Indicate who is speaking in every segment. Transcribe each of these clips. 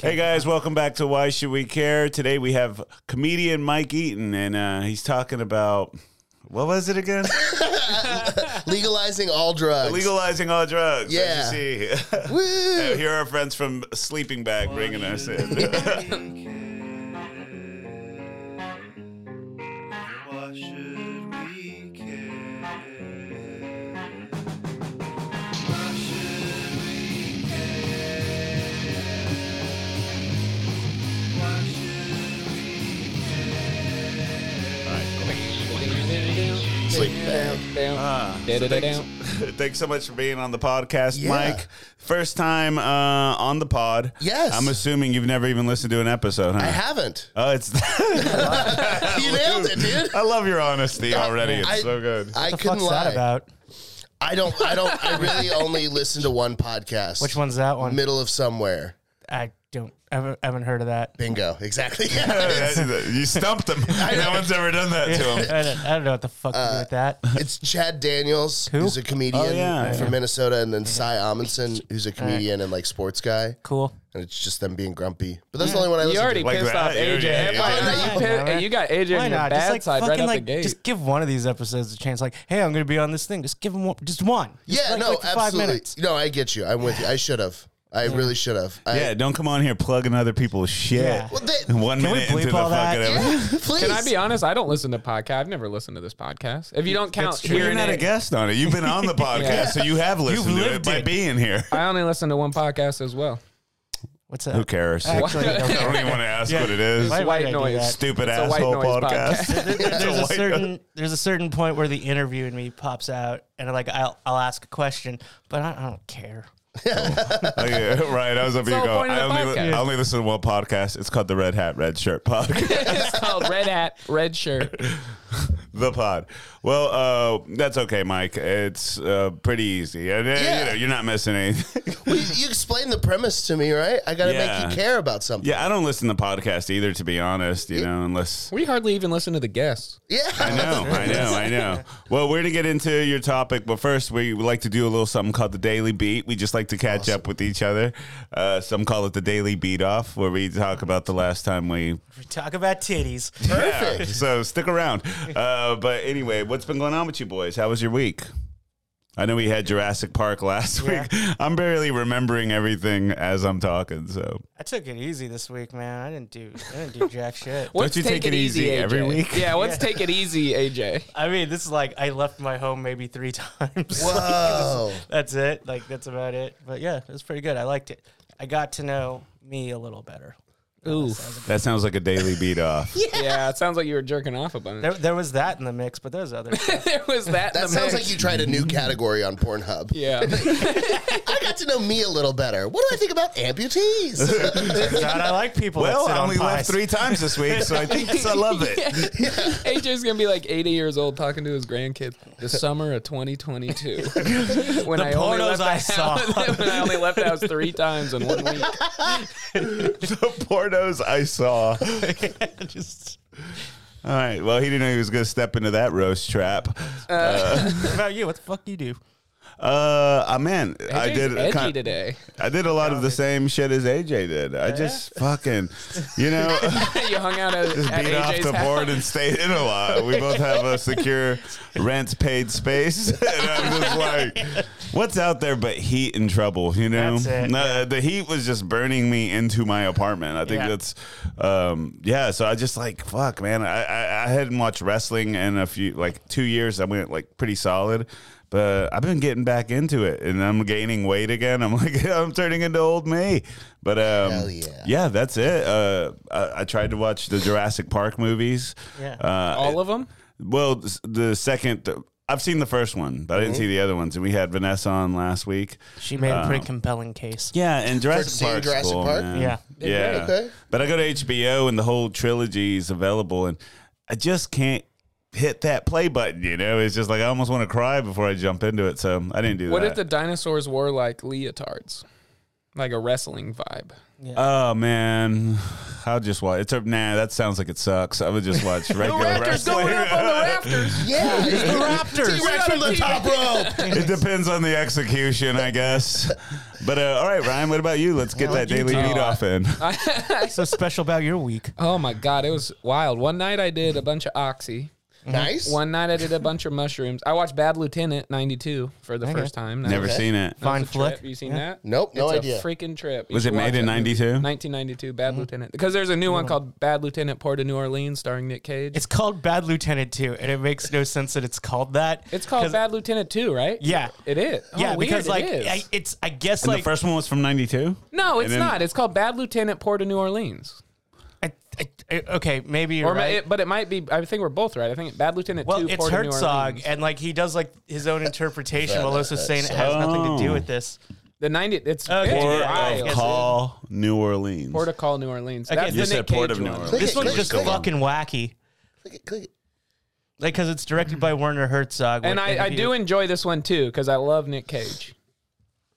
Speaker 1: Hey guys, welcome back to Why Should We Care? Today we have comedian Mike Eaton, and uh, he's talking about what was it again?
Speaker 2: Legalizing all drugs.
Speaker 1: Legalizing all drugs.
Speaker 2: Yeah.
Speaker 1: as you see. Uh,
Speaker 2: Woo.
Speaker 1: Here are our friends from Sleeping Bag bringing us in.
Speaker 3: Why should we care? Why should we care? Why should we
Speaker 2: Sleep down.
Speaker 1: Ah,
Speaker 4: Da-
Speaker 1: so
Speaker 4: da- da-
Speaker 1: thanks, thanks so much for being on the podcast,
Speaker 2: Yeah.
Speaker 1: Mike. First time uh, on the pod.
Speaker 2: Yes.
Speaker 1: I'm assuming you've never even listened to an episode, huh?
Speaker 2: I haven't.
Speaker 1: Oh, it's.
Speaker 2: You nailed it, dude.
Speaker 1: I love your honesty already. It's
Speaker 2: I-
Speaker 1: so good.
Speaker 2: I
Speaker 4: What the
Speaker 2: couldn't
Speaker 4: fuck's
Speaker 2: lie.
Speaker 4: that about?
Speaker 2: I don't. I don't. I really only listen to one podcast.
Speaker 4: Which one's that one?
Speaker 2: Middle of somewhere.
Speaker 4: I don't. I haven't, I haven't heard of that.
Speaker 2: Bingo. Exactly.
Speaker 1: you stumped them. no one's ever done that to
Speaker 4: I,
Speaker 1: him.
Speaker 4: don't, I don't know what the fuck to do with that.
Speaker 2: It's Chad Daniels, who's a comedian
Speaker 1: Oh, yeah.
Speaker 2: from Minnesota, and then Cy Amundsen, who's a comedian and like sports guy.
Speaker 4: Cool.
Speaker 2: And it's just them being grumpy. But that's the only one I
Speaker 5: You
Speaker 2: listen
Speaker 5: already
Speaker 2: to.
Speaker 1: Like
Speaker 5: pissed
Speaker 1: that,
Speaker 5: off
Speaker 1: yeah,
Speaker 5: AJ.
Speaker 1: yeah, yeah.
Speaker 5: Why not?
Speaker 4: Why
Speaker 5: You, pi-
Speaker 4: not, right?
Speaker 5: you got AJ
Speaker 4: Why
Speaker 5: on your
Speaker 4: not?
Speaker 5: bad
Speaker 4: Just like
Speaker 5: side
Speaker 4: fucking
Speaker 5: right out
Speaker 4: like,
Speaker 5: the gate.
Speaker 4: just give one of these episodes a chance. Like, hey, I'm gonna be on this thing. Just give them one, just one. Just
Speaker 2: Yeah.
Speaker 4: like-
Speaker 2: no.
Speaker 4: like for Five
Speaker 2: absolutely.
Speaker 4: minutes.
Speaker 2: No. I get you. I'm with you. I should have. I really should have. I-
Speaker 1: Yeah, don't come on here plugging other people's shit.
Speaker 4: Yeah.
Speaker 2: Well, they-
Speaker 1: One
Speaker 4: Can we
Speaker 1: minute into the
Speaker 4: bleep all that?
Speaker 1: fucking episode.
Speaker 2: yeah, please.
Speaker 5: Can I be honest? I don't listen to podcast. I've never listened to this podcast. If you don't count
Speaker 4: That's true.
Speaker 1: You're
Speaker 5: hearing
Speaker 1: not a
Speaker 5: it,
Speaker 1: guest on it. You've been on the podcast, so you have listened to it
Speaker 4: lived
Speaker 1: by
Speaker 4: it.
Speaker 1: being here.
Speaker 5: I only listen to one podcast as well.
Speaker 4: What's that?
Speaker 1: Who cares?
Speaker 4: Actually, I
Speaker 1: I
Speaker 4: don't
Speaker 1: don't even want to ask what it is.
Speaker 4: Why would
Speaker 5: white
Speaker 4: I do
Speaker 5: noise.
Speaker 4: that?
Speaker 1: Stupid
Speaker 5: It's a white
Speaker 1: asshole
Speaker 5: noise
Speaker 1: podcast.
Speaker 4: there's
Speaker 1: It's
Speaker 4: a
Speaker 1: a white-
Speaker 4: certain there's a certain point where the interview in me pops out, and like I'll I'll ask a question, but I, I don't care.
Speaker 1: Oh, yeah, right. I was up
Speaker 5: the
Speaker 1: here
Speaker 5: whole
Speaker 1: going.
Speaker 5: point of
Speaker 1: I
Speaker 5: the
Speaker 1: only,
Speaker 5: podcast.
Speaker 1: I only listen to one podcast. It's called the Red Hat Red Shirt Podcast.
Speaker 5: it's called Red Hat, Red Shirt.
Speaker 1: the pod. Well, uh, that's okay, Mike. It's uh, pretty easy. And, uh,
Speaker 2: Yeah.
Speaker 1: You know, you're not missing anything.
Speaker 2: Well, you, you explained the premise to me, right? I got to
Speaker 1: Yeah.
Speaker 2: make you care about something.
Speaker 1: yeah, I don't listen to podcasts either, to be honest. You know, unless.
Speaker 5: We hardly even listen to the guests.
Speaker 2: Yeah.
Speaker 1: I know, I know, I know. Well, we're gonna get into your topic, but first we would like to do a little something called the Daily Beat. We just like to catch up with each other. Uh, some call it the Daily Beat Off, where we talk about the last time we
Speaker 4: We talk about titties.
Speaker 2: Perfect.
Speaker 1: so stick around. Uh, but anyway, what's been going on with you boys? How was your week? I know we had Jurassic Park last
Speaker 4: Yeah.
Speaker 1: week. I'm barely remembering everything as I'm talking. So
Speaker 4: I took it easy this week, man. I didn't do I didn't do jack shit.
Speaker 5: What's
Speaker 1: you take it easy every week?
Speaker 5: Yeah, let's take it easy, AJ.
Speaker 4: I mean, this is like I left my home maybe three times. Like,
Speaker 2: Whoa.
Speaker 4: that's it. Like that's about it. But yeah, it was pretty good. I liked it. I got to know me a little better.
Speaker 5: Oof.
Speaker 1: that sounds like a daily beat off.
Speaker 5: Yeah, it sounds like you were jerking off a bunch.
Speaker 4: There, there was that in the mix, but there's other stuff.
Speaker 5: There was that. in
Speaker 2: That
Speaker 5: the
Speaker 2: sounds
Speaker 5: mix.
Speaker 2: like you tried a new category on Pornhub.
Speaker 5: Yeah.
Speaker 2: I got to know me a little better. What do I think about amputees?
Speaker 4: God, I like people.
Speaker 1: Well,
Speaker 4: that sit
Speaker 1: I
Speaker 4: on
Speaker 1: only
Speaker 4: pies.
Speaker 1: left three times this week, so I think I love it.
Speaker 5: AJ's gonna be like 80 years old talking to his grandkids. The summer of 2022, when I only left
Speaker 4: pornos
Speaker 5: the
Speaker 4: I
Speaker 5: house,
Speaker 4: saw.
Speaker 5: when I only left the house three times in one week.
Speaker 1: The pornos I saw.
Speaker 4: Just
Speaker 1: All right. Well, he didn't know he was going to step into that roast trap.
Speaker 4: what about you? What the fuck you do?
Speaker 1: Uh, uh man, I
Speaker 5: AJ's
Speaker 1: did
Speaker 5: edgy
Speaker 1: kind-
Speaker 5: today.
Speaker 1: I did a lot of the same shit as AJ did. I just fucking, you know.
Speaker 5: you hung out at,
Speaker 1: just
Speaker 5: at
Speaker 1: beat
Speaker 5: AJ's
Speaker 1: off the
Speaker 5: house.
Speaker 1: board and stayed in a lot. We both have a secure rent paid space. and I'm just like, what's out there but heat and trouble, you know?
Speaker 4: That's it,
Speaker 1: No, The heat was just burning me into my apartment. I think
Speaker 4: Yeah.
Speaker 1: that's, um, yeah. So I just like, fuck, man. I, I, I hadn't watched wrestling in a few, like two years. I went like pretty solid. But I've been getting back into it, and I'm gaining weight again. I'm like, I'm turning into old me. But um,
Speaker 2: Hell yeah.
Speaker 1: yeah, that's it. Uh, I, I tried to watch the Jurassic Park movies.
Speaker 4: Yeah.
Speaker 1: Uh,
Speaker 5: All of them.
Speaker 1: well, th- the second, th- I've seen the first one, but I didn't see the other ones. And we had Vanessa on last week.
Speaker 4: She made a pretty compelling case.
Speaker 1: Yeah, and Jurassic
Speaker 2: seeing
Speaker 1: Park's
Speaker 2: Jurassic
Speaker 1: cool,
Speaker 2: Park?
Speaker 1: man.
Speaker 4: Yeah.
Speaker 1: Yeah.
Speaker 2: okay.
Speaker 1: But I go to HBO and the whole trilogy is available, and I just can't hit that play button. You know, it's just like I almost want to cry before I jump into it. So I didn't do
Speaker 5: What
Speaker 1: that.
Speaker 5: if the dinosaurs wore like leotards, like a wrestling vibe?
Speaker 1: Oh man, I I would just watch. It's a, nah. That sounds like it sucks. I would just watch regular
Speaker 5: Raptors
Speaker 1: wrestling.
Speaker 5: going up on the rafters.
Speaker 2: Yeah, the
Speaker 4: Raptors.
Speaker 2: T-Rex from the top rope.
Speaker 1: it depends on the execution, I guess. But uh, all right, Ryan. What about you? Let's get that daily
Speaker 5: do?
Speaker 1: beat off in.
Speaker 4: so special about your week.
Speaker 5: Oh my god, it was wild. One night I did a bunch of oxy.
Speaker 2: Nice.
Speaker 5: One night I did a bunch of mushrooms. I watched Bad Lieutenant '92 for the first time. That
Speaker 1: Never
Speaker 5: was-
Speaker 1: seen it.
Speaker 5: that was
Speaker 4: Fine
Speaker 5: a trip.
Speaker 4: flick.
Speaker 5: You seen
Speaker 4: Yeah.
Speaker 5: that?
Speaker 2: Nope, no
Speaker 5: it's
Speaker 2: idea.
Speaker 5: A freaking trip. You
Speaker 1: Was it
Speaker 5: should
Speaker 1: made
Speaker 5: watch
Speaker 1: in
Speaker 5: that movie.
Speaker 1: 92?
Speaker 5: 1992,
Speaker 4: Mm.
Speaker 5: Bad Lieutenant. Because there's a new one called Bad Lieutenant Port of New Orleans, starring Nick Cage.
Speaker 4: It's called Bad Lieutenant 2, and it makes no sense that it's called that.
Speaker 5: It's called
Speaker 4: 'Cause-
Speaker 5: Bad Lieutenant 2, right?
Speaker 4: Yeah.
Speaker 5: It is. Oh,
Speaker 4: Yeah,
Speaker 5: weird,
Speaker 4: because
Speaker 5: it
Speaker 4: like
Speaker 5: is.
Speaker 4: I, it's I guess
Speaker 1: And
Speaker 4: like
Speaker 1: the first one was from '92.
Speaker 5: no, it's
Speaker 1: And then-
Speaker 5: not. It's called Bad Lieutenant Port of New Orleans.
Speaker 4: I, I, I- okay maybe you're
Speaker 5: Or ma-
Speaker 4: right.
Speaker 5: it, but it might be. I think we're both right. I think Bad Lieutenant
Speaker 4: well,
Speaker 5: 2,
Speaker 4: it's
Speaker 5: Port of New
Speaker 4: Herzog,
Speaker 5: Orleans.
Speaker 4: and like he does like his own interpretation while also saying it has nothing to do with this.
Speaker 5: The 90. It's
Speaker 4: Okay.
Speaker 5: it's
Speaker 4: Port
Speaker 1: Port
Speaker 4: of
Speaker 1: of
Speaker 5: wild.
Speaker 1: Call, New Orleans.
Speaker 5: Port of Call, New Orleans.
Speaker 4: Okay,
Speaker 5: That's
Speaker 4: You
Speaker 5: the
Speaker 1: said
Speaker 5: Nick
Speaker 1: Port
Speaker 5: Cage
Speaker 1: of New
Speaker 5: one.
Speaker 1: Orleans.
Speaker 2: Click
Speaker 4: This
Speaker 2: it,
Speaker 4: one's
Speaker 2: click
Speaker 4: just
Speaker 2: it, click it.
Speaker 4: fucking wacky,
Speaker 2: Click it, click it.
Speaker 4: like because it's directed by Werner Herzog.
Speaker 5: And
Speaker 4: which-
Speaker 5: I, I
Speaker 4: he-
Speaker 5: do enjoy this one too because I love Nick Cage.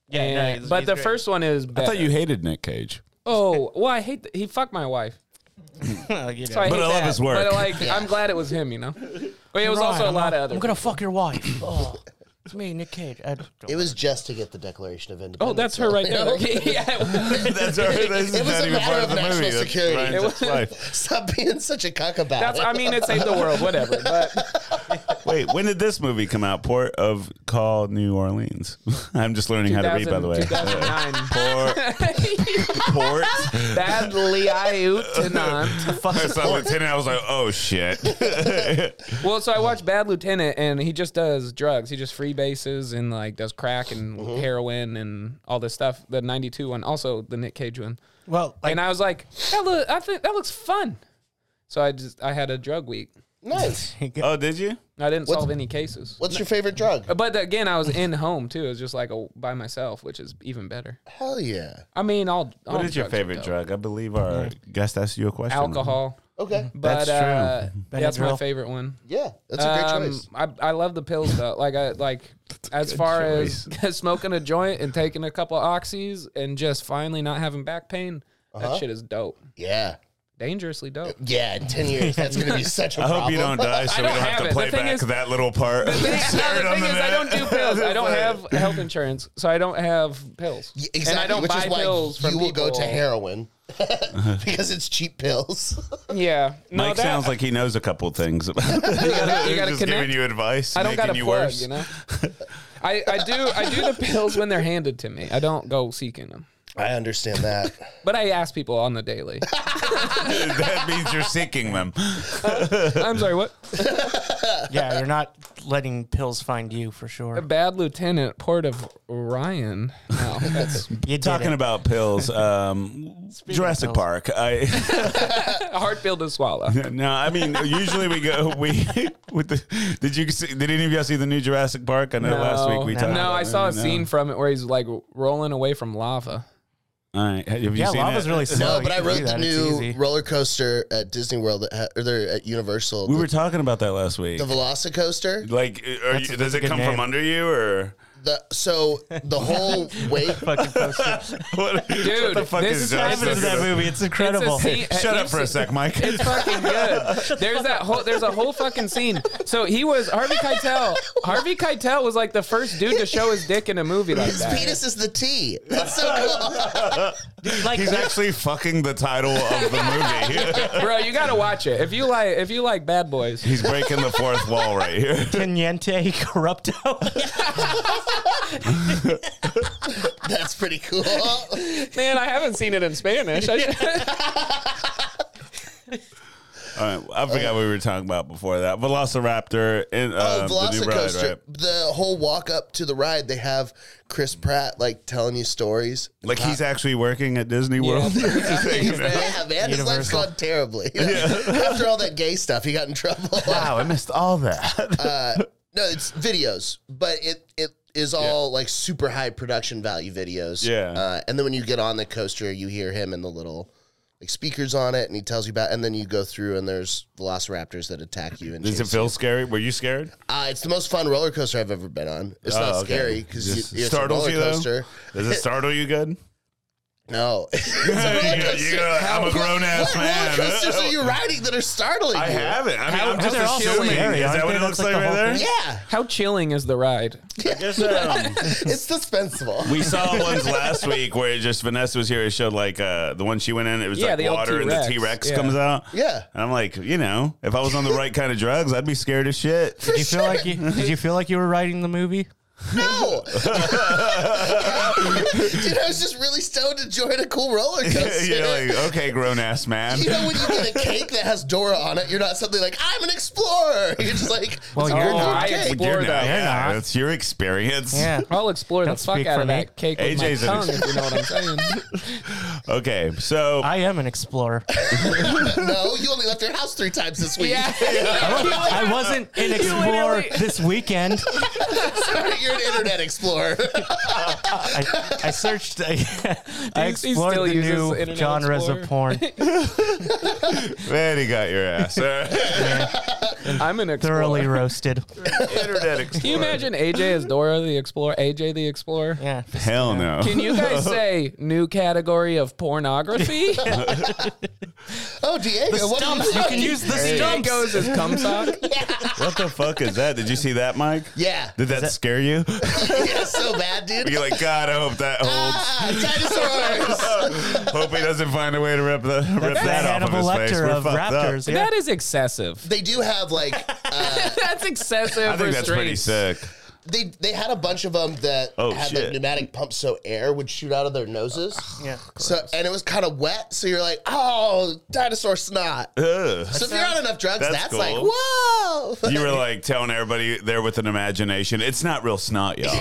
Speaker 4: Yeah, no,
Speaker 5: And-
Speaker 4: he's-
Speaker 5: but
Speaker 4: he's
Speaker 5: the
Speaker 4: great.
Speaker 5: first one is.
Speaker 1: I
Speaker 5: Better.
Speaker 1: thought you hated Nick Cage.
Speaker 5: Oh well, I hate th- he fucked my wife.
Speaker 4: you know.
Speaker 5: So I
Speaker 1: But
Speaker 5: hate
Speaker 1: I love
Speaker 5: that.
Speaker 1: his work.
Speaker 5: But like, I'm glad it was him. You know, but it was also a
Speaker 4: I'm
Speaker 5: lot
Speaker 4: gonna-
Speaker 5: of other.
Speaker 4: I'm gonna fuck your wife. Oh, it's me, Nick Cage. I don't
Speaker 2: It was just to get the Declaration of Independence.
Speaker 5: oh, that's her right
Speaker 2: You
Speaker 5: there.
Speaker 2: know?
Speaker 5: Okay, yeah.
Speaker 1: That's all right. This is
Speaker 2: It was
Speaker 1: not
Speaker 2: a
Speaker 1: even
Speaker 2: matter
Speaker 1: part of
Speaker 2: of
Speaker 1: the
Speaker 2: national
Speaker 1: movie. That's
Speaker 2: security.
Speaker 1: Ryan's
Speaker 2: It
Speaker 5: was-
Speaker 1: life.
Speaker 2: Stop being such a cock about
Speaker 5: That's.
Speaker 2: it.
Speaker 5: I mean, it saved the world. Whatever. But
Speaker 1: Wait, when did this movie come out? Port of Call, New Orleans. I'm just learning how to read, by the way.
Speaker 5: 2009.
Speaker 1: Port, port.
Speaker 5: Badly Lieutenant.
Speaker 1: I saw Lieutenant. I was like, oh shit.
Speaker 5: Well, so I watched Bad Lieutenant, and he just does drugs. He just freebases and like does crack and heroin and all this stuff. The '92 one, also the Nick Cage one.
Speaker 4: Well, like
Speaker 5: and I was like, that look, I think that looks fun. So I just I had a drug week.
Speaker 2: nice.
Speaker 1: oh, did you?
Speaker 5: I didn't solve any cases.
Speaker 2: What's your favorite drug?
Speaker 5: But again, I was in home too. It was just like a, by myself, which is even better.
Speaker 2: Hell yeah.
Speaker 5: I mean, all. all
Speaker 1: What is your
Speaker 5: drugs are
Speaker 1: favorite
Speaker 5: Oh, dope.
Speaker 1: drug? I believe our guest asked you a question.
Speaker 5: Alcohol.
Speaker 2: Okay.
Speaker 1: That's
Speaker 5: But
Speaker 1: true.
Speaker 5: uh, that's my
Speaker 4: Benadryl.
Speaker 5: favorite one.
Speaker 2: Yeah, that's a great
Speaker 5: Um,
Speaker 2: choice.
Speaker 5: I, I love the pills though. Like I like as far as smoking a joint and taking a couple of oxys and just finally not having back pain.
Speaker 2: Uh-huh.
Speaker 5: That shit is dope.
Speaker 2: Yeah.
Speaker 5: Dangerously dope.
Speaker 2: Yeah, in 10 years, that's going to be such a
Speaker 1: I
Speaker 2: problem.
Speaker 1: hope you don't die, so we
Speaker 5: I don't
Speaker 1: don't have
Speaker 5: have it.
Speaker 1: to
Speaker 5: The
Speaker 1: play
Speaker 5: thing
Speaker 1: back
Speaker 5: is-
Speaker 1: that little part.
Speaker 5: The thing, no, the thing is, I don't do pills. I don't have health insurance, so I don't have pills.
Speaker 2: Y-
Speaker 5: And
Speaker 2: Exactly,
Speaker 5: I don't
Speaker 2: which
Speaker 5: buy
Speaker 2: is why
Speaker 5: pills from
Speaker 2: you will go to
Speaker 5: people.
Speaker 2: heroin because it's cheap pills.
Speaker 5: Yeah, no,
Speaker 1: Mike
Speaker 5: that-
Speaker 1: sounds like he knows a couple things. about
Speaker 5: you gotta
Speaker 1: Just
Speaker 5: connect.
Speaker 1: giving you advice.
Speaker 5: I don't got
Speaker 1: making you
Speaker 5: a plug,
Speaker 1: worse.
Speaker 5: you know. I, I do I do the pills when they're handed to me. I don't go seeking them,
Speaker 2: I understand that.
Speaker 5: but I ask people on the daily.
Speaker 1: that means you're seeking them.
Speaker 5: I'm sorry, what?
Speaker 4: yeah, you're not letting pills find you for sure.
Speaker 5: Bad Lieutenant Port of Ryan. No, that's
Speaker 4: You did
Speaker 1: Talking
Speaker 4: it.
Speaker 1: about pills, um, Jurassic
Speaker 4: of pills.
Speaker 1: Park. I
Speaker 5: a hard pill to swallow.
Speaker 1: no, I mean usually we go we with the. Did you see, did any of y'all see the new Jurassic Park? I know last week we
Speaker 5: no,
Speaker 1: talked.
Speaker 5: No,
Speaker 1: about
Speaker 5: I
Speaker 1: it.
Speaker 5: saw a
Speaker 1: No.
Speaker 5: scene from it where he's like rolling away from lava.
Speaker 1: All right, have you
Speaker 4: yeah,
Speaker 1: seen
Speaker 4: lava's
Speaker 1: it?
Speaker 4: really slow.
Speaker 2: No, but
Speaker 4: You
Speaker 2: I
Speaker 4: can do
Speaker 2: rode the
Speaker 4: that. It's
Speaker 2: new
Speaker 4: easy.
Speaker 2: roller coaster at Disney World, that ha- or there at Universal,
Speaker 1: We
Speaker 2: the,
Speaker 1: were talking about that last week.
Speaker 2: the Velocicoaster.
Speaker 1: Like, are you, does
Speaker 4: that's a
Speaker 1: it
Speaker 4: good
Speaker 1: come
Speaker 4: name.
Speaker 1: from under you or
Speaker 2: The, so the whole wait,
Speaker 4: fucking poster.
Speaker 1: what?
Speaker 5: Dude,
Speaker 1: what the fuck
Speaker 5: this
Speaker 1: is
Speaker 5: is
Speaker 1: Jurassic
Speaker 4: happens in that
Speaker 1: Park?
Speaker 4: movie. It's
Speaker 5: It's a
Speaker 4: incredible.
Speaker 5: scene-
Speaker 1: Shut
Speaker 5: you've
Speaker 1: up for a
Speaker 5: seen-
Speaker 1: sec, Mike.
Speaker 5: It's fucking good. There's that whole. There's a whole fucking scene. So he was Harvey Keitel. Harvey Keitel was like the first dude to show his dick in a movie like
Speaker 2: his
Speaker 5: that.
Speaker 2: penis is the T. That's so cool.
Speaker 4: like
Speaker 1: He's actually fucking the title of the movie.
Speaker 5: Bro, you gotta watch it if you like. If you like Bad Boys,
Speaker 1: He's breaking the fourth wall right here.
Speaker 4: Teniente Corrupto.
Speaker 2: That's pretty cool.
Speaker 5: man, I haven't seen it in Spanish. I should-
Speaker 1: All right, I forgot what we were talking about before that. Velociraptor and uh, the
Speaker 2: oh,
Speaker 1: new ride,
Speaker 2: Velocicoaster.
Speaker 1: right?
Speaker 2: The whole walk up to the ride, they have Chris Pratt like telling you stories.
Speaker 1: Like he's actually working at Disney World.
Speaker 2: Yeah, man, his life's
Speaker 4: Universal.
Speaker 2: gone terribly. After all that gay stuff, he got in trouble.
Speaker 1: wow, I missed all that.
Speaker 2: No, it's videos, but it it is all like super high production value videos.
Speaker 1: Yeah.
Speaker 2: Uh, and then when you get on the coaster, you hear him and the little like speakers on it, and he tells you about. And then you go through, and there's velociraptors that attack you. And
Speaker 1: Does it
Speaker 2: chase
Speaker 1: feel scary? Were you scared?
Speaker 2: you. Uh, it's the most fun roller coaster I've ever been on. It's not
Speaker 1: Oh, okay.
Speaker 2: scary because
Speaker 1: Just
Speaker 2: you, it's a
Speaker 1: startles
Speaker 2: roller
Speaker 1: you, though?
Speaker 2: coaster.
Speaker 1: Does it startle you good?
Speaker 2: No.
Speaker 1: You go, I'm a grown ass
Speaker 2: what roller
Speaker 1: man.
Speaker 2: coasters are you riding that are startling?
Speaker 1: I
Speaker 2: you?
Speaker 1: haven't. I mean,
Speaker 5: How-
Speaker 1: I'm
Speaker 5: how
Speaker 1: just
Speaker 5: they're all
Speaker 1: assuming.
Speaker 4: scary,
Speaker 1: Is that
Speaker 4: aren't
Speaker 1: what
Speaker 4: they?
Speaker 1: it looks
Speaker 4: That's
Speaker 1: like
Speaker 4: like the
Speaker 1: right
Speaker 4: whole
Speaker 1: there?
Speaker 4: thing.
Speaker 2: Yeah,
Speaker 5: How chilling is the ride?
Speaker 1: Yes, um,
Speaker 2: it's dispensable.
Speaker 1: we saw ones last week where just Vanessa was here. It showed like uh, the one she went in. It was
Speaker 5: Yeah,
Speaker 1: like
Speaker 5: the old
Speaker 1: water and the
Speaker 5: T-Rex.
Speaker 1: T Rex
Speaker 5: Yeah.
Speaker 1: comes out.
Speaker 2: Yeah.
Speaker 1: and I'm like, you know, if I was on the right kind of drugs, I'd be scared as shit.
Speaker 4: Did you feel like you, did you feel like you were writing the movie?
Speaker 2: no. Dude, I was just really stoned enjoying a cool roller coaster.
Speaker 1: You're like, okay, grown ass man.
Speaker 2: You know when you get a cake that has Dora on it, you're not suddenly like, I'm an explorer. You're just like,
Speaker 4: Well,
Speaker 2: it's a
Speaker 4: you're
Speaker 2: cool
Speaker 4: not.
Speaker 2: cake.
Speaker 5: It's-
Speaker 1: You're
Speaker 5: Florida.
Speaker 1: not-
Speaker 4: You're
Speaker 1: yeah,
Speaker 4: not.
Speaker 1: That's your experience.
Speaker 4: Yeah.
Speaker 5: I'll explore
Speaker 4: Don't
Speaker 5: the fuck
Speaker 4: speak
Speaker 5: out
Speaker 4: for
Speaker 5: of
Speaker 4: me.
Speaker 5: that cake with
Speaker 1: AJ's
Speaker 5: my
Speaker 1: an
Speaker 5: tongue, if you know what I'm saying.
Speaker 1: Okay, so
Speaker 4: I am an explorer.
Speaker 1: Oh,
Speaker 2: No, you only left your house three times this week.
Speaker 4: I wasn't an explorer
Speaker 5: literally-
Speaker 4: this weekend.
Speaker 2: Sorry, you're an internet explorer.
Speaker 4: I, I searched. I, I
Speaker 5: He's- he
Speaker 4: explored
Speaker 5: still
Speaker 4: the
Speaker 5: uses
Speaker 4: new
Speaker 5: Internet
Speaker 4: genres
Speaker 5: Explorer.
Speaker 4: of porn.
Speaker 1: man, he got your ass.
Speaker 5: I'm an explorer.
Speaker 4: Thoroughly roasted.
Speaker 1: Internet
Speaker 5: Can you imagine AJ as Dora the Explorer? AJ the Explorer?
Speaker 4: Yeah.
Speaker 1: Hell no.
Speaker 5: Can you guys say new category of pornography?
Speaker 2: oh, Diego, what are
Speaker 4: Stumps. You
Speaker 2: doing?
Speaker 4: can use the stumps.
Speaker 5: Diego's is cum sock.
Speaker 1: what the fuck is that? Did you see that, Mike?
Speaker 2: Yeah.
Speaker 1: Did that, scare you?
Speaker 2: yeah, so bad, dude.
Speaker 1: You're like, God, I hope that holds.
Speaker 2: Ah, dinosaurs.
Speaker 1: hope he doesn't find a way to rip the rip
Speaker 4: That's
Speaker 1: that off of
Speaker 4: Hannibal
Speaker 1: his face.
Speaker 4: Lecter
Speaker 1: We're
Speaker 4: of
Speaker 1: fucked up.
Speaker 4: Raptors. Yeah.
Speaker 5: That is excessive.
Speaker 2: they do have like uh,
Speaker 5: That's excessive.
Speaker 1: I think that's pretty
Speaker 5: restraints.
Speaker 1: sick.
Speaker 2: they they had a bunch of them that
Speaker 1: Oh,
Speaker 2: had
Speaker 1: shit.
Speaker 2: like pneumatic pumps so air would shoot out of their noses.
Speaker 4: Yeah.
Speaker 2: So and it was kind of wet, so you're like, oh, dinosaur snot.
Speaker 1: Ugh.
Speaker 2: So if you're on enough drugs,
Speaker 1: That's
Speaker 2: that's,
Speaker 1: cool.
Speaker 2: like, whoa.
Speaker 1: You were like telling everybody there with an imagination, it's not real snot, y'all.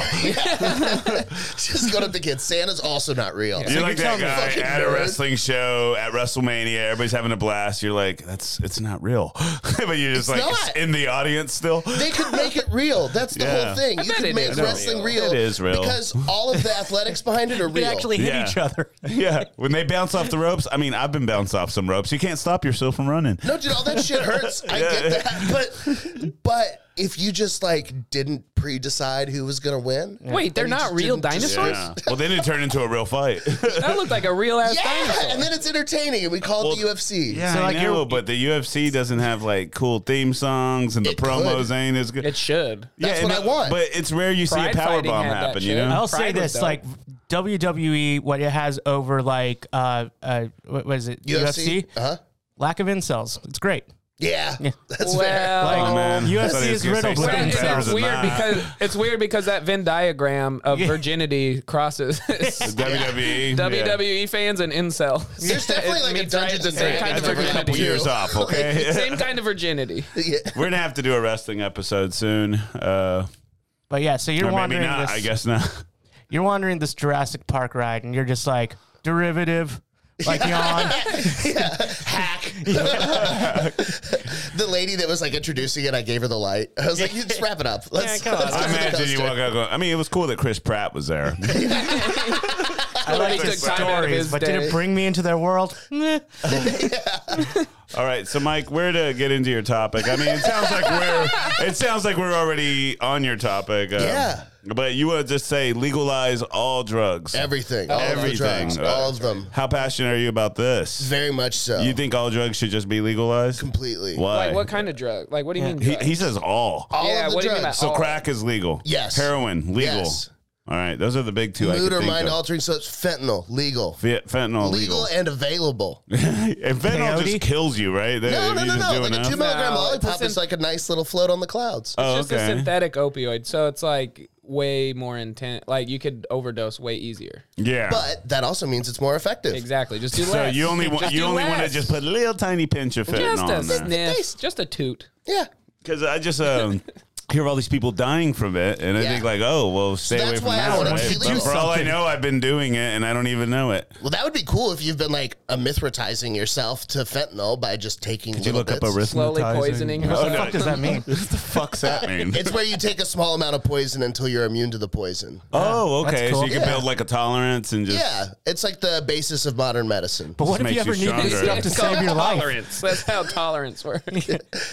Speaker 2: Just going up to kids. Santa's also not real.
Speaker 1: You're like
Speaker 2: tell
Speaker 1: that
Speaker 2: me
Speaker 1: guy
Speaker 2: fucking
Speaker 1: at a
Speaker 2: nerd.
Speaker 1: wrestling show at WrestleMania. Everybody's having a blast. You're like, that's it's not real, but you're just like
Speaker 2: not.
Speaker 1: in the audience still.
Speaker 2: They could make it real. That's the
Speaker 1: Yeah.
Speaker 2: whole thing.
Speaker 5: I
Speaker 2: You
Speaker 5: bet
Speaker 2: could
Speaker 5: it
Speaker 2: make
Speaker 5: is
Speaker 2: wrestling real.
Speaker 1: It is real.
Speaker 2: Because all of the athletics behind it are
Speaker 4: They
Speaker 2: real.
Speaker 4: actually hit
Speaker 1: Yeah.
Speaker 4: each other.
Speaker 1: yeah, when they bounce off the ropes. I mean, I've been bounced off some ropes. You can't stop yourself from running.
Speaker 2: No, dude, all that shit hurts. I
Speaker 1: Yeah.
Speaker 2: get that. But but if you just like didn't pre decide who was gonna win.
Speaker 5: Wait, they're
Speaker 2: And you
Speaker 5: not
Speaker 2: just
Speaker 5: real
Speaker 2: didn't just-
Speaker 5: dinosaurs?
Speaker 1: Yeah. well, then it turned into a real fight.
Speaker 5: That looked like a real ass
Speaker 2: Yeah,
Speaker 5: dinosaur.
Speaker 2: and then it's entertaining, and we call it the UFC.
Speaker 1: Yeah,
Speaker 4: So,
Speaker 1: I
Speaker 4: like,
Speaker 1: know,
Speaker 4: you're-
Speaker 1: but the UFC doesn't have like cool theme songs, and the
Speaker 2: It
Speaker 1: promos
Speaker 2: could.
Speaker 1: ain't as good.
Speaker 5: It should.
Speaker 2: That's
Speaker 1: and
Speaker 2: what I
Speaker 1: it-
Speaker 2: want.
Speaker 1: But it's rare you see a
Speaker 5: Pride
Speaker 1: power
Speaker 5: fighting
Speaker 1: bomb
Speaker 5: had that
Speaker 1: happen. You
Speaker 5: shit.
Speaker 1: know,
Speaker 4: I'll say
Speaker 5: Pride was
Speaker 4: this:
Speaker 5: dope.
Speaker 4: like WWE, what it has over like uh, uh what was it UFC?
Speaker 2: Uh huh.
Speaker 4: Lack of incels. It's great.
Speaker 2: Yeah. That's fair.
Speaker 5: Well,
Speaker 4: Like,
Speaker 1: Oh, man.
Speaker 4: UFC
Speaker 1: I thought he was
Speaker 4: is
Speaker 1: gonna say
Speaker 4: riddled with
Speaker 1: something
Speaker 5: It's,
Speaker 4: incels.
Speaker 1: better
Speaker 5: it's
Speaker 1: than
Speaker 5: weird
Speaker 1: that.
Speaker 5: because it's weird because that Venn diagram of
Speaker 4: Yeah.
Speaker 5: virginity crosses
Speaker 1: WWE. E, yeah.
Speaker 5: WWE fans and incel.
Speaker 2: There's definitely
Speaker 5: It
Speaker 2: like a
Speaker 5: means, right,
Speaker 2: Dungeons and
Speaker 5: same
Speaker 2: Dragons.
Speaker 5: kind
Speaker 1: I
Speaker 5: of
Speaker 1: took a couple
Speaker 5: virginity.
Speaker 1: years off, okay?
Speaker 5: Same kind of virginity.
Speaker 2: Yeah.
Speaker 1: We're gonna have to do a wrestling episode soon. Uh,
Speaker 4: But yeah, so you're
Speaker 1: or maybe
Speaker 4: wandering
Speaker 1: not.
Speaker 4: this.
Speaker 1: I guess not.
Speaker 4: You're wandering this Jurassic Park ride, and you're just like derivative, like yawn.
Speaker 2: Hack. the lady that was like introducing it, I gave her the light. I was like, you just wrap it up. Let's,
Speaker 4: come on.
Speaker 2: let's go
Speaker 1: I
Speaker 2: to the
Speaker 1: imagine you
Speaker 2: coaster."
Speaker 1: walk out. Going, I mean, it was cool that Chris Pratt was there.
Speaker 4: I like
Speaker 5: took
Speaker 4: the
Speaker 5: time out of his
Speaker 4: stories, but did
Speaker 5: day.
Speaker 4: it bring me into their world? Meh.
Speaker 1: All right, so Mike, we're to get into your topic. I mean, it sounds like we're it sounds like we're already on your topic. um,
Speaker 2: Yeah.
Speaker 1: But you want to just say legalize all drugs,
Speaker 2: Everything. All
Speaker 1: Everything.
Speaker 2: Of the drugs,
Speaker 1: Uh,
Speaker 2: all of them.
Speaker 1: How passionate are you about this?
Speaker 2: Very much so.
Speaker 1: You think all drugs should just be legalized?
Speaker 2: Completely.
Speaker 1: Why?
Speaker 5: Like what kind of drug? Like what do you mean?
Speaker 1: he,
Speaker 5: drug?
Speaker 1: he says all.
Speaker 2: All
Speaker 5: Yeah,
Speaker 2: of the
Speaker 5: what do you mean by
Speaker 2: drugs.
Speaker 1: So
Speaker 5: all.
Speaker 1: crack is legal.
Speaker 2: Yes.
Speaker 1: Heroin legal.
Speaker 2: Yes.
Speaker 1: All right, those are the big two. I
Speaker 2: Mood
Speaker 1: could
Speaker 2: or
Speaker 1: think
Speaker 2: mind
Speaker 1: of.
Speaker 2: altering substance, fentanyl, legal.
Speaker 1: Fe- fentanyl
Speaker 2: Legal
Speaker 1: legal.
Speaker 2: and available. No,
Speaker 1: and fentanyl
Speaker 4: Peyote?
Speaker 1: just kills you, right? That-
Speaker 2: no,
Speaker 1: if
Speaker 2: no,
Speaker 1: you
Speaker 2: no.
Speaker 1: just do
Speaker 2: Like a
Speaker 1: enough?
Speaker 2: two milligram
Speaker 5: No,
Speaker 2: lollipop
Speaker 5: it's in-
Speaker 2: is like a nice little float on the clouds.
Speaker 1: Oh,
Speaker 5: It's just a synthetic opioid, so it's like way more intense. Like you could overdose way easier.
Speaker 1: yeah.
Speaker 2: But that also means it's more effective.
Speaker 5: Exactly. Just do less.
Speaker 1: so you only want
Speaker 5: Just
Speaker 1: you
Speaker 5: do
Speaker 1: only want to
Speaker 5: less.
Speaker 1: just put a little tiny pinch of fentanyl
Speaker 5: just a
Speaker 1: on there.
Speaker 5: sniff, just a toot.
Speaker 2: Yeah.
Speaker 1: Because I just um, hear all these people dying from it, and I
Speaker 2: Yeah.
Speaker 1: think like, oh, well, stay
Speaker 2: that's
Speaker 1: away from
Speaker 2: why I
Speaker 1: that.
Speaker 2: wanna
Speaker 1: right?
Speaker 2: see
Speaker 1: But
Speaker 2: legal.
Speaker 1: for all I know, I've been doing it, and I don't even know it.
Speaker 2: Well, that would be cool if you've been like amithritizing yourself to fentanyl by just taking.
Speaker 1: Did you
Speaker 2: little
Speaker 1: look up
Speaker 2: bits.
Speaker 1: arithmetizing?
Speaker 5: Slowly poisoning
Speaker 1: Oh,
Speaker 5: yourself.
Speaker 1: no.
Speaker 4: What does that mean?
Speaker 1: What the fuck's that mean?
Speaker 2: It's where you take a small amount of poison until you're immune to the poison.
Speaker 1: oh,
Speaker 4: That's
Speaker 1: okay. So
Speaker 4: cool.
Speaker 1: you can
Speaker 2: Yeah.
Speaker 1: build like a tolerance and just
Speaker 2: Yeah, it's like the basis of modern medicine.
Speaker 4: But what if
Speaker 1: makes
Speaker 4: you ever
Speaker 1: you
Speaker 4: need this
Speaker 1: stronger.
Speaker 4: stuff to
Speaker 5: It's
Speaker 4: save
Speaker 5: called
Speaker 4: your life?
Speaker 5: Tolerance. That's how tolerance works.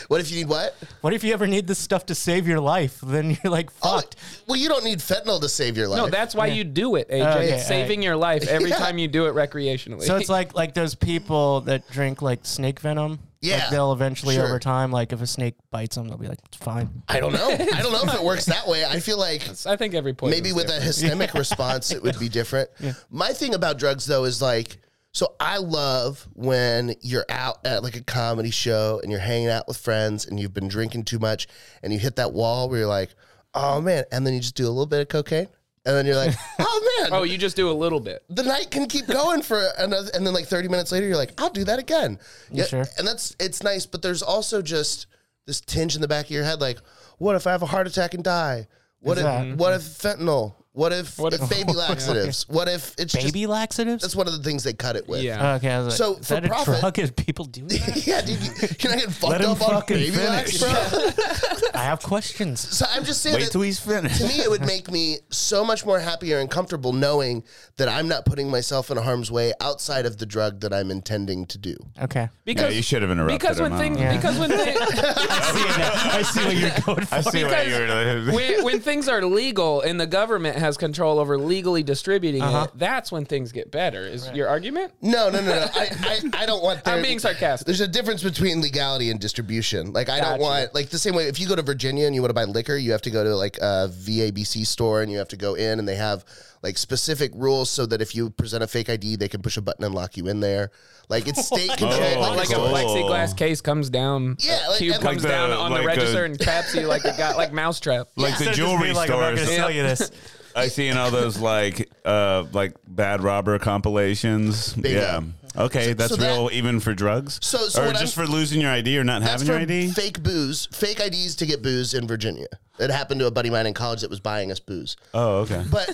Speaker 2: What if you need what?
Speaker 4: What if you ever need this stuff to save your life, then you're like
Speaker 2: Oh,
Speaker 4: fucked.
Speaker 2: well, you don't need fentanyl to save your life.
Speaker 5: No, that's why you do it, AJ.
Speaker 4: Okay,
Speaker 5: it's saving your life every time you do it recreationally.
Speaker 4: So it's like like those people that drink like snake venom.
Speaker 2: Yeah,
Speaker 4: like they'll eventually
Speaker 2: sure.
Speaker 4: over time, like if a snake bites them, they'll be like, it's fine.
Speaker 2: I don't know. I don't know if it works that way. I feel like
Speaker 5: I think every poison.
Speaker 2: maybe with a histemic response it would be different my thing about drugs though is like so i love when you're out at like a comedy show and you're hanging out with friends and you've been drinking too much and you hit that wall where you're like oh man and then you just do a little bit of cocaine and then you're like oh man
Speaker 5: Oh, you just do a little bit.
Speaker 2: the night can keep going for another and then like 30 minutes later you're like i'll do that again yeah
Speaker 4: sure?
Speaker 2: and that's it's nice but there's also just this tinge in the back of your head like what if i have a heart attack and die what
Speaker 4: Exactly.
Speaker 2: if what if fentanyl what if,
Speaker 5: What if-
Speaker 2: baby laxatives what if it's
Speaker 4: Baby
Speaker 2: just,
Speaker 4: laxatives.
Speaker 2: that's one of the things they cut it with
Speaker 5: Yeah.
Speaker 4: okay, I was like,
Speaker 2: So,
Speaker 4: is
Speaker 2: for
Speaker 4: that a
Speaker 2: profit-
Speaker 4: drug? Is people do that?
Speaker 2: yeah dude you, can i get
Speaker 1: Let
Speaker 2: fucked
Speaker 1: him
Speaker 2: up on
Speaker 1: fucking
Speaker 2: baby lax
Speaker 1: finish.
Speaker 2: bro
Speaker 4: I have questions.
Speaker 2: so i'm just saying
Speaker 1: Wait
Speaker 2: that-
Speaker 1: till he's finished.
Speaker 2: to me, it would make me so much more happier and comfortable knowing that I'm not putting myself in harm's way outside of the drug that I'm intending to do.
Speaker 4: Okay.
Speaker 1: yeah,
Speaker 5: Because
Speaker 1: you should have interrupted
Speaker 5: because
Speaker 1: him.
Speaker 5: when things
Speaker 4: Yeah.
Speaker 5: because when things
Speaker 4: I see, that. I see what you're going for.
Speaker 1: I see what
Speaker 5: because
Speaker 1: you were
Speaker 5: when, when things are legal and the government has control over legally distributing it, that's when things get better. Is your argument?
Speaker 2: No, no, no, no. I, I, I don't want. There,
Speaker 5: I'm being sarcastic.
Speaker 2: There's a difference between legality and distribution. Like I don't
Speaker 5: Gotcha.
Speaker 2: want like the same way. If you go to Virginia and you want to buy liquor, you have to go to like a VABC store and you have to go in and they have like specific rules so that if you present a fake ID, they can push a button and lock you in there. Like it's state control.
Speaker 1: Oh,
Speaker 2: like
Speaker 5: Like
Speaker 2: Oh.
Speaker 1: cool.
Speaker 5: a plexiglass case comes down,
Speaker 2: Yeah,
Speaker 5: a
Speaker 2: like-
Speaker 5: cube
Speaker 2: and-
Speaker 5: comes
Speaker 1: Like the-
Speaker 5: down on the
Speaker 1: like a-
Speaker 5: register and traps you like a guy like mousetrap.
Speaker 1: Like the
Speaker 4: Just be
Speaker 1: jewelry
Speaker 4: like, I'm not
Speaker 1: stores.
Speaker 4: gonna sell you this.
Speaker 1: I see in all those like uh like bad robber compilations.
Speaker 2: Bingo.
Speaker 1: Yeah. Okay, that's
Speaker 2: so that-
Speaker 1: real even for drugs.
Speaker 2: So- so
Speaker 1: or
Speaker 2: what
Speaker 1: just
Speaker 2: I'm-
Speaker 1: for losing your ID or not
Speaker 2: that's
Speaker 1: having your
Speaker 2: for
Speaker 1: ID.
Speaker 2: fake booze, fake IDs to get booze in Virginia. It happened to a buddy of mine in college that was buying us booze.
Speaker 1: oh, okay.
Speaker 2: But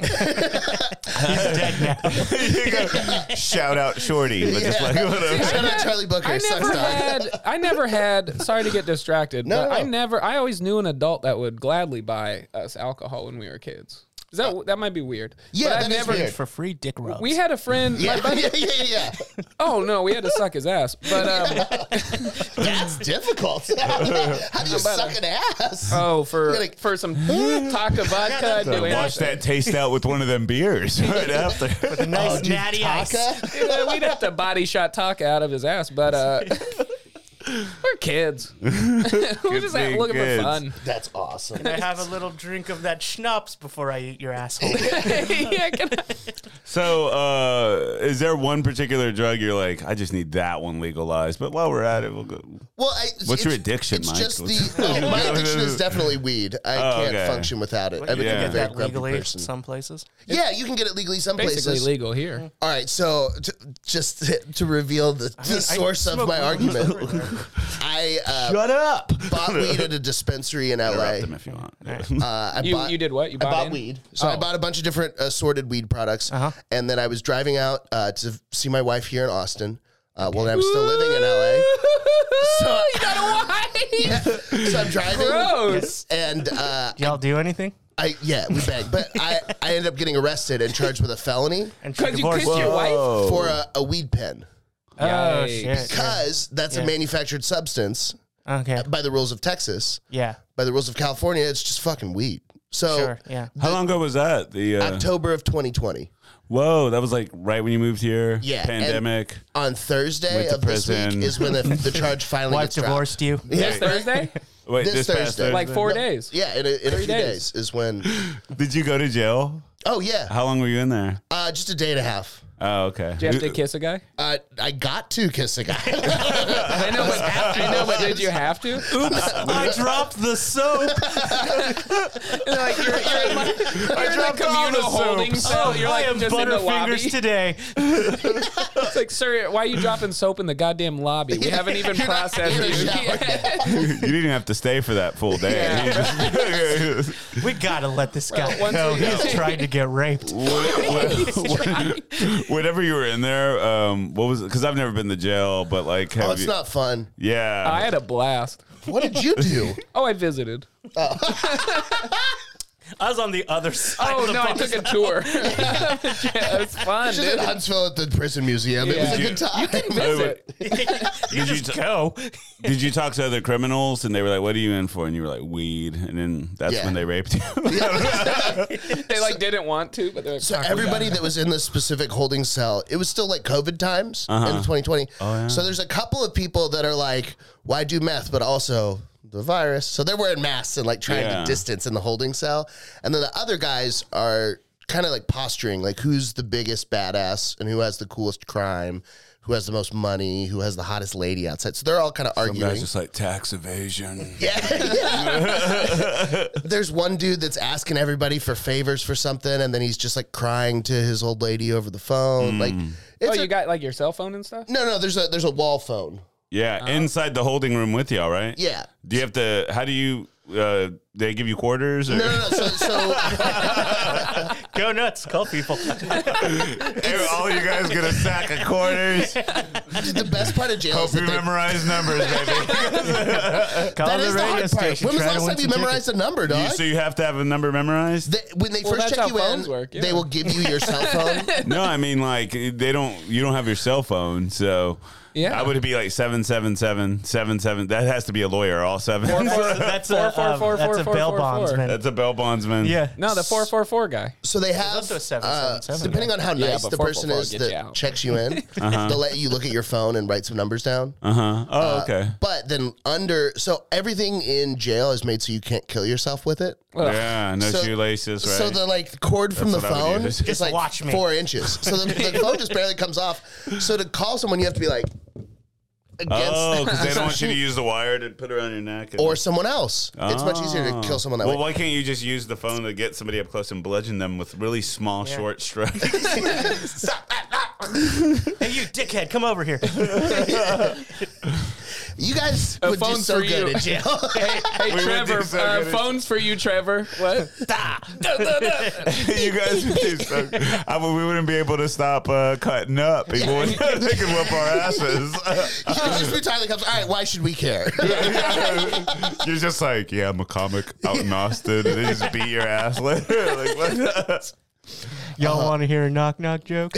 Speaker 1: You go, Shout out Shorty, but just like whatever.
Speaker 2: shout out Charlie Booker.
Speaker 5: I
Speaker 2: sucks
Speaker 5: never
Speaker 2: dog.
Speaker 5: had. I never had. Sorry to get distracted.
Speaker 2: No,
Speaker 5: but
Speaker 2: no,
Speaker 5: I
Speaker 2: no.
Speaker 5: never. I always knew an adult that would gladly buy us alcohol when we were kids. Is that that might be weird?
Speaker 2: Yeah,
Speaker 5: but
Speaker 2: that is weird.
Speaker 4: For free dick rubs.
Speaker 5: We had a friend.
Speaker 2: Yeah, yeah, yeah, yeah.
Speaker 5: Oh no, we had to suck his ass. But um,
Speaker 2: That's difficult. How do you suck an ass?
Speaker 5: oh, for
Speaker 2: You gotta-
Speaker 5: for some taka vodka, I'd do
Speaker 1: Wash
Speaker 5: anything.
Speaker 1: that taste out with one of them beers right after.
Speaker 4: nice natty ice.
Speaker 2: Taka?
Speaker 5: Yeah, We'd have to body shot taka out of his ass. But uh, we're kids. we're just out
Speaker 1: big
Speaker 5: looking
Speaker 1: kids.
Speaker 5: for fun.
Speaker 2: That's awesome.
Speaker 4: I have a little drink of that schnapps before I eat your asshole.
Speaker 5: yeah, can I-
Speaker 1: So, uh, is there one particular drug you're like, I just need that one legalized? But while we're at it, we'll go.
Speaker 2: Well, I,
Speaker 1: What's
Speaker 2: it's-
Speaker 1: your addiction,
Speaker 2: It's
Speaker 1: Mike?
Speaker 2: just
Speaker 1: Let's-
Speaker 2: the oh, my addiction is definitely weed. I
Speaker 1: Oh,
Speaker 2: can't
Speaker 1: okay.
Speaker 2: function without it. I
Speaker 4: you
Speaker 2: become
Speaker 1: Yeah.
Speaker 4: can
Speaker 2: a
Speaker 4: get
Speaker 2: very
Speaker 4: that
Speaker 2: grumpy
Speaker 4: legally
Speaker 2: person.
Speaker 4: some places.
Speaker 2: yeah, you can get it legally some
Speaker 5: basically
Speaker 2: places.
Speaker 5: legal here.
Speaker 2: All right, so t- just to, to reveal the, the source of my argument, I uh,
Speaker 1: Shut up.
Speaker 2: bought weed at a dispensary in LA.
Speaker 1: Interrupt them if you want.
Speaker 2: Uh, I
Speaker 5: You
Speaker 2: bought,
Speaker 5: you did what? You
Speaker 2: I
Speaker 5: bought,
Speaker 2: bought
Speaker 5: in?
Speaker 2: weed. So I
Speaker 5: Oh. Uh-huh.
Speaker 2: bought a bunch of different assorted weed products. And then I was driving out uh, to see my wife here in Austin. Uh, Well, I'm still living in LA. So-
Speaker 5: you got a wife.
Speaker 2: so I'm driving.
Speaker 5: Gross.
Speaker 2: And uh,
Speaker 4: Do y'all do anything?
Speaker 2: I yeah, we banged. But I, I ended up getting arrested and charged with a felony
Speaker 4: And
Speaker 5: Because you
Speaker 4: divorce.
Speaker 5: kissed your wife.
Speaker 2: for a, a weed pen.
Speaker 4: Oh
Speaker 5: Yikes.
Speaker 4: shit.
Speaker 2: Because that's a manufactured substance
Speaker 4: Okay.
Speaker 2: by the rules of Texas.
Speaker 4: Yeah.
Speaker 2: By the rules of California, it's just fucking weed. So
Speaker 4: Sure. Yeah.
Speaker 1: How long ago was that? The uh,
Speaker 2: October of 2020.
Speaker 1: whoa, that was like right when you moved here.
Speaker 2: Yeah, and-
Speaker 1: pandemic.
Speaker 2: On Thursday
Speaker 1: Went to
Speaker 2: of this
Speaker 1: prison.
Speaker 2: week is when the, the charge finally
Speaker 4: Wife
Speaker 2: gets dropped.
Speaker 4: divorced you.
Speaker 5: This Thursday,
Speaker 1: Wait,
Speaker 2: this
Speaker 1: this, past
Speaker 2: Thursday.
Speaker 1: Thursday.
Speaker 5: like four days.
Speaker 2: Yeah, in a, in a few
Speaker 5: days.
Speaker 2: days. is when.
Speaker 1: Did you go to jail?
Speaker 2: Oh yeah,
Speaker 1: How long were you in there?
Speaker 2: uh, just a day and a half.
Speaker 1: Oh, okay.
Speaker 5: Did you have to kiss a guy?
Speaker 2: Uh, I got to kiss a guy.
Speaker 5: I know, but I know, but did you have to?
Speaker 4: I dropped the soap.
Speaker 5: like you're, you're in, like, you're in like communal holding
Speaker 1: Oh,
Speaker 5: cell. You're
Speaker 4: I
Speaker 5: like
Speaker 4: am
Speaker 5: just in the lobby.
Speaker 4: Butterfingers today.
Speaker 5: It's like, sir, why are you dropping soap in the goddamn lobby? We haven't even processed
Speaker 2: in the
Speaker 5: you.
Speaker 2: shower.
Speaker 1: you didn't even have to stay for that full day.
Speaker 5: Yeah.
Speaker 1: You just-
Speaker 4: We gotta let this guy
Speaker 5: once
Speaker 4: go.
Speaker 5: we
Speaker 4: He's trying to get raped.
Speaker 1: Whenever you were in there, um, what was? Because I've never been to jail, but like, have
Speaker 2: oh, it's
Speaker 1: you-
Speaker 2: not fun.
Speaker 1: Yeah,
Speaker 5: I had a blast.
Speaker 2: What did you do?
Speaker 5: Oh, I visited.
Speaker 4: I was on the other side.
Speaker 5: Oh
Speaker 4: of the
Speaker 5: no, I
Speaker 4: bus.
Speaker 5: took a tour. yeah, it was fun,
Speaker 2: Just in
Speaker 5: dude.
Speaker 2: Huntsville at the prison museum. It was a
Speaker 5: Yeah.
Speaker 2: good time.
Speaker 5: Visit.
Speaker 1: Did you, t-
Speaker 4: go.
Speaker 1: did you talk to other criminals and they were like, "What are you in for?" And you were like, "Weed," and then that's
Speaker 2: Yeah.
Speaker 1: when they raped you.
Speaker 5: They like didn't want to, but they're like,
Speaker 2: So
Speaker 5: "Fuck, we
Speaker 2: everybody that was in the specific holding cell, it was still like COVID times in
Speaker 1: Uh-huh.
Speaker 2: 2020.
Speaker 1: Oh,
Speaker 2: So there's a couple of people that are like, "Why do meth?" But also the virus. So they're wearing masks and like trying
Speaker 1: Yeah.
Speaker 2: to distance in the holding cell. And then the other guys are kind of like posturing, like who's the biggest badass and who has the coolest crime, who has the most money, who has the hottest lady outside. So they're all kind of
Speaker 1: Some
Speaker 2: arguing.
Speaker 1: guys just like tax evasion.
Speaker 2: There's one dude that's asking everybody for favors for something, and then he's just like crying to his old lady over the phone. Like,
Speaker 4: Mm.
Speaker 5: got-"
Speaker 2: it's
Speaker 5: Oh,
Speaker 2: a-
Speaker 5: you got like your cell phone and stuff.
Speaker 2: No, no, there's a there's a wall phone.
Speaker 1: Yeah, inside the holding room with y'all, right?
Speaker 2: Yeah.
Speaker 1: Do you have to? How do you? Uh, they give you quarters? Or?
Speaker 2: No, no, no. So, so
Speaker 4: Go nuts. Call people.
Speaker 1: All you guys get a sack of quarters.
Speaker 2: the best part of jail
Speaker 1: Hope
Speaker 2: is
Speaker 1: you
Speaker 2: that they,
Speaker 1: memorize numbers, baby.
Speaker 4: Call
Speaker 2: that
Speaker 4: the
Speaker 2: is the
Speaker 4: radio
Speaker 2: hard part.
Speaker 4: station.
Speaker 2: When was the
Speaker 4: try to
Speaker 2: last
Speaker 4: win
Speaker 2: time you
Speaker 4: some
Speaker 2: memorized a number,
Speaker 1: You-
Speaker 2: dog?
Speaker 1: so you have to have a number memorized.
Speaker 2: They- when they
Speaker 5: Well,
Speaker 2: first
Speaker 5: that's
Speaker 2: check
Speaker 5: how
Speaker 2: you in,
Speaker 5: phones work, yeah.
Speaker 2: they will give you your cell phone.
Speaker 1: No, I mean like they don't. You don't have your cell phone, so
Speaker 5: Yeah.
Speaker 1: I would be like seven seven seven seven seven. That has to be a lawyer. All seven.
Speaker 4: tickets. That's
Speaker 5: Four,
Speaker 4: a,
Speaker 5: four,
Speaker 4: um,
Speaker 5: four,
Speaker 4: that's
Speaker 5: four,
Speaker 4: a
Speaker 5: four,
Speaker 4: bail
Speaker 5: four, four.
Speaker 4: bondsman.
Speaker 1: That's a bell bondsman.
Speaker 4: yeah.
Speaker 5: No, the four four four guy.
Speaker 2: So they have
Speaker 4: up to a seven,
Speaker 2: uh,
Speaker 4: seven, seven,
Speaker 2: depending on how
Speaker 5: Yeah,
Speaker 2: nice
Speaker 5: but
Speaker 2: the
Speaker 5: four,
Speaker 2: person
Speaker 5: four, four
Speaker 2: is
Speaker 5: gets
Speaker 2: that
Speaker 5: you out.
Speaker 2: checks you in,
Speaker 4: Uh-huh.
Speaker 2: they'll let you look at your phone and write some numbers down.
Speaker 1: Uh huh. Oh, okay.
Speaker 2: But then under, so everything in jail is made so you can't kill yourself with it.
Speaker 5: Ugh.
Speaker 1: yeah. No
Speaker 2: uh, So-
Speaker 1: shoelaces. Right.
Speaker 2: So the like cord from
Speaker 1: That's
Speaker 2: the
Speaker 1: what I would
Speaker 2: phone
Speaker 1: do.
Speaker 2: is
Speaker 1: Just
Speaker 2: like
Speaker 4: watch me.
Speaker 2: four inches. So the, the phone just barely comes off. So to call someone, you have to be like against
Speaker 1: oh, because they don't want you to use the wire to put around your neck. and-
Speaker 2: or someone else. It's much easier to
Speaker 1: Oh.
Speaker 2: kill someone that
Speaker 1: Well,
Speaker 2: way.
Speaker 1: why can't you just use the phone to get somebody up close and bludgeon them with really small, short strokes?
Speaker 4: Hey, you dickhead, come over here.
Speaker 2: You guys
Speaker 5: A
Speaker 2: would do
Speaker 5: phone's
Speaker 2: so
Speaker 5: for
Speaker 2: good
Speaker 5: you.
Speaker 2: in jail.
Speaker 5: Hey, hey
Speaker 1: would
Speaker 5: Trevor,
Speaker 1: do so
Speaker 5: uh,
Speaker 1: good.
Speaker 5: phones for you, Trevor. What?
Speaker 1: you guys would do so. I mean, we wouldn't be able to stop uh, cutting up. People would, they could whip our asses.
Speaker 2: you would just be Tyler Comes. All right, why should we care?
Speaker 1: You're just like, yeah, I'm a comic out in Austin. And they just beat your ass later. like, what? the-
Speaker 4: Y'all
Speaker 2: Uh-huh.
Speaker 4: want to hear a knock knock joke?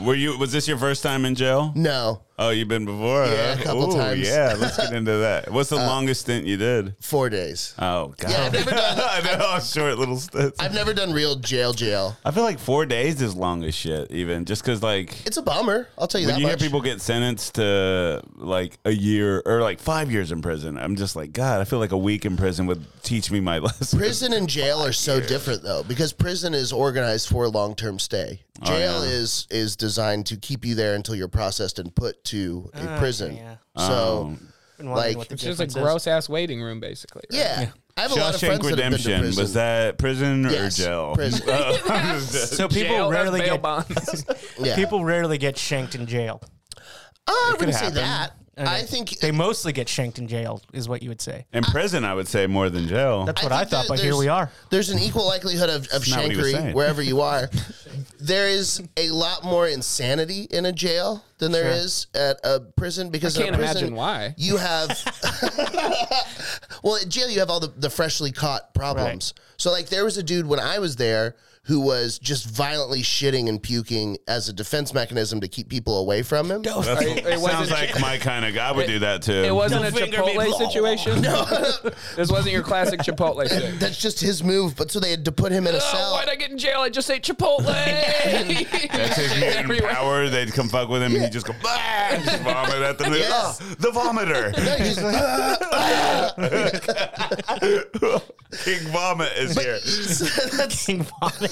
Speaker 1: Were you? Was this your first time in jail?
Speaker 2: no,
Speaker 1: Oh, you've been before.
Speaker 2: Yeah,
Speaker 1: huh?
Speaker 2: a couple
Speaker 1: Ooh,
Speaker 2: times.
Speaker 1: Yeah, let's get into that. What's the longest stint you did?
Speaker 2: four days.
Speaker 1: Oh God.
Speaker 2: Yeah, I've never done.
Speaker 1: I know short little stints.
Speaker 2: I've never done real jail jail.
Speaker 1: I feel like four days is long as shit, even just because like
Speaker 2: It's a bummer. I'll tell you
Speaker 1: when
Speaker 2: that
Speaker 1: you
Speaker 2: much.
Speaker 1: hear people get sentenced to like a year or like five years in prison, I'm just like, God, I feel like a week in prison would teach me my lesson.
Speaker 2: prison and jail are so different though because prison is organized for a long-term stay
Speaker 1: Oh,
Speaker 2: jail is is designed to keep you there until you're processed and put to a prison
Speaker 4: Oh, yeah.
Speaker 1: Oh.
Speaker 2: so
Speaker 4: Been wondering
Speaker 2: Like,
Speaker 4: what the
Speaker 5: It's just a
Speaker 4: difference is.
Speaker 5: gross ass waiting room, basically. right?
Speaker 2: yeah, i have a lot of
Speaker 1: Shawshank
Speaker 2: friends that have been to
Speaker 1: Redemption
Speaker 2: prison
Speaker 1: was that prison or
Speaker 2: Yes,
Speaker 1: jail? Oh,
Speaker 2: prison.
Speaker 4: So people
Speaker 5: Jail and
Speaker 4: rarely
Speaker 5: bail
Speaker 4: get
Speaker 5: bonds.
Speaker 2: yeah.
Speaker 4: people rarely get shanked in jail.
Speaker 2: Oh, i wouldn't say
Speaker 1: happen.
Speaker 2: that i think
Speaker 4: They mostly get shanked in jail, is what you would say.
Speaker 1: in prison, I would say more than jail.
Speaker 4: That's what I,
Speaker 2: think
Speaker 4: thought,
Speaker 2: that
Speaker 4: but here
Speaker 2: there's-
Speaker 4: we are.
Speaker 2: There's an equal likelihood of, of
Speaker 1: not what he was
Speaker 2: shankery
Speaker 1: saying.
Speaker 2: wherever you are. there is a lot more insanity in a jail than there is at a prison because
Speaker 5: I
Speaker 2: in a
Speaker 5: can't
Speaker 2: prison,
Speaker 5: imagine why.
Speaker 2: you have. well, in jail you have all the, the freshly caught problems. So like there was a dude when I was there who was just violently shitting and puking as a defense mechanism to keep people away from him.
Speaker 1: That's,
Speaker 5: It- it wasn't
Speaker 1: sounds
Speaker 5: a-
Speaker 1: like my kind of guy would do that too.
Speaker 5: It wasn't a
Speaker 4: Don't finger me.
Speaker 5: Chipotle situation. No, this wasn't your classic Chipotle shit.
Speaker 2: That's just his move. But so they had to put him in a
Speaker 5: Oh,
Speaker 2: cell.
Speaker 5: why'd I get in jail? I just ate Chipotle. That's
Speaker 1: That's his mutant power. They'd come fuck with him, and he'd just go "Bah," and just vomit at them.
Speaker 2: Yes.
Speaker 1: "Ah, the vomiter,
Speaker 2: He's like,
Speaker 1: King Vomit is here.
Speaker 4: King vomit.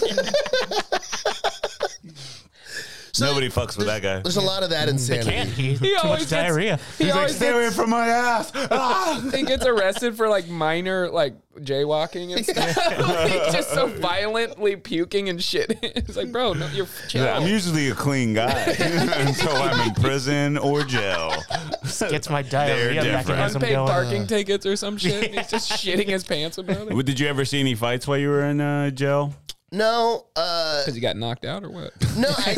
Speaker 1: Nobody fucks with that guy.
Speaker 2: There's a lot of that insanity.
Speaker 4: Can't he? Too
Speaker 5: always
Speaker 4: much
Speaker 5: gets-
Speaker 4: diarrhea.
Speaker 5: He
Speaker 1: He's like,
Speaker 5: always
Speaker 1: stay
Speaker 5: gets,
Speaker 1: away from my ass. Ah!
Speaker 5: he gets arrested for like minor like jaywalking and stuff. He's just so violently puking and shit. It's like, bro, no, you're chill.
Speaker 1: I'm usually a clean guy until I'm in prison or jail.
Speaker 4: Gets my diarrhea
Speaker 1: different.
Speaker 4: mechanism
Speaker 5: unpaid
Speaker 4: going.
Speaker 2: uh,
Speaker 5: parking tickets or some shit. and He's just shitting his pants about it
Speaker 1: Well, Did you ever see any fights while you were in uh, jail?
Speaker 2: No, uh,
Speaker 5: because he got knocked out or what?
Speaker 2: no. I,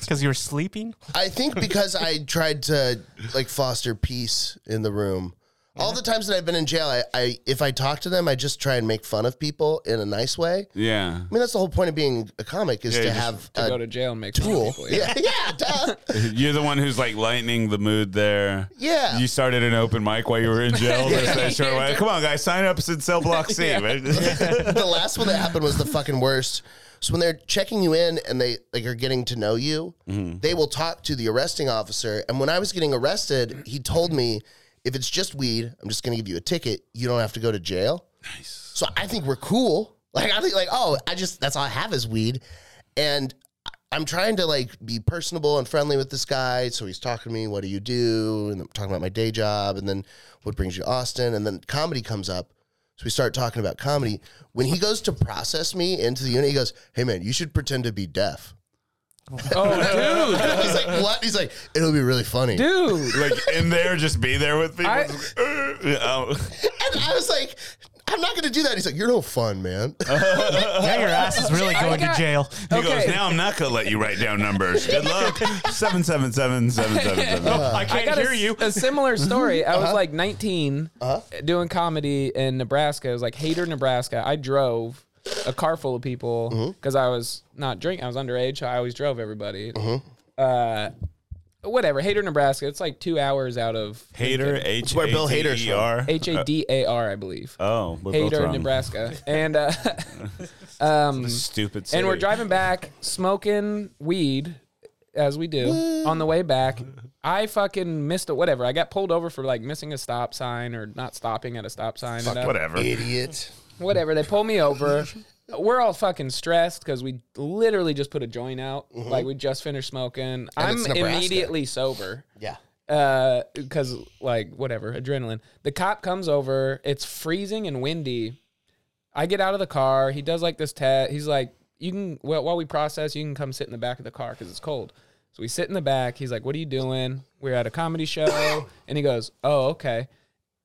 Speaker 4: Because you were sleeping?
Speaker 2: I think because I tried to like foster peace in the room. All the times that I've been in jail, I, I if I talk to them, I just try and make fun of people in a nice way.
Speaker 1: Yeah.
Speaker 2: I mean, that's the whole point of being a comic is
Speaker 1: Yeah,
Speaker 2: to
Speaker 1: you just-
Speaker 2: have
Speaker 5: to
Speaker 2: a
Speaker 5: go to jail and make fun of
Speaker 2: Uh, tool.
Speaker 5: people. Yeah.
Speaker 2: Yeah, yeah, duh.
Speaker 1: You're the one who's like lightening the mood there.
Speaker 2: Yeah.
Speaker 1: You started an open mic while you were in jail. That's that short way. Come on, guys, sign up in cell block C. man.
Speaker 2: the last one that happened was the fucking worst. So when they're checking you in and they like are getting to know you,
Speaker 1: Mm-hmm.
Speaker 2: they will talk to the arresting officer. And when I was getting arrested, he told me, if it's just weed, I'm just gonna give you a ticket. You don't have to go to jail. Nice. So I think we're cool. Like I think like, oh, I just that's all I have is weed. And I- I'm trying to like be personable and friendly with this guy. So he's talking to me, what do you do? And I'm talking about my day job and then what brings you to Austin. And then comedy comes up. So we start talking about comedy. When he goes to process me into the unit, he goes, Hey man, you should pretend to be deaf.
Speaker 5: Oh,
Speaker 2: I was like, What? He's like, It'll be really funny.
Speaker 5: dude, dude.
Speaker 1: like in there, just be there with people.
Speaker 5: I-
Speaker 1: Just, uh,
Speaker 2: And I was like, I'm not gonna do that. He's like, You're no fun, man.
Speaker 4: Now your ass is really
Speaker 5: I
Speaker 4: going
Speaker 5: got-
Speaker 4: to jail.
Speaker 1: he goes,
Speaker 5: Okay.
Speaker 1: now I'm not going to let you write down numbers. Good luck. 777
Speaker 4: I can't
Speaker 5: got a
Speaker 4: hear
Speaker 5: s-
Speaker 4: you.
Speaker 5: A similar story. I was like 19, doing comedy in Nebraska. It was like Hader, Nebraska. I drove a car full of people because I was not drinking. I was underage, so I always drove everybody. Uh, whatever. Hader, Nebraska. It's like two hours out of
Speaker 1: Hater, H
Speaker 2: where Bill Hader's
Speaker 1: H-A-T-E-R.
Speaker 2: from.
Speaker 5: H A D A R, I believe.
Speaker 1: Oh, uh, we're both
Speaker 5: Hader,
Speaker 1: wrong.
Speaker 5: Nebraska, and uh, um,
Speaker 1: Stupid city.
Speaker 5: and we're driving back smoking weed as we do on the way back i fucking missed a whatever i got pulled over for like missing a stop sign or not stopping at a stop sign and, uh,
Speaker 1: Whatever.
Speaker 2: Idiot.
Speaker 5: whatever they pull me over we're all fucking stressed because we literally just put a joint out like we just finished smoking i'm
Speaker 2: Mm-hmm. it's Nebraska.
Speaker 5: immediately sober
Speaker 2: Yeah.
Speaker 5: because Uh, like whatever adrenaline the cop comes over it's freezing and windy i get out of the car he does like this test he's like you can well, while we process you can come sit in the back of the car because it's cold so we sit in the back he's like what are you doing we're at a comedy show and he goes oh okay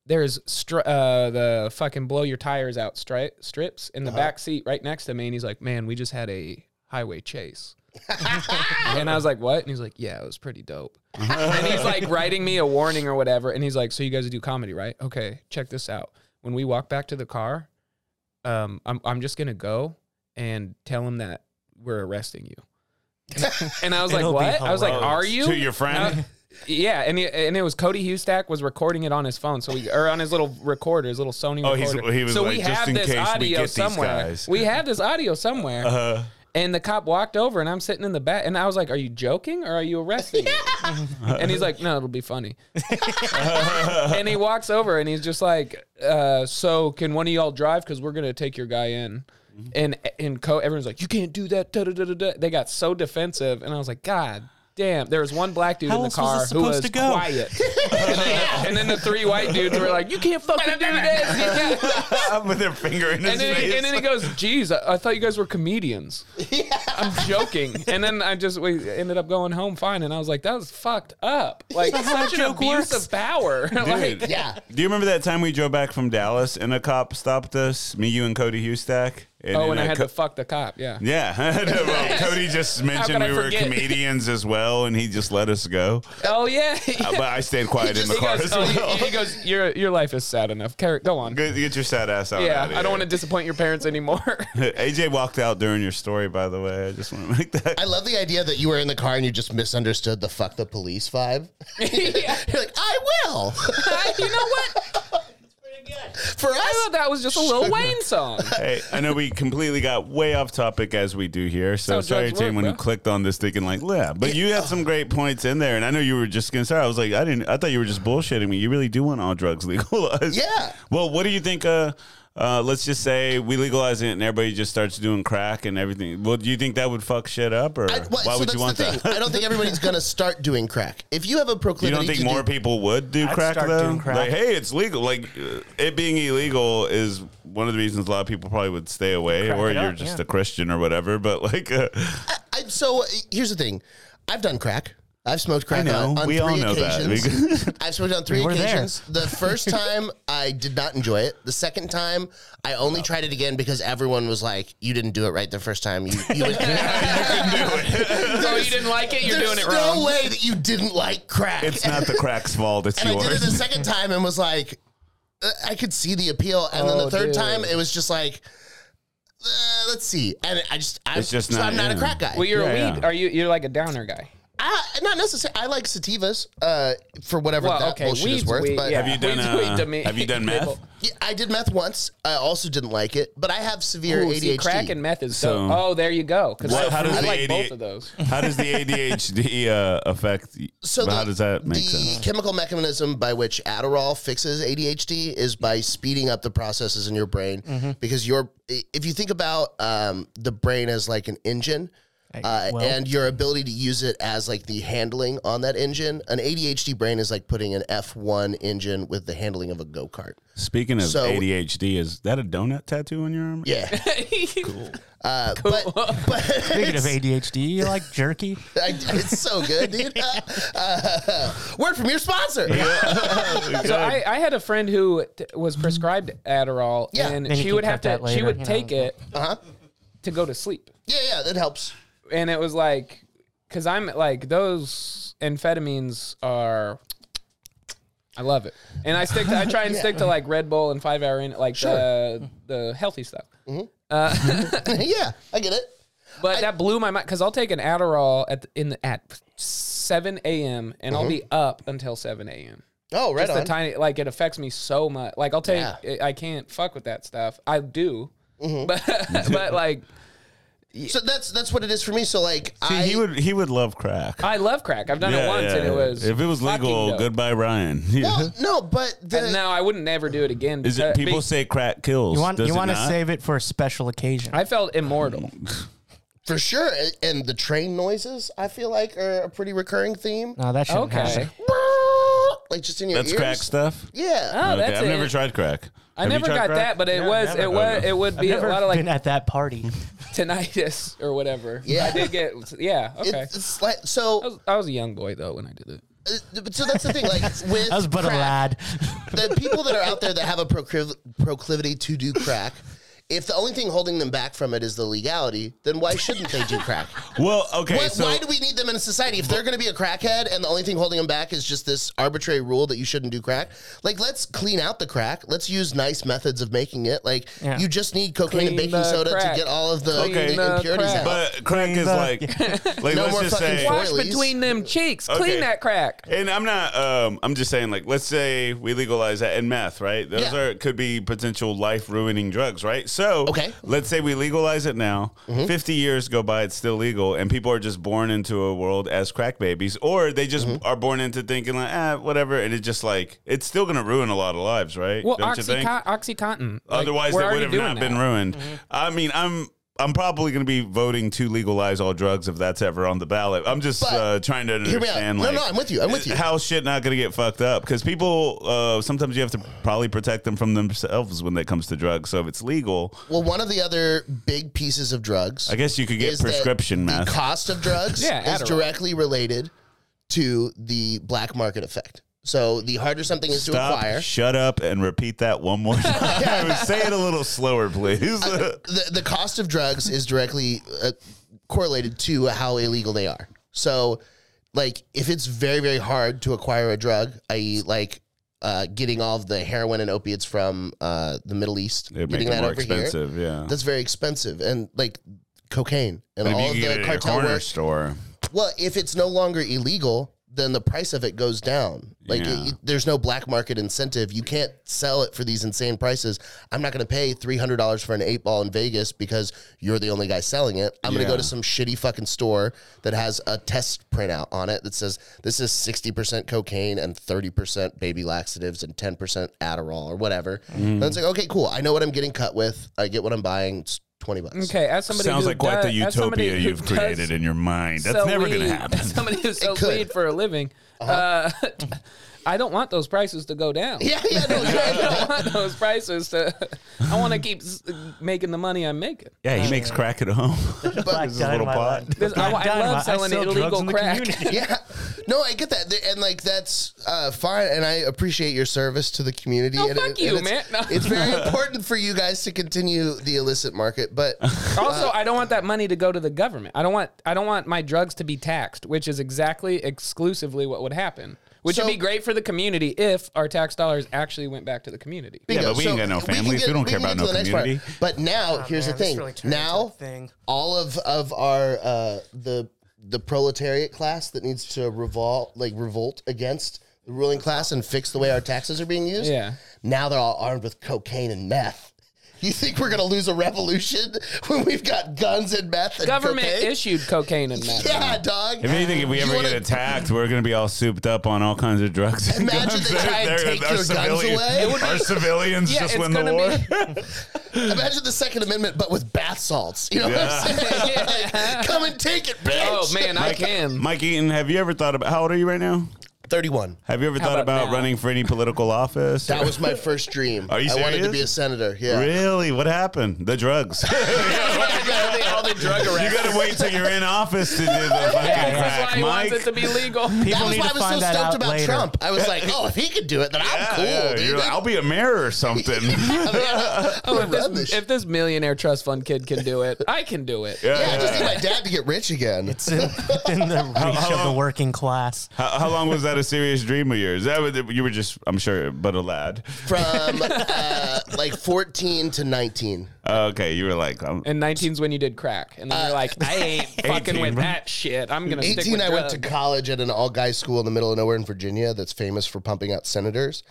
Speaker 5: there's stri- uh, the fucking blow your tires out stri- strips in
Speaker 1: Uh-huh.
Speaker 5: the back seat right next to me and he's like man we just had a highway chase and I was like, "What?" And he's like, "Yeah, it was pretty dope."
Speaker 1: Uh-huh.
Speaker 5: and he's like writing me a warning or whatever. And he's like, "So you guys do comedy, right? Okay, check this out. When we walk back to the car, um, I'm I'm just gonna go and tell him that we're arresting you." and I was like,
Speaker 4: It'll be
Speaker 5: "What?" I was like,
Speaker 4: hilarious.
Speaker 5: "Are you
Speaker 1: To your friend?
Speaker 5: Uh, yeah, and he, and it was Cody Hustack was recording it on his phone, so we or on his little recorder, his little Sony.
Speaker 1: Oh, he's-
Speaker 5: recorder.
Speaker 1: he was
Speaker 5: so
Speaker 1: like,
Speaker 5: we
Speaker 1: "Just
Speaker 5: have
Speaker 1: in
Speaker 5: this
Speaker 1: case we
Speaker 5: audio
Speaker 1: get these
Speaker 5: somewhere.
Speaker 1: guys."
Speaker 5: We have this audio somewhere.
Speaker 1: Uh,
Speaker 5: And the cop walked over, and I'm sitting in the back, and I was like, "Are you joking, or are you arresting me?" and he's like, "No, it'll be funny." and he walks over, and he's just like, uh, "So can one of y'all drive? Because we're gonna take your guy in."
Speaker 4: Mm-hmm.
Speaker 5: And and co- everyone's like, "You can't do that." Da, da, da, da, da. They got so defensive, and I was like, "God." Damn, there was one black dude
Speaker 4: How
Speaker 5: in the
Speaker 4: else was
Speaker 5: car
Speaker 4: this
Speaker 5: who
Speaker 4: supposed
Speaker 5: was
Speaker 4: to go?
Speaker 5: quiet. and, then, and then the three white dudes were like, You can't fucking do this. You can't-
Speaker 1: with their finger in his
Speaker 5: and then,
Speaker 1: face.
Speaker 5: he, and then he goes, "Geez, I, I thought you guys were comedians." I'm joking. And then I just we ended up going home fine, and I was like, "That was fucked up. Like such an
Speaker 4: joke
Speaker 5: abuse
Speaker 4: works.
Speaker 5: of power." like, oh,
Speaker 1: Dude,
Speaker 2: Yeah.
Speaker 1: Do you remember that time we drove back from Dallas and a cop stopped us? Me, you, and Cody Hustack. And
Speaker 5: oh,
Speaker 1: then
Speaker 5: and I
Speaker 1: a
Speaker 5: had
Speaker 1: co-
Speaker 5: to fuck the cop. Yeah.
Speaker 1: Yeah, well, Cody just mentioned
Speaker 5: could I
Speaker 1: we were
Speaker 5: forget?
Speaker 1: comedians as well, and he just let us go.
Speaker 5: Oh yeah.
Speaker 1: Uh, but I stayed quiet in the
Speaker 5: he,
Speaker 1: car
Speaker 5: goes,
Speaker 1: as
Speaker 5: oh,
Speaker 1: well.
Speaker 5: you- he goes, "Your your life is sad enough. Car- go on."
Speaker 1: Get get your sad ass out.
Speaker 5: Yeah,
Speaker 1: outta
Speaker 5: I don't want to
Speaker 1: here.
Speaker 5: disappoint your parents anymore.
Speaker 1: AJ walked out during your story, by the way. I just want to make that.
Speaker 2: I love the idea that you were in the car and you just misunderstood the fuck the police vibe.
Speaker 5: Yeah.
Speaker 2: You're like, I will.
Speaker 5: you know what?
Speaker 2: For
Speaker 5: I
Speaker 2: us,
Speaker 5: thought that was just a Lil Wayne song.
Speaker 1: Hey, I know we completely got way off topic as we do here. So
Speaker 5: How
Speaker 1: sorry
Speaker 5: drugs
Speaker 1: to
Speaker 5: work,
Speaker 1: anyone who
Speaker 5: bro.
Speaker 1: clicked on this thinking like, yeah. But you had some great points in there, and I know you were just gonna start. I was like, I didn't. I thought you were just bullshitting me. You really do want all drugs legalized?
Speaker 2: Yeah.
Speaker 1: Well, what do you think? Uh, uh, let's just say we legalize it, and everybody just starts doing crack and everything. Well, do you think that would fuck shit up, or
Speaker 2: I, well,
Speaker 1: why
Speaker 2: so
Speaker 1: would
Speaker 2: that's
Speaker 1: you want
Speaker 2: the thing.
Speaker 1: that?
Speaker 2: I don't think everybody's gonna start doing crack. If you have a
Speaker 1: You
Speaker 2: proclivity,
Speaker 1: don't think
Speaker 2: to
Speaker 1: more
Speaker 2: do,
Speaker 1: people would do
Speaker 4: I'd
Speaker 1: crack
Speaker 4: start
Speaker 1: though?
Speaker 4: doing crack.
Speaker 1: Like, hey, it's legal. Like, uh, it being illegal is one of the reasons a lot of people probably would stay away,
Speaker 4: Crack
Speaker 1: or
Speaker 4: it
Speaker 1: you're
Speaker 4: up,
Speaker 1: just
Speaker 4: yeah.
Speaker 1: a Christian or whatever. But like, uh,
Speaker 2: I, so uh, here's the thing: I've done crack. I've smoked crack
Speaker 1: know.
Speaker 2: on, on
Speaker 1: We
Speaker 2: three
Speaker 1: all know that.
Speaker 2: occasions. I've smoked on three
Speaker 4: We were there.
Speaker 2: occasions. The first time I did not enjoy it. The second time I
Speaker 1: Oh.
Speaker 2: only tried it again because everyone was like, "You didn't do it right the first time. You, you, you
Speaker 5: so Oh, you didn't like it, you're
Speaker 2: There's
Speaker 5: doing it
Speaker 2: no
Speaker 5: wrong.
Speaker 2: way that you didn't like crack."
Speaker 1: it's not the crack's fault; it's
Speaker 2: and I did it the
Speaker 1: yours.
Speaker 2: second time and was like, uh, I could see the appeal, and then
Speaker 5: Oh,
Speaker 2: the third
Speaker 5: dude.
Speaker 2: time it was just like, uh, let's see, and I just, I,
Speaker 1: It's just
Speaker 2: so
Speaker 1: not
Speaker 2: I'm not
Speaker 1: in.
Speaker 2: a crack guy.
Speaker 5: Well, you're
Speaker 1: Yeah,
Speaker 5: a weed.
Speaker 1: yeah.
Speaker 5: Are you? You're like a downer guy.
Speaker 2: I, not necessarily. I like sativas uh, for whatever
Speaker 5: Well,
Speaker 2: that
Speaker 5: okay,
Speaker 2: bullshit is
Speaker 5: weed's
Speaker 2: worth.
Speaker 5: weed,
Speaker 2: but
Speaker 5: yeah.
Speaker 1: Have you done?
Speaker 5: Weed's
Speaker 1: Uh,
Speaker 5: weed to me.
Speaker 1: Have you done meth?
Speaker 5: People-
Speaker 2: Yeah, I did meth once. I also didn't like it, but I have severe
Speaker 5: Ooh,
Speaker 2: ADHD.
Speaker 5: see, crack and meth is
Speaker 1: So-
Speaker 5: so. Oh, there you go. 'Cause
Speaker 1: What-
Speaker 5: I,
Speaker 1: how does
Speaker 5: I
Speaker 1: the
Speaker 5: like
Speaker 1: ADHD
Speaker 5: both of those.
Speaker 1: How does the ADHD uh, affect?
Speaker 2: so the,
Speaker 1: how does that make
Speaker 2: the
Speaker 1: sense?
Speaker 2: chemical mechanism by which Adderall fixes ADHD is by speeding up the processes in your brain
Speaker 4: Mm-hmm.
Speaker 2: because your if you think about um, the brain as like an engine. Uh,
Speaker 4: well-
Speaker 2: and your ability to use it as like the handling on that engine. An ADHD brain is like putting an F1 engine with the handling of a go kart.
Speaker 1: Speaking of
Speaker 2: so-
Speaker 1: ADHD, is that a donut tattoo on your arm?
Speaker 2: Yeah. Uh, But, but
Speaker 4: Speaking of
Speaker 2: it's-
Speaker 4: ADHD, you like jerky?
Speaker 2: I- it's so good, dude. Uh, uh, word from your sponsor.
Speaker 5: So I, I had a friend who t- was prescribed Adderall,
Speaker 2: Yeah.
Speaker 5: and
Speaker 4: Then you
Speaker 5: she
Speaker 4: can
Speaker 5: would have
Speaker 4: cut
Speaker 5: to.
Speaker 4: that
Speaker 5: she
Speaker 4: later,
Speaker 5: would
Speaker 4: you know.
Speaker 5: take it
Speaker 2: Uh-huh.
Speaker 5: to go to sleep,
Speaker 2: Yeah, yeah, that helps.
Speaker 5: and it was like, because I'm like those amphetamines are. I love it, and I stick. To, I try and stick to like Red Bull and Five Hour in like the the healthy stuff.
Speaker 2: yeah, I get it.
Speaker 5: But that blew my mind because I'll take an Adderall at the, in the, at seven a.m. and I'll be up until seven a.m.
Speaker 2: Oh, Mm-hmm. right
Speaker 5: Just
Speaker 2: on.
Speaker 5: the tiny like it affects me so much. Like I'll take
Speaker 2: Yeah. Mm-hmm.
Speaker 5: I can't fuck with that stuff. I do, but but like
Speaker 2: So that's that's what it is for me. So like,
Speaker 1: See,
Speaker 2: I
Speaker 1: he would he would love crack.
Speaker 5: I love crack. I've done it
Speaker 1: Yeah,
Speaker 5: once
Speaker 1: yeah,
Speaker 5: and it
Speaker 1: yeah.
Speaker 5: was
Speaker 1: if it was
Speaker 5: fucking
Speaker 1: legal,
Speaker 5: dope.
Speaker 1: goodbye Ryan.
Speaker 2: no, no, but
Speaker 5: And
Speaker 2: the,
Speaker 5: now I wouldn't never do it again.
Speaker 1: Is it
Speaker 5: because-
Speaker 1: people say crack kills?
Speaker 4: You want
Speaker 1: Does
Speaker 4: you
Speaker 1: it
Speaker 4: want to
Speaker 1: not?
Speaker 4: save it for a special occasion.
Speaker 5: I felt immortal.
Speaker 1: Mm,
Speaker 2: for sure, and- and the train noises I feel like are a pretty recurring theme.
Speaker 4: no, that shouldn't
Speaker 5: Okay.
Speaker 4: happen.
Speaker 2: Like just in your
Speaker 1: that's
Speaker 2: ears.
Speaker 1: crack stuff?
Speaker 2: Yeah.
Speaker 5: Oh,
Speaker 1: okay,
Speaker 5: that's
Speaker 1: I've
Speaker 5: it.
Speaker 1: never tried crack.
Speaker 5: I
Speaker 1: Have you
Speaker 5: never
Speaker 1: tried
Speaker 5: got
Speaker 1: crack?
Speaker 5: that, but it
Speaker 4: No,
Speaker 5: was
Speaker 4: never.
Speaker 5: it was it would be a
Speaker 4: Never
Speaker 5: lot of like
Speaker 4: been at that party.
Speaker 5: tinnitus or whatever.
Speaker 2: Yeah.
Speaker 5: I did get yeah, okay.
Speaker 2: It's, it's like
Speaker 5: I
Speaker 2: so.
Speaker 5: was, I was a young boy though when I did it.
Speaker 2: uh, So that's the thing. Like with
Speaker 4: I was but a
Speaker 2: crack,
Speaker 4: lad.
Speaker 2: the people that are out there that have a procliv- proclivity to do crack, if the only thing holding them back from it is the legality, then why shouldn't they do crack?
Speaker 1: Well, okay,
Speaker 2: Why,
Speaker 1: so
Speaker 2: why do we need them in society if they're going to be a crackhead and the only thing holding them back is just this arbitrary rule that you shouldn't do crack? Like, let's clean out the crack. Let's use nice methods of making it. Like,
Speaker 4: Yeah.
Speaker 2: you just need cocaine
Speaker 5: Clean
Speaker 2: and baking
Speaker 5: the
Speaker 2: soda
Speaker 5: crack.
Speaker 2: to get all of the,
Speaker 5: Clean
Speaker 2: the
Speaker 5: the
Speaker 2: impurities
Speaker 5: crack.
Speaker 2: out.
Speaker 1: but crack is
Speaker 4: the-
Speaker 1: like like
Speaker 2: No
Speaker 1: let's
Speaker 2: more
Speaker 1: just
Speaker 2: fucking
Speaker 1: say
Speaker 5: Wash
Speaker 2: Oilies.
Speaker 5: between them cheeks.
Speaker 1: Okay.
Speaker 5: Clean that crack.
Speaker 1: And I'm not. Um, I'm just saying. Like, let's say we legalize that in meth, right? Those
Speaker 2: Yeah.
Speaker 1: are could be potential life ruining drugs, right? So,
Speaker 2: Okay. Mm-hmm.
Speaker 1: Let's say we legalize it now. Fifty years go by, it's still legal, and people are just born into a world as crack babies, or they just
Speaker 2: Mm-hmm.
Speaker 1: are born into thinking like, ah, whatever, and it's just like it's still going to ruin a lot of lives, right?
Speaker 5: Well,
Speaker 1: Don't you think?
Speaker 5: Oxycon- OxyContin. Like,
Speaker 1: Otherwise,
Speaker 5: we're
Speaker 1: that would
Speaker 5: already
Speaker 1: have
Speaker 5: doing
Speaker 1: not
Speaker 5: that.
Speaker 1: been ruined.
Speaker 2: Mm-hmm.
Speaker 1: I mean, I'm. I'm probably going to be voting to legalize all drugs if that's ever on the ballot. I'm just
Speaker 2: But-
Speaker 1: uh, trying to
Speaker 2: Hear me out.
Speaker 1: understand.
Speaker 2: No,
Speaker 1: like,
Speaker 2: no, I'm with you. I'm with you.
Speaker 1: How's shit not going to get fucked up? Because people, uh, sometimes you have to probably protect them from themselves when it comes to drugs. So if it's legal,
Speaker 2: Well, one of the other big pieces of drugs.
Speaker 1: I guess you could get
Speaker 2: is that
Speaker 1: prescription meth.
Speaker 2: The cost of drugs
Speaker 5: Yeah,
Speaker 2: is
Speaker 5: Adderall.
Speaker 2: directly related to the black market effect. So the harder something is to
Speaker 1: Stop,
Speaker 2: acquire,
Speaker 1: shut up, and repeat that one more time. Say it a little slower, please.
Speaker 2: the, the cost of drugs is directly uh, correlated to how illegal they are. So, like, if it's very, very hard to acquire a drug, i.e., like uh, getting all of the heroin and opiates from uh, the Middle East,
Speaker 1: It'd make
Speaker 2: getting
Speaker 1: it
Speaker 2: that
Speaker 1: more
Speaker 2: over here,
Speaker 1: expensive, yeah.
Speaker 2: that's very expensive. And, like, cocaine
Speaker 1: But
Speaker 2: and
Speaker 1: if
Speaker 2: all
Speaker 1: you
Speaker 2: of
Speaker 1: could get
Speaker 2: the
Speaker 1: it at a
Speaker 2: cartel
Speaker 1: corner
Speaker 2: work.
Speaker 1: store,
Speaker 2: Well, if it's no longer illegal, then the price of it goes down. Like
Speaker 1: Yeah.
Speaker 2: it, there's no black market incentive. You can't sell it for these insane prices. I'm not going to pay $300 for an 8 ball in Vegas because you're the only guy selling it. I'm going to
Speaker 1: Yeah.
Speaker 2: go to some shitty fucking store that has a test printout on it that says this is 60% cocaine and 30% baby laxatives and 10% Adderall or whatever. And
Speaker 1: Mm.
Speaker 2: it's like, "Okay, cool. I know what I'm getting cut with. I get what I'm buying. It's 20 bucks."
Speaker 5: Okay, as somebody
Speaker 1: sounds
Speaker 5: who
Speaker 1: like quite the
Speaker 5: does- as somebody
Speaker 1: utopia
Speaker 5: who
Speaker 1: you've
Speaker 5: does
Speaker 1: created in your mind. That's
Speaker 5: sell
Speaker 1: never
Speaker 5: weed-
Speaker 1: going to happen.
Speaker 5: As somebody who sells
Speaker 2: could. Uh-huh.
Speaker 5: weed for a living, uh I don't want those prices to go down.
Speaker 2: Yeah, yeah, no,
Speaker 5: I
Speaker 2: yeah.
Speaker 5: don't want those prices to. I want to keep s- making the money I'm making.
Speaker 1: Yeah, he makes crack at home.
Speaker 4: Black
Speaker 1: This is a little pot.
Speaker 4: dynamite.
Speaker 5: This- I, I love
Speaker 4: Dynamite. I
Speaker 5: selling
Speaker 4: sell drugs
Speaker 5: illegal
Speaker 4: in the
Speaker 5: crack.
Speaker 4: community.
Speaker 2: yeah no i get that There- and like that's uh fine and i appreciate your service to the community
Speaker 5: No,
Speaker 2: and
Speaker 5: fuck you,
Speaker 2: it's,
Speaker 5: man. No.
Speaker 2: it's very important for you guys to continue the illicit market but
Speaker 5: Also, I don't want that money to go to the government. I don't want I don't want my drugs to be taxed, which is exactly exclusively what would happen. Which
Speaker 2: So-
Speaker 5: would be great for the community if our tax dollars actually went back to the community.
Speaker 1: Yeah, but we ain't got no
Speaker 2: can
Speaker 1: families. We don't care
Speaker 2: can
Speaker 1: about
Speaker 2: get
Speaker 1: no
Speaker 2: to the next part.
Speaker 1: community.
Speaker 2: But now,
Speaker 4: Oh,
Speaker 2: here's
Speaker 4: man,
Speaker 2: the
Speaker 4: this
Speaker 2: thing.
Speaker 4: really turned into
Speaker 2: now,
Speaker 4: a thing.
Speaker 2: all of of our uh, the the proletariat class that needs to revolt, like revolt against the ruling class and fix the way our taxes are being used.
Speaker 5: Yeah.
Speaker 2: Now they're all armed with cocaine and meth. You think we're gonna lose a revolution when we've got guns and meth and
Speaker 5: Government
Speaker 2: cocaine?
Speaker 5: issued cocaine and meth.
Speaker 2: Yeah, dog.
Speaker 1: If anything, if we
Speaker 2: You
Speaker 1: ever
Speaker 2: wanna-
Speaker 1: get attacked, we're going to be all souped up on all kinds of drugs. and
Speaker 2: Imagine
Speaker 1: guns.
Speaker 2: they try and
Speaker 1: They're-
Speaker 2: take
Speaker 1: our
Speaker 2: your guns
Speaker 1: civilians-
Speaker 2: away. It would
Speaker 1: Our civilians
Speaker 5: Yeah,
Speaker 1: just
Speaker 5: it's
Speaker 1: win the
Speaker 5: gonna
Speaker 1: war.
Speaker 5: be-
Speaker 2: Imagine the Second Amendment, but with bath salts. You know
Speaker 1: Yeah.
Speaker 2: what I'm saying? Like, come and take it, bitch.
Speaker 5: Oh man, I
Speaker 1: Mike,
Speaker 5: can.
Speaker 1: Mike Eaton, have you ever thought about how old are you right now?
Speaker 2: 31.
Speaker 1: Have you ever thought
Speaker 5: about
Speaker 1: about
Speaker 5: now?
Speaker 1: running for any political office?
Speaker 2: That was my first dream.
Speaker 1: Are you
Speaker 2: I wanted to
Speaker 1: serious?
Speaker 2: be a senator. Yeah.
Speaker 1: really what happened? The drugs.
Speaker 5: All the drug
Speaker 1: you
Speaker 5: arrests.
Speaker 1: gotta wait till you're in office to do the fucking
Speaker 5: That's why
Speaker 1: crack,
Speaker 5: he
Speaker 1: Mike.
Speaker 5: wants it to be legal.
Speaker 4: People
Speaker 2: That was
Speaker 4: need
Speaker 2: why I
Speaker 4: to
Speaker 2: was so
Speaker 4: find that
Speaker 2: stoked
Speaker 4: out
Speaker 2: about
Speaker 4: later.
Speaker 2: Trump. I was like, oh, if he could do it, then I'm
Speaker 1: Yeah,
Speaker 2: cool.
Speaker 1: yeah,
Speaker 2: dude.
Speaker 1: you're like, I'll be a mayor or something.
Speaker 2: I mean, I- I'm
Speaker 5: Oh,
Speaker 2: gonna run
Speaker 5: if,
Speaker 2: this
Speaker 5: this,
Speaker 2: shit.
Speaker 5: if this millionaire trust fund kid can do it, I can do it.
Speaker 1: Yeah,
Speaker 2: yeah, I just
Speaker 1: yeah.
Speaker 2: need my dad to get rich again.
Speaker 4: It's in, within the reach of the
Speaker 1: long-
Speaker 4: working class.
Speaker 1: How, how long was that a serious dream of yours? That was, you were just, I'm sure, but a lad.
Speaker 2: From uh, like 14 to 19.
Speaker 1: Uh, Okay, you were like, um, I'm,
Speaker 5: And 19's when you did crack, and then you're like, I ain't fucking
Speaker 1: 18,
Speaker 5: with
Speaker 1: right?
Speaker 5: that shit. I'm gonna stick
Speaker 2: 18,
Speaker 5: with
Speaker 2: Uh, I went to
Speaker 5: drugs."
Speaker 2: college at an all guy school in the middle of nowhere in Virginia that's famous for pumping out senators.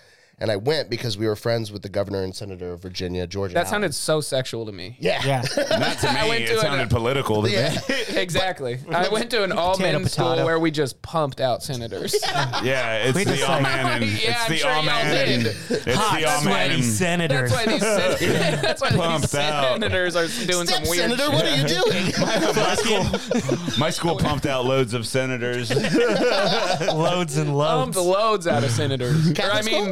Speaker 2: And I went because we were friends with the governor and senator of Virginia, Georgia.
Speaker 5: That
Speaker 2: Allen.
Speaker 5: sounded so sexual to me.
Speaker 2: Yeah.
Speaker 4: Yeah.
Speaker 1: not to me.
Speaker 5: went
Speaker 1: it
Speaker 5: to an- uh,
Speaker 1: sounded political to
Speaker 2: Yeah.
Speaker 1: me.
Speaker 5: Exactly. I went to an all
Speaker 4: Potato,
Speaker 5: men school
Speaker 4: potato.
Speaker 5: where we just pumped out senators.
Speaker 1: Yeah, it's the
Speaker 4: just
Speaker 1: all
Speaker 4: like-
Speaker 1: man and
Speaker 5: Yeah,
Speaker 1: it's
Speaker 5: I'm
Speaker 1: the
Speaker 5: sure
Speaker 1: all
Speaker 5: y'all
Speaker 1: man
Speaker 5: did.
Speaker 1: and it's
Speaker 4: Hot
Speaker 1: the all man
Speaker 4: sweaty
Speaker 1: and
Speaker 4: senators.
Speaker 5: That's why these, sen- that's why these
Speaker 1: Pumped out.
Speaker 5: senators are doing
Speaker 2: Step
Speaker 5: some weird
Speaker 2: senator,
Speaker 5: shit.
Speaker 2: what are you doing?
Speaker 1: my school, my school pumped out loads of senators.
Speaker 4: loads and
Speaker 5: Pumped
Speaker 4: loads.
Speaker 5: loads out of senators. or I
Speaker 2: Catholic
Speaker 5: mean,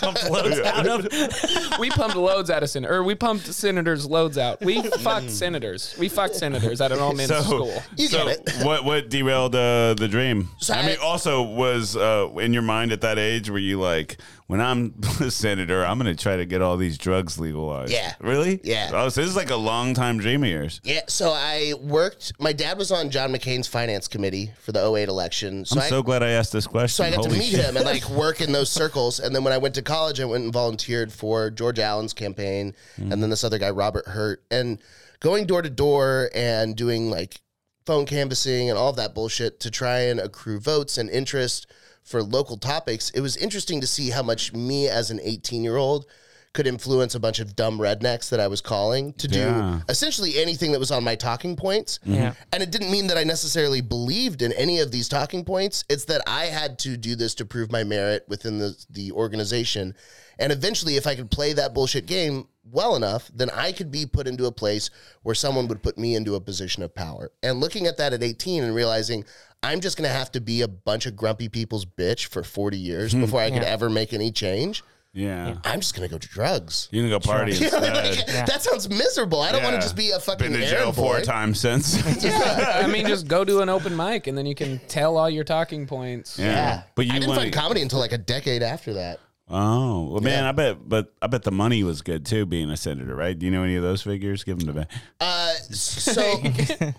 Speaker 4: Pumped loads out of.
Speaker 5: we pumped loads out of senators. Or we pumped senators loads out. We fucked senators. We fucked senators at an all men
Speaker 1: So,
Speaker 5: school.
Speaker 2: You
Speaker 1: so
Speaker 2: get it.
Speaker 1: what what derailed uh, the dream?
Speaker 2: So
Speaker 1: I
Speaker 2: I-
Speaker 1: mean, also was uh, in your mind at that age were you like, when I'm a senator, I'm going to try to get all these drugs legalized?
Speaker 2: Yeah.
Speaker 1: really?
Speaker 2: Yeah.
Speaker 1: Oh, so this is like a long time dream of yours.
Speaker 2: Yeah, so I worked. My dad was on John McCain's finance committee for the 08 election. So
Speaker 1: I'm
Speaker 2: I,
Speaker 1: so glad I asked this question.
Speaker 2: so I got to
Speaker 1: Holy
Speaker 2: meet
Speaker 1: shit.
Speaker 2: him and like work in those circles. And then when I went to college, I went and volunteered for George Allen's campaign,
Speaker 1: Mm.
Speaker 2: and then this other guy, Robert Hurt, and going door to door and doing like phone canvassing and all of that bullshit to try and accrue votes and interest for local topics. It was interesting to see how much me as an 18 year old could influence a bunch of dumb rednecks that I was calling to do
Speaker 1: Yeah.
Speaker 2: essentially anything that was on my talking points.
Speaker 4: Yeah.
Speaker 2: And it didn't mean that I necessarily believed in any of these talking points. It's that I had to do this to prove my merit within the, the organization. And eventually, if I could play that bullshit game well enough, then I could be put into a place where someone would put me into a position of power. And looking at that at 18 and realizing I'm just going to have to be a bunch of grumpy people's bitch for 40 years
Speaker 1: Hmm.
Speaker 2: before I could
Speaker 4: Yeah.
Speaker 2: ever make any change,
Speaker 1: Yeah.
Speaker 2: I'm just going to go to drugs.
Speaker 1: You can go party
Speaker 2: You know, like,
Speaker 1: instead.
Speaker 2: That sounds miserable. I don't want
Speaker 1: Yeah.
Speaker 2: to just be a fucking
Speaker 1: Been to
Speaker 2: errand
Speaker 1: jail four
Speaker 2: boy.
Speaker 1: times since.
Speaker 5: I mean, just go to an open mic and then you can tell all your talking points.
Speaker 2: Yeah.
Speaker 1: But you
Speaker 2: I didn't
Speaker 1: wanna-
Speaker 2: find comedy until like a decade after that.
Speaker 1: Oh well, man, I bet, but I bet the money was good too, being a senator, right? Do you know any of those figures? Give them to me.
Speaker 2: Uh, s- so tha-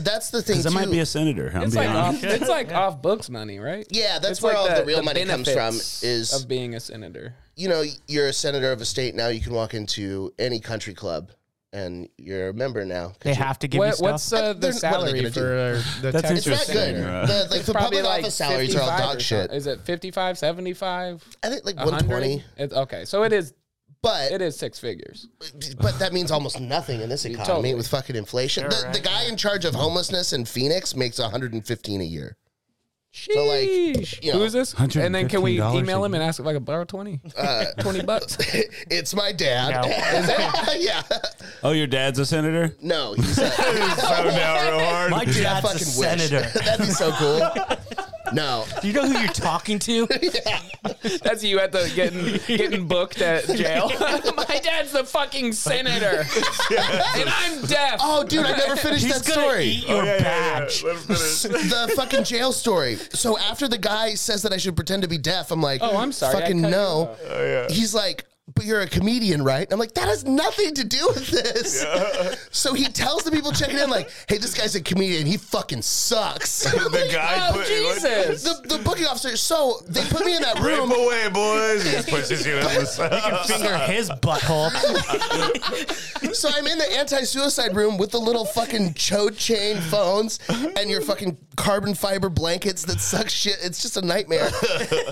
Speaker 2: that's the thing.
Speaker 1: Because I
Speaker 2: Too.
Speaker 1: might be a senator. I'm
Speaker 5: It's like
Speaker 1: being honest.
Speaker 5: off, it's like off books money, right?
Speaker 2: yeah, that's
Speaker 5: It's
Speaker 2: where
Speaker 5: like
Speaker 2: all the, real money comes from.
Speaker 5: benefits
Speaker 2: Is
Speaker 5: of being a senator.
Speaker 2: you know you're a senator of a state now. You can walk into any country club and you're a member now. 'cause
Speaker 4: They
Speaker 2: you're-
Speaker 4: have to give you
Speaker 5: What,
Speaker 4: stuff.
Speaker 5: what's uh,
Speaker 2: They're-
Speaker 5: the
Speaker 2: what are they
Speaker 5: salary
Speaker 2: gonna do?
Speaker 5: for uh, the
Speaker 1: That's
Speaker 5: Texas
Speaker 2: It's not good.
Speaker 5: senator?
Speaker 1: Yeah.
Speaker 2: The, like the public office salaries are all
Speaker 5: 55
Speaker 2: dog
Speaker 5: or
Speaker 2: shit.
Speaker 5: something. Is it 55, 75,
Speaker 2: I think like
Speaker 5: 120?
Speaker 2: 120,
Speaker 5: It's, okay, so it is
Speaker 2: but
Speaker 5: it is six figures.
Speaker 2: but that means almost nothing in this economy
Speaker 5: Totally.
Speaker 2: with fucking inflation. The, the guy in charge of homelessness in Phoenix makes 115 a year. So like,
Speaker 5: Sheesh.
Speaker 2: you know,
Speaker 5: Who's this? And then can we
Speaker 1: $115
Speaker 5: email
Speaker 1: a
Speaker 5: him and ask if I could borrow 20?
Speaker 2: Uh,
Speaker 5: 20 bucks?
Speaker 2: it's my dad.
Speaker 4: No.
Speaker 2: yeah.
Speaker 1: Oh, your dad's a senator?
Speaker 2: No, he's a,
Speaker 1: so down real hard.
Speaker 4: My
Speaker 2: I
Speaker 4: dad's a
Speaker 2: fucking wish.
Speaker 4: senator.
Speaker 2: That'd be so cool. No.
Speaker 4: Do you know who you're talking to?
Speaker 5: That's you at the getting getting booked at jail. My dad's the fucking senator, and I'm deaf.
Speaker 2: Oh, dude, I never finished
Speaker 4: He's
Speaker 2: that
Speaker 4: gonna
Speaker 2: story.
Speaker 4: eat your badge.
Speaker 2: the fucking jail story. So after the guy says that I should pretend to be deaf, I'm like,
Speaker 5: Oh, I'm sorry, I
Speaker 2: fucking
Speaker 5: cut you
Speaker 2: no. He's like, but you're a comedian, right? And I'm like, that has nothing to do with this. So he tells the people checking in, like, hey, this guy's a comedian. He fucking sucks.
Speaker 1: The guy
Speaker 5: oh,
Speaker 1: put
Speaker 5: Jesus.
Speaker 2: the, the booking officer. So they put me in that
Speaker 1: Rip
Speaker 2: room.
Speaker 1: away, boys. He just pushes you in the side.
Speaker 4: Finger his butthole.
Speaker 2: So I'm in the anti-suicide room with the little fucking chode chain phones and your fucking carbon fiber blankets that suck shit. It's just a nightmare.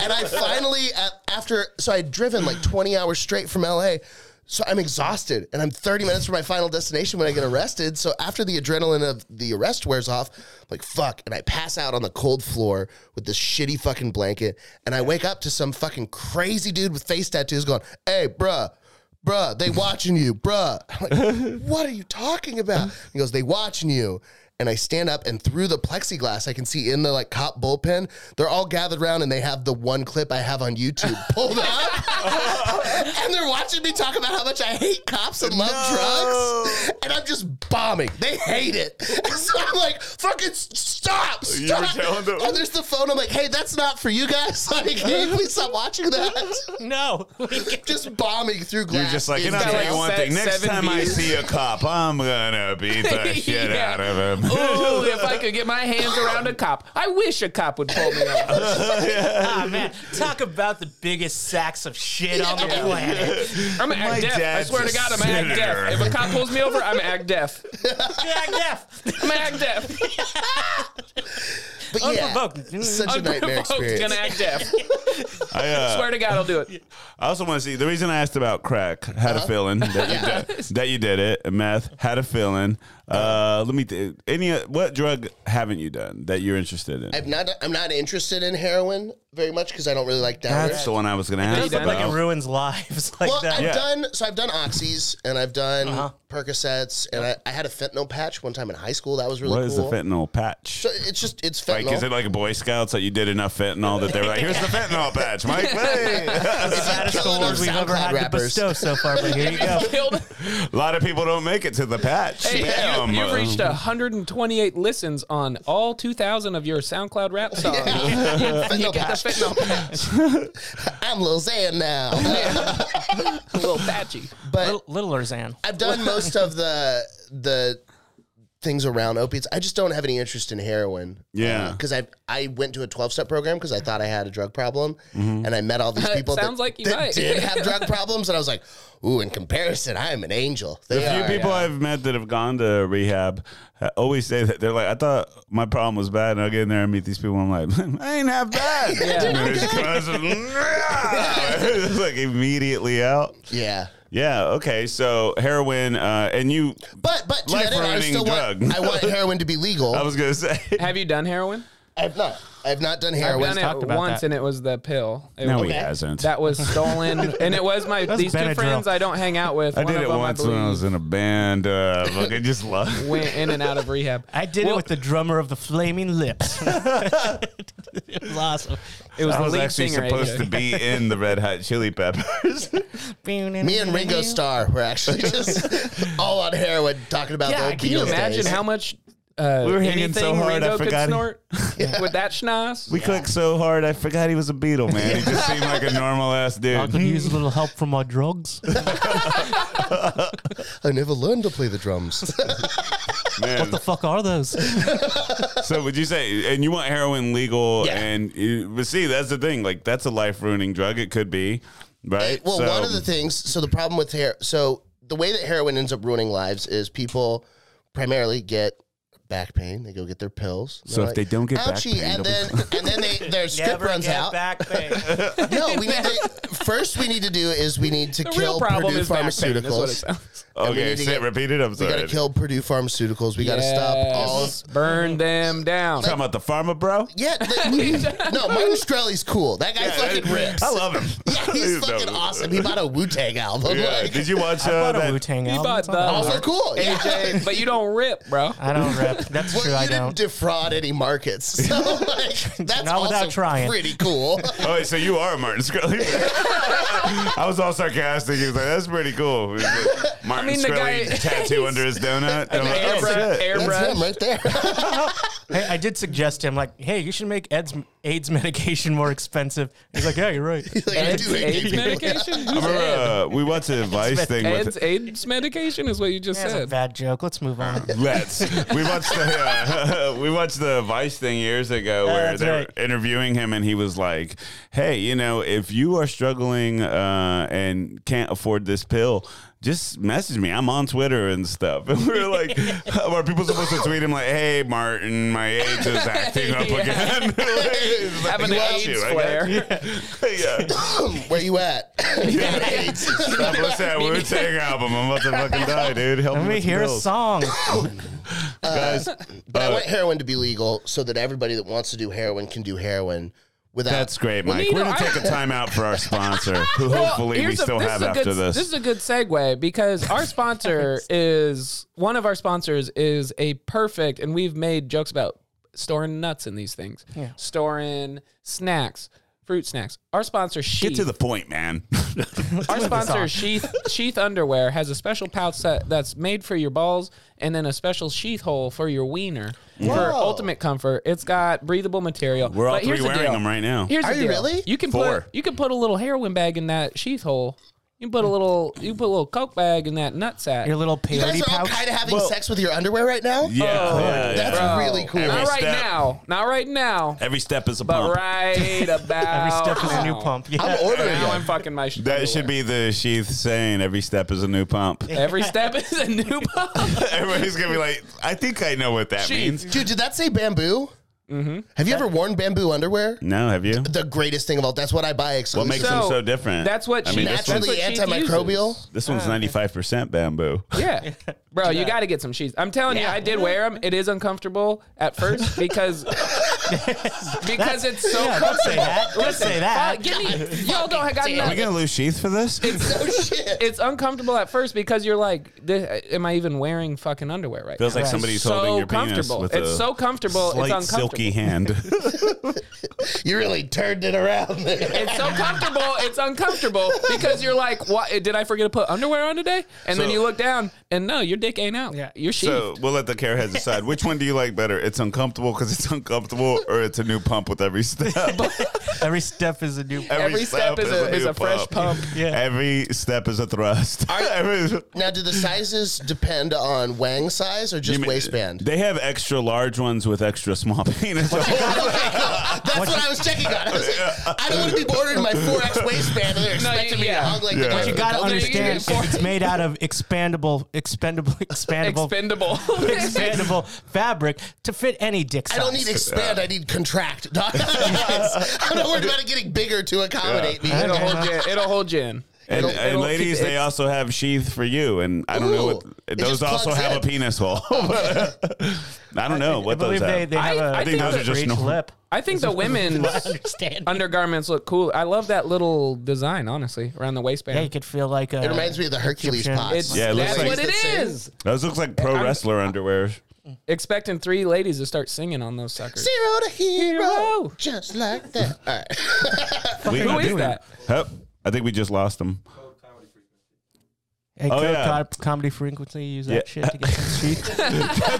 Speaker 2: And I finally, a- after, so I had driven like 20 hours straight from LA. So I'm exhausted and I'm 30 minutes from my final destination when I get arrested. So after the adrenaline of the arrest wears off, I'm like fuck, and I pass out on the cold floor with this shitty fucking blanket. And I wake up to some fucking crazy dude with face tattoos going, hey, bruh, bruh, they watching you, bruh. I'm like, what are you talking about? He goes, they watching you. And I stand up and through the plexiglass, I can see in the like cop bullpen, they're all gathered around and they have the one clip I have on YouTube pulled up. and they're watching me talk about how much I hate cops and love drugs. And I'm just bombing. They hate it. so I'm like, fucking s- stop,
Speaker 1: You were
Speaker 2: stop.
Speaker 1: telling them-
Speaker 2: And there's the phone. I'm like, hey, that's not for you guys. Like, can you please stop watching that?
Speaker 4: no.
Speaker 2: just bombing through glass.
Speaker 1: You're just like, you know,
Speaker 2: is
Speaker 1: I'll tell
Speaker 5: like
Speaker 1: you one
Speaker 5: se-
Speaker 1: thing. Next
Speaker 5: seven
Speaker 1: time I
Speaker 5: views.
Speaker 1: see a cop, I'm gonna beat the shit
Speaker 5: Yeah.
Speaker 1: out of him.
Speaker 5: Ooh, if I could get my hands around a cop, I wish a cop would pull me over.
Speaker 4: Ah, man. Talk about the biggest sacks of shit on the planet.
Speaker 5: I'm gonna
Speaker 1: My
Speaker 5: act deaf. I
Speaker 1: dad's
Speaker 5: swear to
Speaker 1: a
Speaker 5: God, I'm gonna act
Speaker 1: senator.
Speaker 5: deaf. If a cop pulls me over, I'm gonna act deaf.
Speaker 4: Jack Neff.
Speaker 5: I'm gonna act deaf.
Speaker 2: But yeah,
Speaker 4: Unprovoked.
Speaker 2: such a nightmare
Speaker 5: Unprovoked,
Speaker 2: experience.
Speaker 5: gonna act deaf.
Speaker 1: I, uh,
Speaker 5: Swear to God, I'll do it.
Speaker 1: I also want to see the reason I asked about crack. Had a feeling that you did, that you did it. Meth. Had a feeling. Uh, let me. Th- any uh, what drug haven't you done that you're interested in?
Speaker 2: I'm not. I'm not interested in heroin very much because I don't really like downers.
Speaker 1: That's the one I was gonna
Speaker 5: you
Speaker 1: ask
Speaker 5: done?
Speaker 1: about.
Speaker 4: Like it ruins lives like
Speaker 2: well,
Speaker 4: that.
Speaker 2: I've
Speaker 1: Yeah.
Speaker 2: done so. I've done oxys and I've done
Speaker 5: Uh-huh.
Speaker 2: Percocets and I, I had a fentanyl patch one time in high school. That was really
Speaker 1: what
Speaker 2: cool.
Speaker 1: is the fentanyl patch?
Speaker 2: So it's just it's fentanyl.
Speaker 1: Like, is it like a Boy Scouts that you did enough fentanyl that they were like, "Here's the fentanyl patch, Mike." Hey.
Speaker 2: It's like
Speaker 4: Saddest
Speaker 2: killing
Speaker 4: award
Speaker 2: those
Speaker 4: we've ever
Speaker 2: SoundCloud
Speaker 4: had to bestow so far, but here you go.
Speaker 5: Killed.
Speaker 1: a lot of people don't make it to the patch.
Speaker 5: Hey,
Speaker 1: Damn.
Speaker 5: you, have reached 128 listens on all 2,000 of your SoundCloud rap songs. you get the fentanyl patch.
Speaker 2: I'm Lil Xan now,
Speaker 5: A little patchy.
Speaker 2: but
Speaker 4: Little, littler Zan.
Speaker 2: I've done most of the the things around opiates. I just don't have any interest in heroin.
Speaker 1: Yeah.
Speaker 2: because I I went to a twelve step program because I thought I had a drug problem,
Speaker 1: Mm-hmm.
Speaker 2: and I met all these people.
Speaker 5: sounds
Speaker 2: that,
Speaker 5: like you
Speaker 2: that
Speaker 5: might.
Speaker 2: did have drug problems, and I was like, ooh, in comparison, I am an angel. They
Speaker 1: The few
Speaker 2: are-
Speaker 1: people I've met that have gone to rehab uh, always say that they're like, I thought my problem was bad, and I get in there and meet these people, and I'm like, I ain't half bad. And they're just constantly, It's like immediately out.
Speaker 2: yeah.
Speaker 1: Yeah. Okay. So heroin, uh, and you,
Speaker 2: But but to that end, I
Speaker 1: Life-ruining
Speaker 2: still want,
Speaker 1: drug.
Speaker 2: I want heroin to be legal.
Speaker 1: I was gonna say,
Speaker 5: Have you done heroin?
Speaker 2: I've not. I've not done heroin.
Speaker 5: done
Speaker 4: talked
Speaker 5: it
Speaker 4: about
Speaker 5: once,
Speaker 4: that.
Speaker 5: and it was the pill. It
Speaker 1: no,
Speaker 5: was-
Speaker 1: he hasn't.
Speaker 5: That was stolen, and it was my these two
Speaker 4: Benadryl.
Speaker 5: friends I don't hang out with.
Speaker 1: I
Speaker 5: one
Speaker 1: did
Speaker 5: of
Speaker 1: it
Speaker 5: them,
Speaker 1: once
Speaker 5: I
Speaker 1: when I
Speaker 5: believe,
Speaker 1: was in a band. Uh, fucking just love.
Speaker 5: went in and out of rehab.
Speaker 4: I did
Speaker 5: Well,
Speaker 4: it with the drummer of the Flaming Lips. it was awesome.
Speaker 5: It was
Speaker 1: I
Speaker 5: the
Speaker 1: was
Speaker 5: lead
Speaker 1: actually
Speaker 5: singer.
Speaker 1: supposed to be in the Red Hot Chili Peppers.
Speaker 2: Me and Ringo Starr were actually just all on heroin talking about
Speaker 5: Yeah,
Speaker 2: the
Speaker 5: can you
Speaker 2: Beatles
Speaker 5: imagine
Speaker 2: days.
Speaker 5: how much uh,
Speaker 1: We were hanging
Speaker 5: anything
Speaker 1: so hard, I
Speaker 5: Ringo could
Speaker 1: forgot he-
Speaker 5: snort with that schnoz?
Speaker 1: We clicked so hard, I forgot he was a Beatle man. He just seemed like a normal ass
Speaker 4: I could
Speaker 1: dude.
Speaker 4: use a little help from my drugs.
Speaker 2: I never learned to play the drums.
Speaker 1: Man.
Speaker 4: What the fuck are those?
Speaker 1: So would you say, and you want heroin legal,
Speaker 2: Yeah.
Speaker 1: and you, but see, that's the thing. Like that's a life ruining drug. It could be, right?
Speaker 2: well,
Speaker 1: So-
Speaker 2: one of the things. So the problem with hair. So the way that heroin ends up ruining lives is people primarily get back pain. They go get their pills.
Speaker 1: So if they don't get back
Speaker 2: Ouchie,
Speaker 1: pain,
Speaker 2: and
Speaker 1: they'll
Speaker 2: then and then they, their script runs out.
Speaker 4: back pain.
Speaker 2: No, we need to, first we need to do is we need to
Speaker 5: The
Speaker 2: kill
Speaker 5: real problem
Speaker 2: Purdue
Speaker 5: is back pain, is what it
Speaker 2: Pharmaceuticals.
Speaker 5: sounds.
Speaker 2: and we
Speaker 1: okay,
Speaker 2: need to
Speaker 1: say
Speaker 2: get-
Speaker 1: repeat it. I'm
Speaker 2: We
Speaker 1: sorry.
Speaker 2: gotta kill Purdue Pharmaceuticals. We gotta stop all.
Speaker 5: Yes. Uh, Burn them down.
Speaker 1: Talking about the farmer, bro.
Speaker 2: Yeah, the- no, Martin Shkreli's cool. That guy fucking rips.
Speaker 1: I love him.
Speaker 2: Yeah, he's
Speaker 1: dope.
Speaker 2: fucking awesome. He bought a Wu Tang album.
Speaker 1: Yeah.
Speaker 2: like,
Speaker 1: Did you watch
Speaker 4: I
Speaker 1: uh,
Speaker 4: bought a
Speaker 1: that?
Speaker 4: Wu Tang
Speaker 5: You bought the
Speaker 2: also cool. Yeah.
Speaker 5: AJ, but you don't rip, bro.
Speaker 4: I don't rep. That's
Speaker 2: Well,
Speaker 4: true.
Speaker 2: you
Speaker 4: I
Speaker 2: didn't
Speaker 4: don't.
Speaker 2: defraud any markets. So, like, that's
Speaker 4: Not
Speaker 2: also
Speaker 4: without trying.
Speaker 2: pretty cool.
Speaker 1: Oh, wait, so you are Martin Scully. I was all sarcastic. He was like, "That's pretty cool." He was like, Martin
Speaker 5: mean, the
Speaker 1: Scully
Speaker 5: guy-
Speaker 1: tattoo under his donut. I'm like, oh,
Speaker 5: Airbrush.
Speaker 1: shit.
Speaker 2: That's him
Speaker 5: Airbrush.
Speaker 2: right there.
Speaker 4: Hey, I did suggest to him like, hey, you should make Ed's AIDS medication more expensive. He's like, yeah, you're right.
Speaker 2: Like, I
Speaker 5: AIDS,
Speaker 2: do hate gay
Speaker 5: AIDS
Speaker 2: people.
Speaker 5: medication?
Speaker 1: I
Speaker 5: Who's Ed?
Speaker 1: remember uh, we watched a Vice thing
Speaker 5: AIDS,
Speaker 1: with
Speaker 5: AIDS medication is what you just
Speaker 4: That's a
Speaker 5: said.
Speaker 4: bad joke. Let's move on.
Speaker 1: Let's. We watched the uh, we watched the Vice thing years ago
Speaker 4: Yeah,
Speaker 1: where
Speaker 4: Oh, that's
Speaker 1: they
Speaker 4: right.
Speaker 1: were interviewing him and he was like, "Hey, you know, if you are struggling uh, and can't afford this pill, just message me. I'm on Twitter and stuff." And we were like, "Are people supposed to tweet him like, hey, Martin, my AIDS is acting up
Speaker 5: Yeah.
Speaker 1: again? Like, he's like,
Speaker 5: Have an
Speaker 1: "I got
Speaker 5: AIDS
Speaker 1: you, I got
Speaker 5: flare.
Speaker 1: you." yeah.
Speaker 2: Where you at?
Speaker 1: Stop listening to that Wu Tang album. I'm about to fucking die, dude. Help
Speaker 4: Let
Speaker 1: me
Speaker 4: me
Speaker 1: with
Speaker 4: hear
Speaker 1: the
Speaker 4: a
Speaker 1: bills.
Speaker 4: song.
Speaker 1: guys.
Speaker 2: But I
Speaker 1: uh,
Speaker 2: want heroin to be legal so that everybody that wants to do heroin can do heroin without.
Speaker 1: That's great, Mike.
Speaker 5: you
Speaker 1: We're
Speaker 5: know,
Speaker 1: going to
Speaker 5: I-
Speaker 1: take a timeout for our sponsor, who
Speaker 5: Well,
Speaker 1: hopefully we
Speaker 5: here's a-
Speaker 1: still
Speaker 5: this
Speaker 1: have
Speaker 5: is a
Speaker 1: after
Speaker 5: good,
Speaker 1: this.
Speaker 5: This is a good segue because our sponsor is one of our sponsors is a perfect, and we've made jokes about storing nuts in these things, storing snacks, fruit snacks. Our sponsor, Sheath,
Speaker 1: Get to the point, man.
Speaker 5: our sponsor,
Speaker 4: on.
Speaker 5: Sheath Sheath Underwear, has a special pouch set that's made for your balls, and then a special sheath hole for your wiener for ultimate comfort. It's got breathable material.
Speaker 1: We're all
Speaker 5: But
Speaker 1: three
Speaker 5: here's the
Speaker 1: wearing
Speaker 5: deal.
Speaker 1: them right now.
Speaker 5: Here's
Speaker 2: Are
Speaker 5: the
Speaker 2: you
Speaker 5: deal.
Speaker 2: really?
Speaker 5: You can
Speaker 1: Four.
Speaker 5: put you can put a little heroin bag in that sheath hole. You can put a little you can put a little coke bag in that nut sack.
Speaker 4: Your little
Speaker 2: you guys
Speaker 4: peyote
Speaker 2: are all
Speaker 4: pouch.
Speaker 2: kind of having sex with your underwear right now.
Speaker 1: yeah,
Speaker 5: Oh,
Speaker 1: yeah,
Speaker 2: that's
Speaker 1: yeah.
Speaker 2: really cool.
Speaker 1: Every
Speaker 5: Not right
Speaker 1: step.
Speaker 5: now. Not right now.
Speaker 1: Every step is a
Speaker 5: But
Speaker 1: pump.
Speaker 5: right about
Speaker 4: Every step is a new
Speaker 5: now.
Speaker 4: pump. Yeah.
Speaker 2: I'm ordering
Speaker 5: Now I'm
Speaker 2: it.
Speaker 5: fucking my.
Speaker 1: That should be the sheath saying, every step is a new pump.
Speaker 5: Every step is a new pump.
Speaker 1: Everybody's going to be like, I think I know what that means.
Speaker 2: Dude, did that say bamboo? Mm-hmm. Have you ever worn bamboo underwear?
Speaker 1: No, have you?
Speaker 2: The greatest thing of all. That's what I buy
Speaker 1: What
Speaker 2: exclusively.
Speaker 1: makes them so different?
Speaker 5: That's what
Speaker 1: I
Speaker 5: she
Speaker 1: mean, this one's,
Speaker 2: Naturally
Speaker 5: that's what she
Speaker 2: antimicrobial.
Speaker 5: uses.
Speaker 1: this one's 95% bamboo.
Speaker 5: Yeah. Bro, you got to get some sheets. I'm telling you, I did wear them. It is uncomfortable at first because because it's so
Speaker 4: Yeah, don't
Speaker 5: comfortable.
Speaker 4: say that. Don't say
Speaker 5: Uh,
Speaker 4: that.
Speaker 5: give me, y'all don't have got
Speaker 1: Are we
Speaker 5: nothing.
Speaker 1: going to lose sheath for this?
Speaker 2: Oh shit!
Speaker 5: It's uncomfortable at first because you're like, "Th- am I even wearing fucking underwear right
Speaker 1: Feels
Speaker 5: now?
Speaker 1: like somebody's holding your penis
Speaker 5: comfortable.
Speaker 1: with
Speaker 5: It's
Speaker 1: a
Speaker 5: so comfortable. It's
Speaker 1: slight
Speaker 5: uncomfortable.
Speaker 1: silky hand.
Speaker 2: You really turned it around. there.
Speaker 5: It's so comfortable. It's uncomfortable because you're like, what? Did I forget to put underwear on today? And then
Speaker 1: So-
Speaker 5: you look down, and no, your dick ain't out. Yeah, you're sheathed.
Speaker 1: So we'll let the care heads decide which one do you like better. It's uncomfortable because it's uncomfortable, or it's a new pump with every step.
Speaker 4: Every step is a new pump.
Speaker 5: Every step is a- is
Speaker 1: new
Speaker 5: a fresh pump.
Speaker 4: Yeah.
Speaker 1: Every step is a thrust. Every-
Speaker 2: now, do the sizes depend on wang size or
Speaker 1: You
Speaker 2: just
Speaker 1: mean-
Speaker 2: waistband?
Speaker 1: They have extra large ones with extra small penis.
Speaker 2: Okay, cool. That's what, I was checking on. I, was like, I don't want to be bordered in my 4X waistband and they're
Speaker 5: No,
Speaker 2: expecting me
Speaker 5: yeah.
Speaker 2: to hug like
Speaker 1: Yeah.
Speaker 2: the
Speaker 1: What
Speaker 4: You
Speaker 1: Uh,
Speaker 4: gotta
Speaker 5: okay, you get
Speaker 4: understand
Speaker 5: four-
Speaker 4: it's made out of expandable, expendable, expandable,
Speaker 5: expendable.
Speaker 4: expandable fabric to fit any dick
Speaker 2: I
Speaker 4: size.
Speaker 2: don't need expand, I need contract. Doc. I'm not worried about it getting bigger to accommodate me.
Speaker 5: it'll hold you. It'll hold you in.
Speaker 1: and,
Speaker 5: It'll-
Speaker 1: and
Speaker 5: it'll
Speaker 1: ladies,
Speaker 5: keep-
Speaker 1: they
Speaker 5: it's-
Speaker 1: also have sheath for you. And I don't know what
Speaker 2: Ooh, it
Speaker 1: those
Speaker 2: just
Speaker 1: also
Speaker 2: plugs
Speaker 1: have a
Speaker 2: in.
Speaker 1: penis hole. I don't know what
Speaker 4: I
Speaker 1: those
Speaker 4: believe they,
Speaker 1: have.
Speaker 4: they have
Speaker 5: I-
Speaker 4: a
Speaker 5: I think those are
Speaker 1: just
Speaker 4: breech
Speaker 1: normal.
Speaker 4: lip.
Speaker 5: I think the women's
Speaker 4: Understand?
Speaker 5: undergarments look cool. I love that little design, honestly, around the waistband.
Speaker 4: Yeah, you could feel like a,
Speaker 2: It reminds me of the Hercules
Speaker 4: Egyptian.
Speaker 2: pots.
Speaker 5: it's
Speaker 1: Yeah, it looks
Speaker 5: that's
Speaker 1: like-
Speaker 5: what it
Speaker 2: It's the same.
Speaker 5: is.
Speaker 1: Those look like pro
Speaker 5: I'm-
Speaker 1: wrestler underwear.
Speaker 5: Expecting three ladies to start singing on those suckers.
Speaker 2: Zero to hero,
Speaker 5: Hero.
Speaker 2: just like that. All right.
Speaker 1: We-
Speaker 5: Who is that?
Speaker 1: Oh, I think we just lost them.
Speaker 4: Hey,
Speaker 1: Oh,
Speaker 4: oh,
Speaker 1: yeah.
Speaker 4: comedy frequency. Use that
Speaker 1: Yeah.
Speaker 4: shit to get some sheets.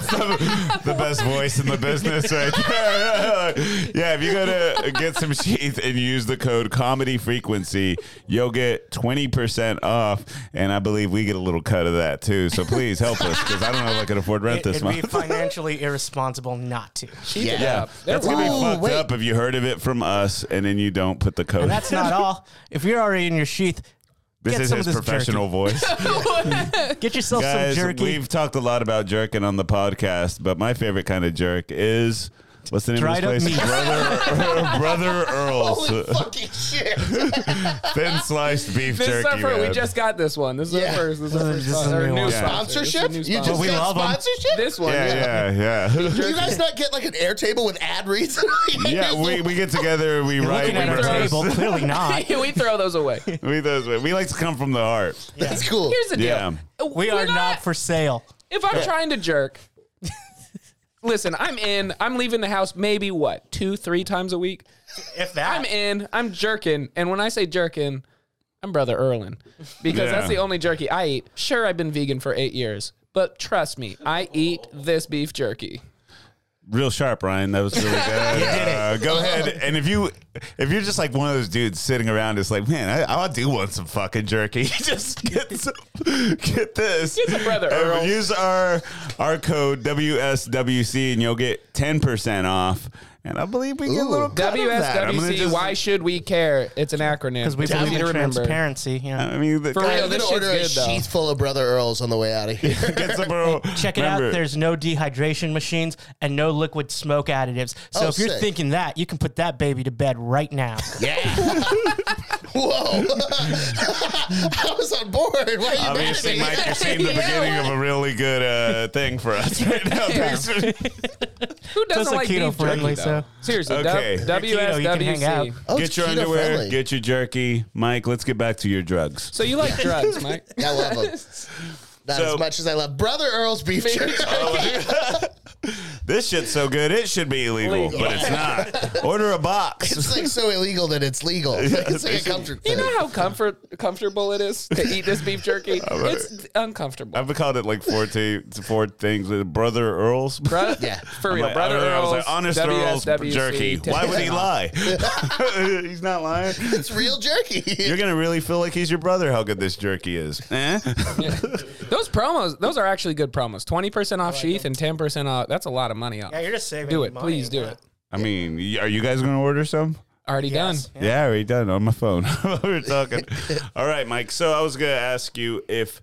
Speaker 1: the best voice in the business right there. yeah, if you go to get some sheath and use the code comedy frequency, you'll get 20% off. And I believe we get a little cut of that too. So please help us because I don't know if I can afford rent
Speaker 4: It,
Speaker 1: this
Speaker 4: would be
Speaker 1: month.
Speaker 4: financially irresponsible not to.
Speaker 5: She's
Speaker 2: Yeah.
Speaker 5: a
Speaker 1: Yeah,
Speaker 5: dub. They're
Speaker 1: that's gonna be
Speaker 5: wild.
Speaker 2: wild.
Speaker 1: fucked
Speaker 2: Wait.
Speaker 1: up if you heard of it from us and then you don't put the code.
Speaker 4: And that's not all. If you're already in your sheath,
Speaker 1: this
Speaker 4: get
Speaker 1: is
Speaker 4: some
Speaker 1: his
Speaker 4: of this
Speaker 1: professional voice.
Speaker 4: jerky. Get yourself
Speaker 1: Guys,
Speaker 4: some jerky.
Speaker 1: we've talked a lot about jerking on the podcast, but my favorite kind of jerk is what's the name
Speaker 4: Dried
Speaker 1: of
Speaker 4: up
Speaker 1: this place?
Speaker 4: meat.
Speaker 1: Brother, Brother Earl's.
Speaker 2: Holy fucking shit.
Speaker 1: thin sliced beef
Speaker 5: This is
Speaker 1: jerky.
Speaker 5: our first. We
Speaker 1: man.
Speaker 5: just got this one. This is
Speaker 2: Yeah.
Speaker 5: our first. This is our
Speaker 4: This
Speaker 5: first.
Speaker 4: is
Speaker 5: sponsor.
Speaker 4: a
Speaker 5: Our
Speaker 4: new
Speaker 5: new
Speaker 4: one.
Speaker 5: sponsor. This is a
Speaker 2: Sponsorship?
Speaker 5: new
Speaker 2: You
Speaker 5: sponsor.
Speaker 2: just
Speaker 4: we
Speaker 2: got
Speaker 4: love 'em.
Speaker 2: sponsorship?
Speaker 5: this one. Yeah,
Speaker 1: yeah, yeah, yeah.
Speaker 2: Do you guys not get like an Airtable with ad reads?
Speaker 1: Yeah, we, we get together, we
Speaker 4: You're
Speaker 1: write,
Speaker 4: looking
Speaker 1: we
Speaker 4: at our
Speaker 1: rehearse.
Speaker 4: table, clearly not.
Speaker 5: we throw those away. Here's
Speaker 1: we, those, we like to come from the heart.
Speaker 2: That's cool.
Speaker 5: the deal. Uh,
Speaker 1: Yeah.
Speaker 4: We
Speaker 5: We're
Speaker 4: are not for sale.
Speaker 5: If I'm trying to jerk, listen, I'm in. I'm leaving the house maybe what two, three times a week.
Speaker 4: If
Speaker 5: I'm
Speaker 4: that,
Speaker 5: in. I'm jerking, and when I say jerking, I'm brother Erlin because
Speaker 1: Yeah.
Speaker 5: that's the only jerky I eat. Sure, I've been vegan for eight years, but trust me, I eat this beef jerky.
Speaker 1: real sharp, Ryan. That was really good. Uh, go ahead. And if you if you're just like one of those dudes sitting around, it's like, man, I, I do want some fucking jerky. just get some, get this.
Speaker 5: Get some Brother
Speaker 1: Uh,
Speaker 5: Earl.
Speaker 1: Use our our code WSWC and you'll get ten percent off. And I believe we get a little cut of that. I'm gonna
Speaker 5: WSWC.
Speaker 1: just-
Speaker 5: why should we care? It's an acronym.
Speaker 4: because we
Speaker 5: It's
Speaker 4: believe
Speaker 5: easy
Speaker 4: in
Speaker 5: to remember.
Speaker 4: transparency. You know,
Speaker 1: I mean, the,
Speaker 5: For real,
Speaker 2: I'm
Speaker 5: this
Speaker 2: gonna
Speaker 5: shit's
Speaker 2: order a
Speaker 5: good, though.
Speaker 2: sheath full of Brother Earls on the way out of here.
Speaker 1: get some, bro.
Speaker 4: check it out.
Speaker 1: Remember-
Speaker 4: There's no dehydration machines and no liquid smoke additives. So
Speaker 2: Oh,
Speaker 4: if you're
Speaker 2: sick.
Speaker 4: thinking that, you can put that baby to bed right now.
Speaker 2: Whoa! I was on board. Why are you mad at
Speaker 1: Obviously,
Speaker 2: me?
Speaker 1: Mike, you're seeing the
Speaker 5: Yeah,
Speaker 1: beginning of a really good uh, thing for us right now. Thanks for-
Speaker 5: Who doesn't
Speaker 4: Plus,
Speaker 5: like
Speaker 4: like, keto
Speaker 5: beef
Speaker 4: friendly,
Speaker 5: jerky, though?
Speaker 4: so-
Speaker 5: Seriously,
Speaker 1: Okay.
Speaker 5: du-
Speaker 1: You're
Speaker 4: keto, you can hang
Speaker 5: WSWC.
Speaker 4: out.
Speaker 2: Oh, it's
Speaker 1: get your
Speaker 2: keto
Speaker 1: underwear,
Speaker 2: friendly.
Speaker 1: get your jerky. Mike, let's get back to your drugs.
Speaker 5: So you like drugs, Mike?
Speaker 2: I love them. Not
Speaker 1: So- Oh,
Speaker 2: as much as I love Brother Earl's beef jerky.
Speaker 1: This shit's so good, it should be illegal, but it's not. Order a box.
Speaker 2: It's like so illegal that it's legal. It's like a comfort
Speaker 5: You
Speaker 2: food.
Speaker 5: know how comfort comfortable it is to eat this beef jerky? It's uncomfortable.
Speaker 1: I've called it like four, t- four things with Brother Earl's.
Speaker 5: Bro-
Speaker 2: Yeah.
Speaker 5: for real,
Speaker 1: Like,
Speaker 5: brother.
Speaker 1: I, don't know, I was like, honest
Speaker 5: Earl's, WSWC,
Speaker 1: Earl's jerky. Why would he lie? he's not lying.
Speaker 2: It's real jerky.
Speaker 1: You're going to really feel like he's your brother how good this jerky is. Eh?
Speaker 5: Those promos, those are actually good promos. Twenty percent off sheath and ten percent off. That's a lot of money off.
Speaker 4: just saving.
Speaker 5: do it, please do it.
Speaker 1: I mean, y- are you guys going to order some?
Speaker 5: Already done.
Speaker 1: Yeah, I already done on my phone. we were talking. All right, Mike. So I was gonna ask you if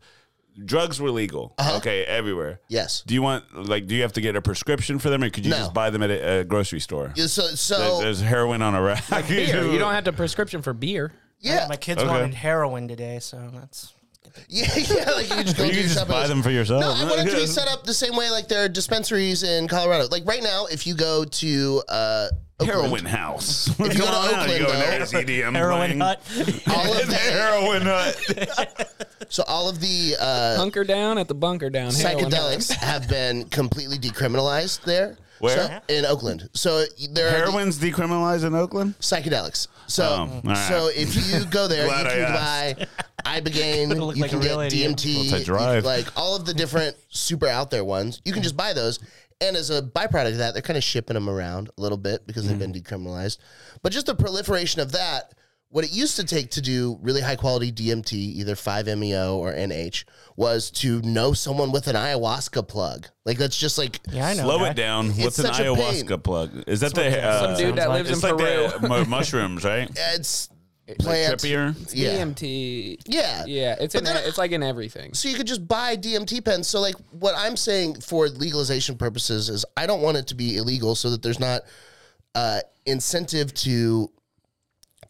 Speaker 1: drugs were legal, okay, everywhere.
Speaker 2: Uh-huh. yes.
Speaker 1: Do you want like? Do you have to get a prescription for them, or could you
Speaker 2: No.
Speaker 1: just buy them at a, a grocery store?
Speaker 2: Yeah, So,
Speaker 1: There-
Speaker 2: so
Speaker 1: There's heroin on a rack.
Speaker 5: Beer. You don't have to prescription for beer.
Speaker 2: yeah,
Speaker 4: My kids
Speaker 1: Okay.
Speaker 4: wanted heroin today, so that's
Speaker 2: yeah, yeah. Like you can just go
Speaker 1: You can
Speaker 2: to your
Speaker 1: just
Speaker 2: shop
Speaker 1: buy
Speaker 2: and-
Speaker 1: them for yourself.
Speaker 2: No, I want it to be set up the same way like there are dispensaries in Colorado. Like right now, if you go to uh, Oakland,
Speaker 1: Heroin house. If
Speaker 2: you go to
Speaker 1: you
Speaker 2: Oakland,
Speaker 1: go
Speaker 2: though-
Speaker 1: into SEDM
Speaker 4: heroin
Speaker 1: playing.
Speaker 4: hut.
Speaker 2: all of the,
Speaker 1: Heroin hut.
Speaker 2: so all of the uh,
Speaker 5: Hunker down at the bunker down. Heroin.
Speaker 2: psychedelics have been completely decriminalized there.
Speaker 1: Where?
Speaker 2: So, in Oakland. So there are the-
Speaker 1: Heroin's decriminalized in Oakland.
Speaker 2: psychedelics. So
Speaker 1: Oh, all right.
Speaker 2: so if you go there,
Speaker 1: Glad
Speaker 2: you
Speaker 1: I
Speaker 2: can
Speaker 1: asked.
Speaker 2: buy ibogaine,
Speaker 4: look
Speaker 2: you
Speaker 4: like
Speaker 2: can
Speaker 4: a
Speaker 2: get
Speaker 4: real idiot.
Speaker 2: DMT,
Speaker 1: Once I
Speaker 2: you-
Speaker 1: drive.
Speaker 2: like all of the different super out there ones. You can just buy those. And as a byproduct of that, they're kind of shipping them around a little bit because they've been
Speaker 1: Mm.
Speaker 2: decriminalized. But just the proliferation of that, what it used to take to do really high quality DMT, either 5-MeO or NH, was to know someone with an ayahuasca plug. Like that's just like
Speaker 4: Yeah, I know.
Speaker 1: Slow
Speaker 4: guy.
Speaker 1: it down. What's an
Speaker 2: such a pain.
Speaker 1: ayahuasca plug? Is that the uh,
Speaker 5: Some dude that
Speaker 4: Sounds
Speaker 5: lives
Speaker 1: It's
Speaker 5: in
Speaker 1: like the
Speaker 5: Peru.
Speaker 1: mu- mushrooms, right?
Speaker 2: it's plant.
Speaker 1: Trippier.
Speaker 2: yeah.
Speaker 5: DMT.
Speaker 2: Yeah.
Speaker 5: Yeah, it's in.
Speaker 2: then-
Speaker 5: it's like in everything.
Speaker 2: so you could just buy DMT pens. So like what I'm saying for legalization purposes is I don't want it to be illegal so that there's not uh incentive to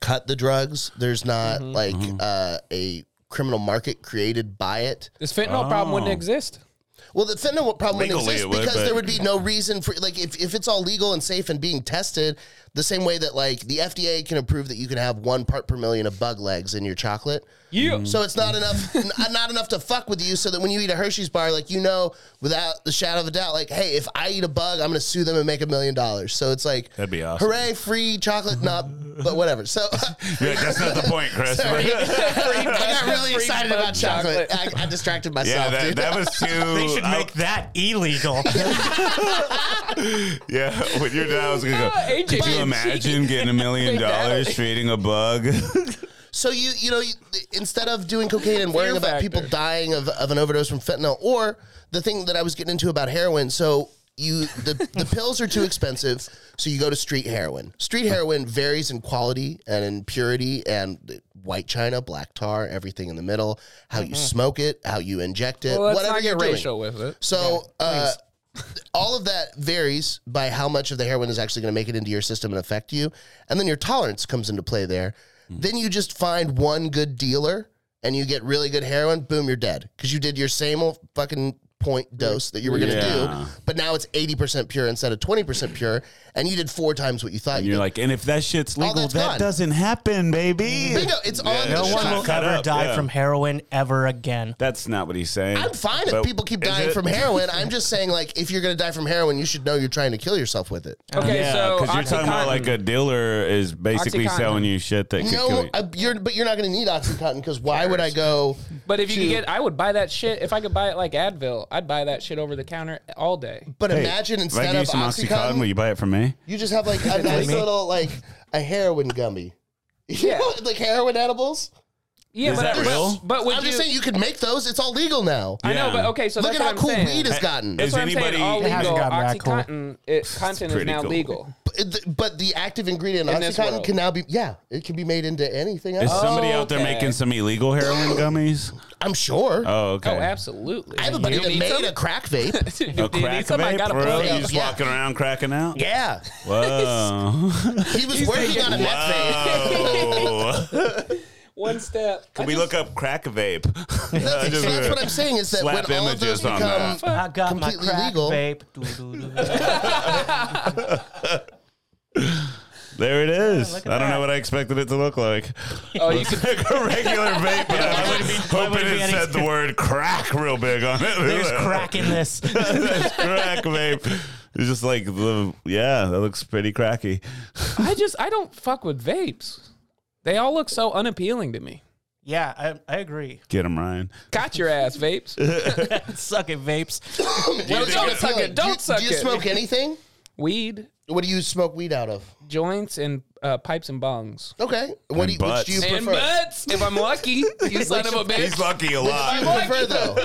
Speaker 2: cut the drugs. There's not
Speaker 1: Mm-hmm.
Speaker 2: like uh a criminal market created by it.
Speaker 5: This fentanyl problem
Speaker 1: Oh.
Speaker 5: wouldn't exist.
Speaker 2: Well, the fentanyl problem wouldn't
Speaker 1: Legally,
Speaker 2: exist
Speaker 1: it would,
Speaker 2: because
Speaker 1: but-
Speaker 2: there would be no reason for like if, if it's all legal and safe and being tested, the same way that like the FDA can approve that you can have one part per million of bug legs in your chocolate.
Speaker 5: You.
Speaker 2: So it's not enough, n- not enough to fuck with you. So that when you eat a Hershey's bar, like you know, without the shadow of a doubt, like, hey, if I eat a bug, I'm gonna sue them and make a million dollars. So it's like,
Speaker 1: That'd be awesome.
Speaker 2: Hooray, free chocolate, not, but whatever. So
Speaker 1: Yeah, that's not the point, Chris.
Speaker 2: I got really excited
Speaker 5: bug
Speaker 2: about chocolate. I, I distracted
Speaker 1: yeah,
Speaker 2: myself.
Speaker 1: that,
Speaker 2: dude.
Speaker 1: that was too.
Speaker 4: They should make that illegal.
Speaker 1: yeah, when you're done, I was gonna go.
Speaker 5: AJ,
Speaker 1: Could you imagine getting a million
Speaker 5: Make that
Speaker 1: dollars treating a bug?
Speaker 2: So you you know you, instead of doing cocaine and worrying about
Speaker 5: factor.
Speaker 2: people dying of, of an overdose from fentanyl or the thing that I was getting into about heroin so you the, the pills are too expensive so you go to street heroin street heroin varies in quality and in purity and white china black tar everything in the middle how you smoke it how you inject it
Speaker 5: Mm-hmm. Well, let's
Speaker 2: Mm. whatever
Speaker 5: not
Speaker 2: you're
Speaker 5: get
Speaker 2: doing.
Speaker 5: racial with it.
Speaker 2: So uh, all of that varies by how much of the heroin is actually going to make it into your system and affect you, and then your tolerance comes into play there.
Speaker 1: Mm.
Speaker 2: Then you just find one good dealer and you get really good heroin. Boom, you're dead because you did your same old fucking point dose that you were going to
Speaker 1: Yeah.
Speaker 2: do, but now it's eighty percent pure instead of twenty percent pure, and you did four times what you thought you
Speaker 1: You're
Speaker 2: did.
Speaker 1: like, and if that shit's legal,
Speaker 2: Oh, that's
Speaker 1: that
Speaker 2: gone.
Speaker 1: doesn't happen, baby.
Speaker 2: Bingo, it's on
Speaker 1: No
Speaker 2: the
Speaker 1: one
Speaker 2: shot.
Speaker 1: will-
Speaker 4: I'll
Speaker 1: Cut
Speaker 4: ever
Speaker 1: up,
Speaker 4: die
Speaker 1: yeah.
Speaker 4: from heroin ever again.
Speaker 1: That's not what he's saying.
Speaker 2: I'm fine if
Speaker 1: But
Speaker 2: people keep
Speaker 1: is
Speaker 2: dying
Speaker 1: it-
Speaker 2: from heroin. I'm just saying, like, if you're going to die from heroin, you should know you're trying to kill yourself with it.
Speaker 5: Okay,
Speaker 1: Uh, Yeah,
Speaker 5: so
Speaker 1: because you're talking about like a dealer is basically
Speaker 5: Oxycontin.
Speaker 1: selling you shit that could kill
Speaker 2: No,
Speaker 1: you.
Speaker 2: uh, you're, but you're not going to need OxyContin because why would I go?
Speaker 5: But if you could
Speaker 2: Shoot.
Speaker 5: get, I would buy that shit if I could buy it like Advil. pill. I'd buy that shit over the counter all day.
Speaker 2: But
Speaker 1: Hey,
Speaker 2: imagine
Speaker 1: if I
Speaker 2: instead
Speaker 1: give you
Speaker 2: of
Speaker 1: some
Speaker 2: Oxycontin,
Speaker 1: will you buy it from me?
Speaker 2: you just have like a nice
Speaker 4: me.
Speaker 2: little like a heroin gummy. You
Speaker 5: Yeah.
Speaker 2: know, like heroin edibles.
Speaker 5: Yeah,
Speaker 1: Is
Speaker 5: but
Speaker 1: that
Speaker 5: but,
Speaker 1: real?
Speaker 5: But would
Speaker 2: I'm
Speaker 5: you?
Speaker 2: just saying you can make those. It's all legal now.
Speaker 5: I know,
Speaker 1: Yeah.
Speaker 5: but okay. So
Speaker 2: Look
Speaker 5: that's
Speaker 2: at how
Speaker 5: what
Speaker 2: cool
Speaker 5: I'm saying.
Speaker 2: weed has gotten.
Speaker 1: Is
Speaker 5: That's what I'm
Speaker 1: anybody-
Speaker 5: saying. All
Speaker 1: It
Speaker 5: legal
Speaker 6: hasn't gotten that cool.
Speaker 5: OxyContin it, content is
Speaker 1: pretty
Speaker 5: now
Speaker 1: cool.
Speaker 5: legal.
Speaker 2: But the- But the active ingredient
Speaker 5: In this
Speaker 2: Oxycontin
Speaker 5: world.
Speaker 2: can now be yeah, it can be made into anything else.
Speaker 1: Is somebody out there
Speaker 5: Okay.
Speaker 1: making some illegal heroin gummies?
Speaker 2: I'm sure.
Speaker 1: Oh, okay.
Speaker 5: Oh, absolutely.
Speaker 2: I have a buddy
Speaker 5: You
Speaker 2: that
Speaker 5: need
Speaker 2: made
Speaker 5: some?
Speaker 2: a crack vape.
Speaker 5: Do you
Speaker 1: A
Speaker 5: need
Speaker 1: crack
Speaker 5: some? I
Speaker 1: vape,
Speaker 5: got a
Speaker 1: bro?
Speaker 5: plug.
Speaker 1: You just
Speaker 2: Yeah.
Speaker 1: walking around cracking out?
Speaker 2: yeah,
Speaker 1: Whoa.
Speaker 2: he was working on a meth vape.
Speaker 1: Whoa.
Speaker 5: One step.
Speaker 1: Can
Speaker 5: I
Speaker 1: Oh. we
Speaker 5: just-
Speaker 1: look up crack vape?
Speaker 2: That's, so that's what I'm saying is that when
Speaker 1: Slap
Speaker 2: all of those
Speaker 1: images on
Speaker 2: become
Speaker 4: I got
Speaker 2: Completely
Speaker 4: my crack
Speaker 2: legal.
Speaker 4: vape. Doo-doo-doo.
Speaker 1: There it is.
Speaker 4: look at
Speaker 1: I don't know
Speaker 4: that.
Speaker 1: what I expected it to look like.
Speaker 5: Oh, you
Speaker 1: Looks
Speaker 5: could-
Speaker 1: like a regular vape, but I
Speaker 4: would it
Speaker 1: was
Speaker 4: be- why would
Speaker 1: hoping
Speaker 4: it be
Speaker 1: it
Speaker 4: any-
Speaker 1: said the word crack real big on it.
Speaker 4: There's crack in this.
Speaker 1: There's crack vape. It's just like the yeah, that looks pretty cracky.
Speaker 5: I just I don't fuck with vapes. They all look so unappealing to me.
Speaker 4: Yeah, I, I agree.
Speaker 1: Get him, Ryan.
Speaker 5: Got your ass vapes.
Speaker 4: Suck it, vapes.
Speaker 2: What is
Speaker 5: don't
Speaker 2: it?
Speaker 5: suck it. Don't
Speaker 2: do you,
Speaker 5: suck
Speaker 2: do you
Speaker 5: it.
Speaker 2: smoke anything?
Speaker 5: Weed,
Speaker 2: What do you smoke weed out of?
Speaker 5: joints, and uh, pipes and bongs.
Speaker 2: Okay. What do you, which
Speaker 1: butts.
Speaker 2: do you
Speaker 5: And
Speaker 2: prefer?
Speaker 5: butts, if I'm lucky, you son of a
Speaker 1: He's
Speaker 5: bitch.
Speaker 1: lucky a
Speaker 2: Which do
Speaker 1: lot.
Speaker 2: you prefer though?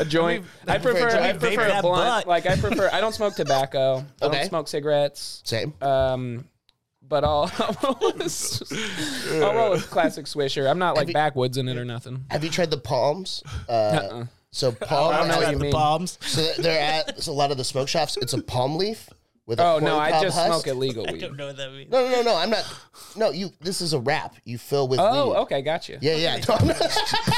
Speaker 5: A joint. I prefer.
Speaker 2: joint.
Speaker 5: I
Speaker 2: Vape
Speaker 5: prefer a
Speaker 4: that
Speaker 5: blunt.
Speaker 4: butt.
Speaker 5: Like I prefer. I don't smoke tobacco. I
Speaker 2: Okay.
Speaker 5: don't smoke cigarettes.
Speaker 2: Same.
Speaker 5: Um, but I'll I'll roll, a s- I'll roll a classic swisher. I'm not like
Speaker 2: you-
Speaker 5: backwoods in it or nothing.
Speaker 2: Have you tried the palms? Uh,
Speaker 5: Uh-uh.
Speaker 2: so palm.
Speaker 5: I don't know what you mean.
Speaker 4: Bombs.
Speaker 2: So that- they're at so a lot of the smoke shops. It's a palm leaf with a
Speaker 5: Oh no,
Speaker 2: corn
Speaker 5: I
Speaker 2: cob
Speaker 5: just
Speaker 2: husk.
Speaker 5: smoke illegal
Speaker 4: I
Speaker 5: weed.
Speaker 4: don't know what that means.
Speaker 2: No, no, no, no. I'm not. No, you. This is a wrap. You fill with.
Speaker 5: Oh,
Speaker 2: weed.
Speaker 5: okay, gotcha.
Speaker 2: Yeah, yeah. No, I'm not-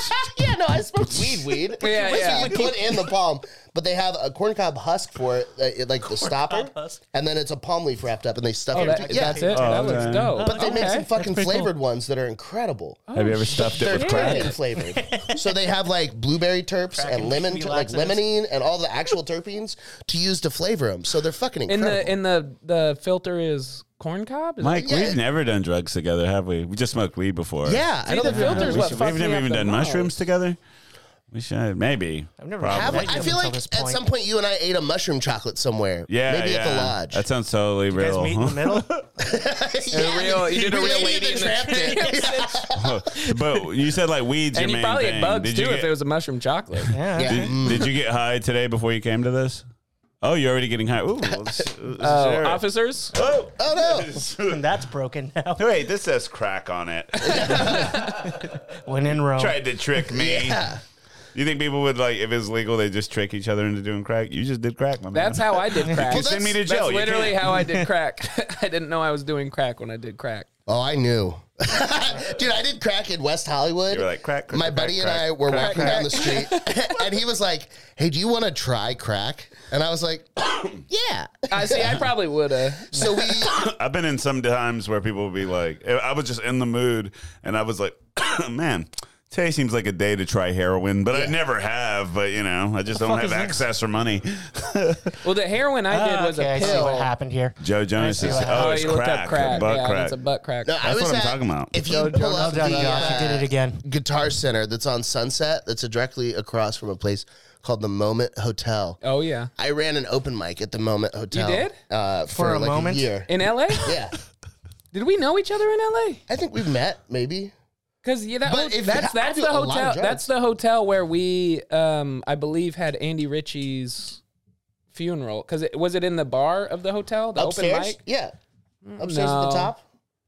Speaker 2: yeah, no, I smoke weed, weed.
Speaker 5: Yeah,
Speaker 2: Which
Speaker 5: yeah.
Speaker 2: You put in the palm, but they have a corncob husk for it, uh, it like the stopper,
Speaker 4: cob husk.
Speaker 2: and then it's a palm leaf wrapped up, and they stuff
Speaker 5: Oh,
Speaker 2: it.
Speaker 5: that,
Speaker 2: yeah,
Speaker 5: that's it.
Speaker 1: Oh,
Speaker 5: that looks
Speaker 1: okay.
Speaker 5: dope.
Speaker 2: But they make some fucking
Speaker 4: pretty cool.
Speaker 2: flavored ones that are incredible.
Speaker 1: Have you ever stuffed it
Speaker 2: They're
Speaker 1: with
Speaker 5: Oh, crack?
Speaker 2: Kraken flavored. so they have like blueberry terps and
Speaker 4: Kraken
Speaker 2: lemon, like
Speaker 4: relaxers.
Speaker 2: lemonine, and all the actual terpenes to use to flavor them. So they're fucking
Speaker 5: in
Speaker 2: incredible.
Speaker 5: the in the the filter is corn cob. Is that-
Speaker 1: Mike,
Speaker 2: Yeah.
Speaker 1: we've never done drugs together, have we? We just smoked weed before.
Speaker 2: yeah, I
Speaker 5: See,
Speaker 2: know
Speaker 5: the
Speaker 2: they're really
Speaker 5: filters
Speaker 1: We
Speaker 5: what
Speaker 1: should-
Speaker 5: fucked
Speaker 1: we've
Speaker 5: me
Speaker 1: never
Speaker 5: up
Speaker 1: even
Speaker 5: the
Speaker 1: done
Speaker 5: most.
Speaker 1: mushrooms together. We should maybe.
Speaker 4: I've never
Speaker 1: Probably.
Speaker 2: Have
Speaker 4: tried
Speaker 2: I
Speaker 4: them
Speaker 2: feel
Speaker 4: until
Speaker 2: like
Speaker 4: this
Speaker 2: at
Speaker 4: point.
Speaker 2: some point you and I ate a mushroom chocolate somewhere.
Speaker 1: Yeah,
Speaker 2: maybe
Speaker 1: yeah.
Speaker 2: at the lodge.
Speaker 1: That sounds totally
Speaker 4: You guys
Speaker 1: real.
Speaker 4: meet in the
Speaker 1: huh?
Speaker 4: middle.
Speaker 2: yeah,
Speaker 5: real- you did a real
Speaker 2: Lady
Speaker 5: lady
Speaker 2: and
Speaker 5: in
Speaker 2: the
Speaker 5: the
Speaker 2: Tramp did.
Speaker 1: but you said like weeds.
Speaker 5: And
Speaker 1: your
Speaker 5: you
Speaker 1: main
Speaker 5: probably
Speaker 1: thing.
Speaker 5: had bugs
Speaker 1: Did you
Speaker 5: too
Speaker 1: get-
Speaker 5: if it was a mushroom chocolate.
Speaker 4: Yeah.
Speaker 2: Yeah.
Speaker 1: Did, did you get high today before you came to this? Oh, you're already getting high. Ooh, let's- let's
Speaker 5: Oh,
Speaker 1: share it.
Speaker 5: officers.
Speaker 1: Oh,
Speaker 2: Oh no!
Speaker 1: oh.
Speaker 4: And that's broken now.
Speaker 1: Wait, this says crack on it.
Speaker 4: When in
Speaker 5: Oh.
Speaker 4: Rome.
Speaker 1: Tried to trick me.
Speaker 2: Yeah.
Speaker 1: You think people would like if it's legal, they just trick each other into doing crack? You just did crack, my man.
Speaker 5: That's how I did crack.
Speaker 1: You send me to
Speaker 5: That's
Speaker 1: jail. You
Speaker 5: literally
Speaker 1: can't-
Speaker 5: how I did crack. I didn't know I was doing crack when I did crack.
Speaker 2: Oh, I knew. Dude, I did crack in West Hollywood.
Speaker 1: You were like, crack, crack,
Speaker 2: My
Speaker 1: crack,
Speaker 2: buddy and
Speaker 1: crack,
Speaker 2: I were
Speaker 1: crack,
Speaker 2: walking down the street, and he was like, "Hey, do you want to try crack?" And I was like, "Yeah."
Speaker 5: I see. I probably would have.
Speaker 2: So we,
Speaker 1: I've been in some times where people would be like, eh, I was just in the mood and I was like, man, today seems like a day to try heroin, but I never have. But you know, I just don't
Speaker 4: fuck
Speaker 1: have
Speaker 4: is this?
Speaker 1: access or money.
Speaker 5: Well, the heroin I did
Speaker 4: Ah,
Speaker 5: was
Speaker 4: okay, I
Speaker 5: a
Speaker 4: see
Speaker 5: pill.
Speaker 4: what happened here.
Speaker 1: Joe Jonas
Speaker 4: see
Speaker 1: is,
Speaker 4: what
Speaker 1: oh,
Speaker 5: Oh,
Speaker 1: it's
Speaker 5: you looked
Speaker 1: crack,
Speaker 5: up crack.
Speaker 1: butt
Speaker 5: yeah,
Speaker 1: crack.
Speaker 5: it's a butt crack.
Speaker 2: no, I
Speaker 1: That's
Speaker 2: was
Speaker 1: what I'm
Speaker 2: at-
Speaker 1: talking about.
Speaker 2: If you
Speaker 4: Joe,
Speaker 2: pull
Speaker 4: Joe, well
Speaker 2: up
Speaker 4: done,
Speaker 2: the
Speaker 4: Josh. You did it again.
Speaker 2: uh, Guitar Center that's on Sunset, that's directly across from a place called the Moment Hotel.
Speaker 5: Oh yeah,
Speaker 2: I ran an open mic at the Moment Hotel.
Speaker 5: did?
Speaker 2: uh, for,
Speaker 4: a
Speaker 2: like
Speaker 4: moment?
Speaker 2: a year.
Speaker 5: in L.A.
Speaker 2: yeah,
Speaker 5: Did we know each other in L.A.?
Speaker 2: I think we've met maybe.
Speaker 5: Because yeah, that
Speaker 2: But
Speaker 5: was-
Speaker 2: if-
Speaker 5: that's
Speaker 2: I
Speaker 5: that's
Speaker 2: do a
Speaker 5: the
Speaker 2: lot of
Speaker 5: hotel.
Speaker 2: drugs.
Speaker 5: That's the hotel where we, um, I believe, had Andy Ritchie's funeral. Because it, was it in the bar of the hotel, the open
Speaker 2: Upstairs?
Speaker 5: mic? Hmm.
Speaker 2: Yeah. Upstairs at
Speaker 5: no.
Speaker 2: the top?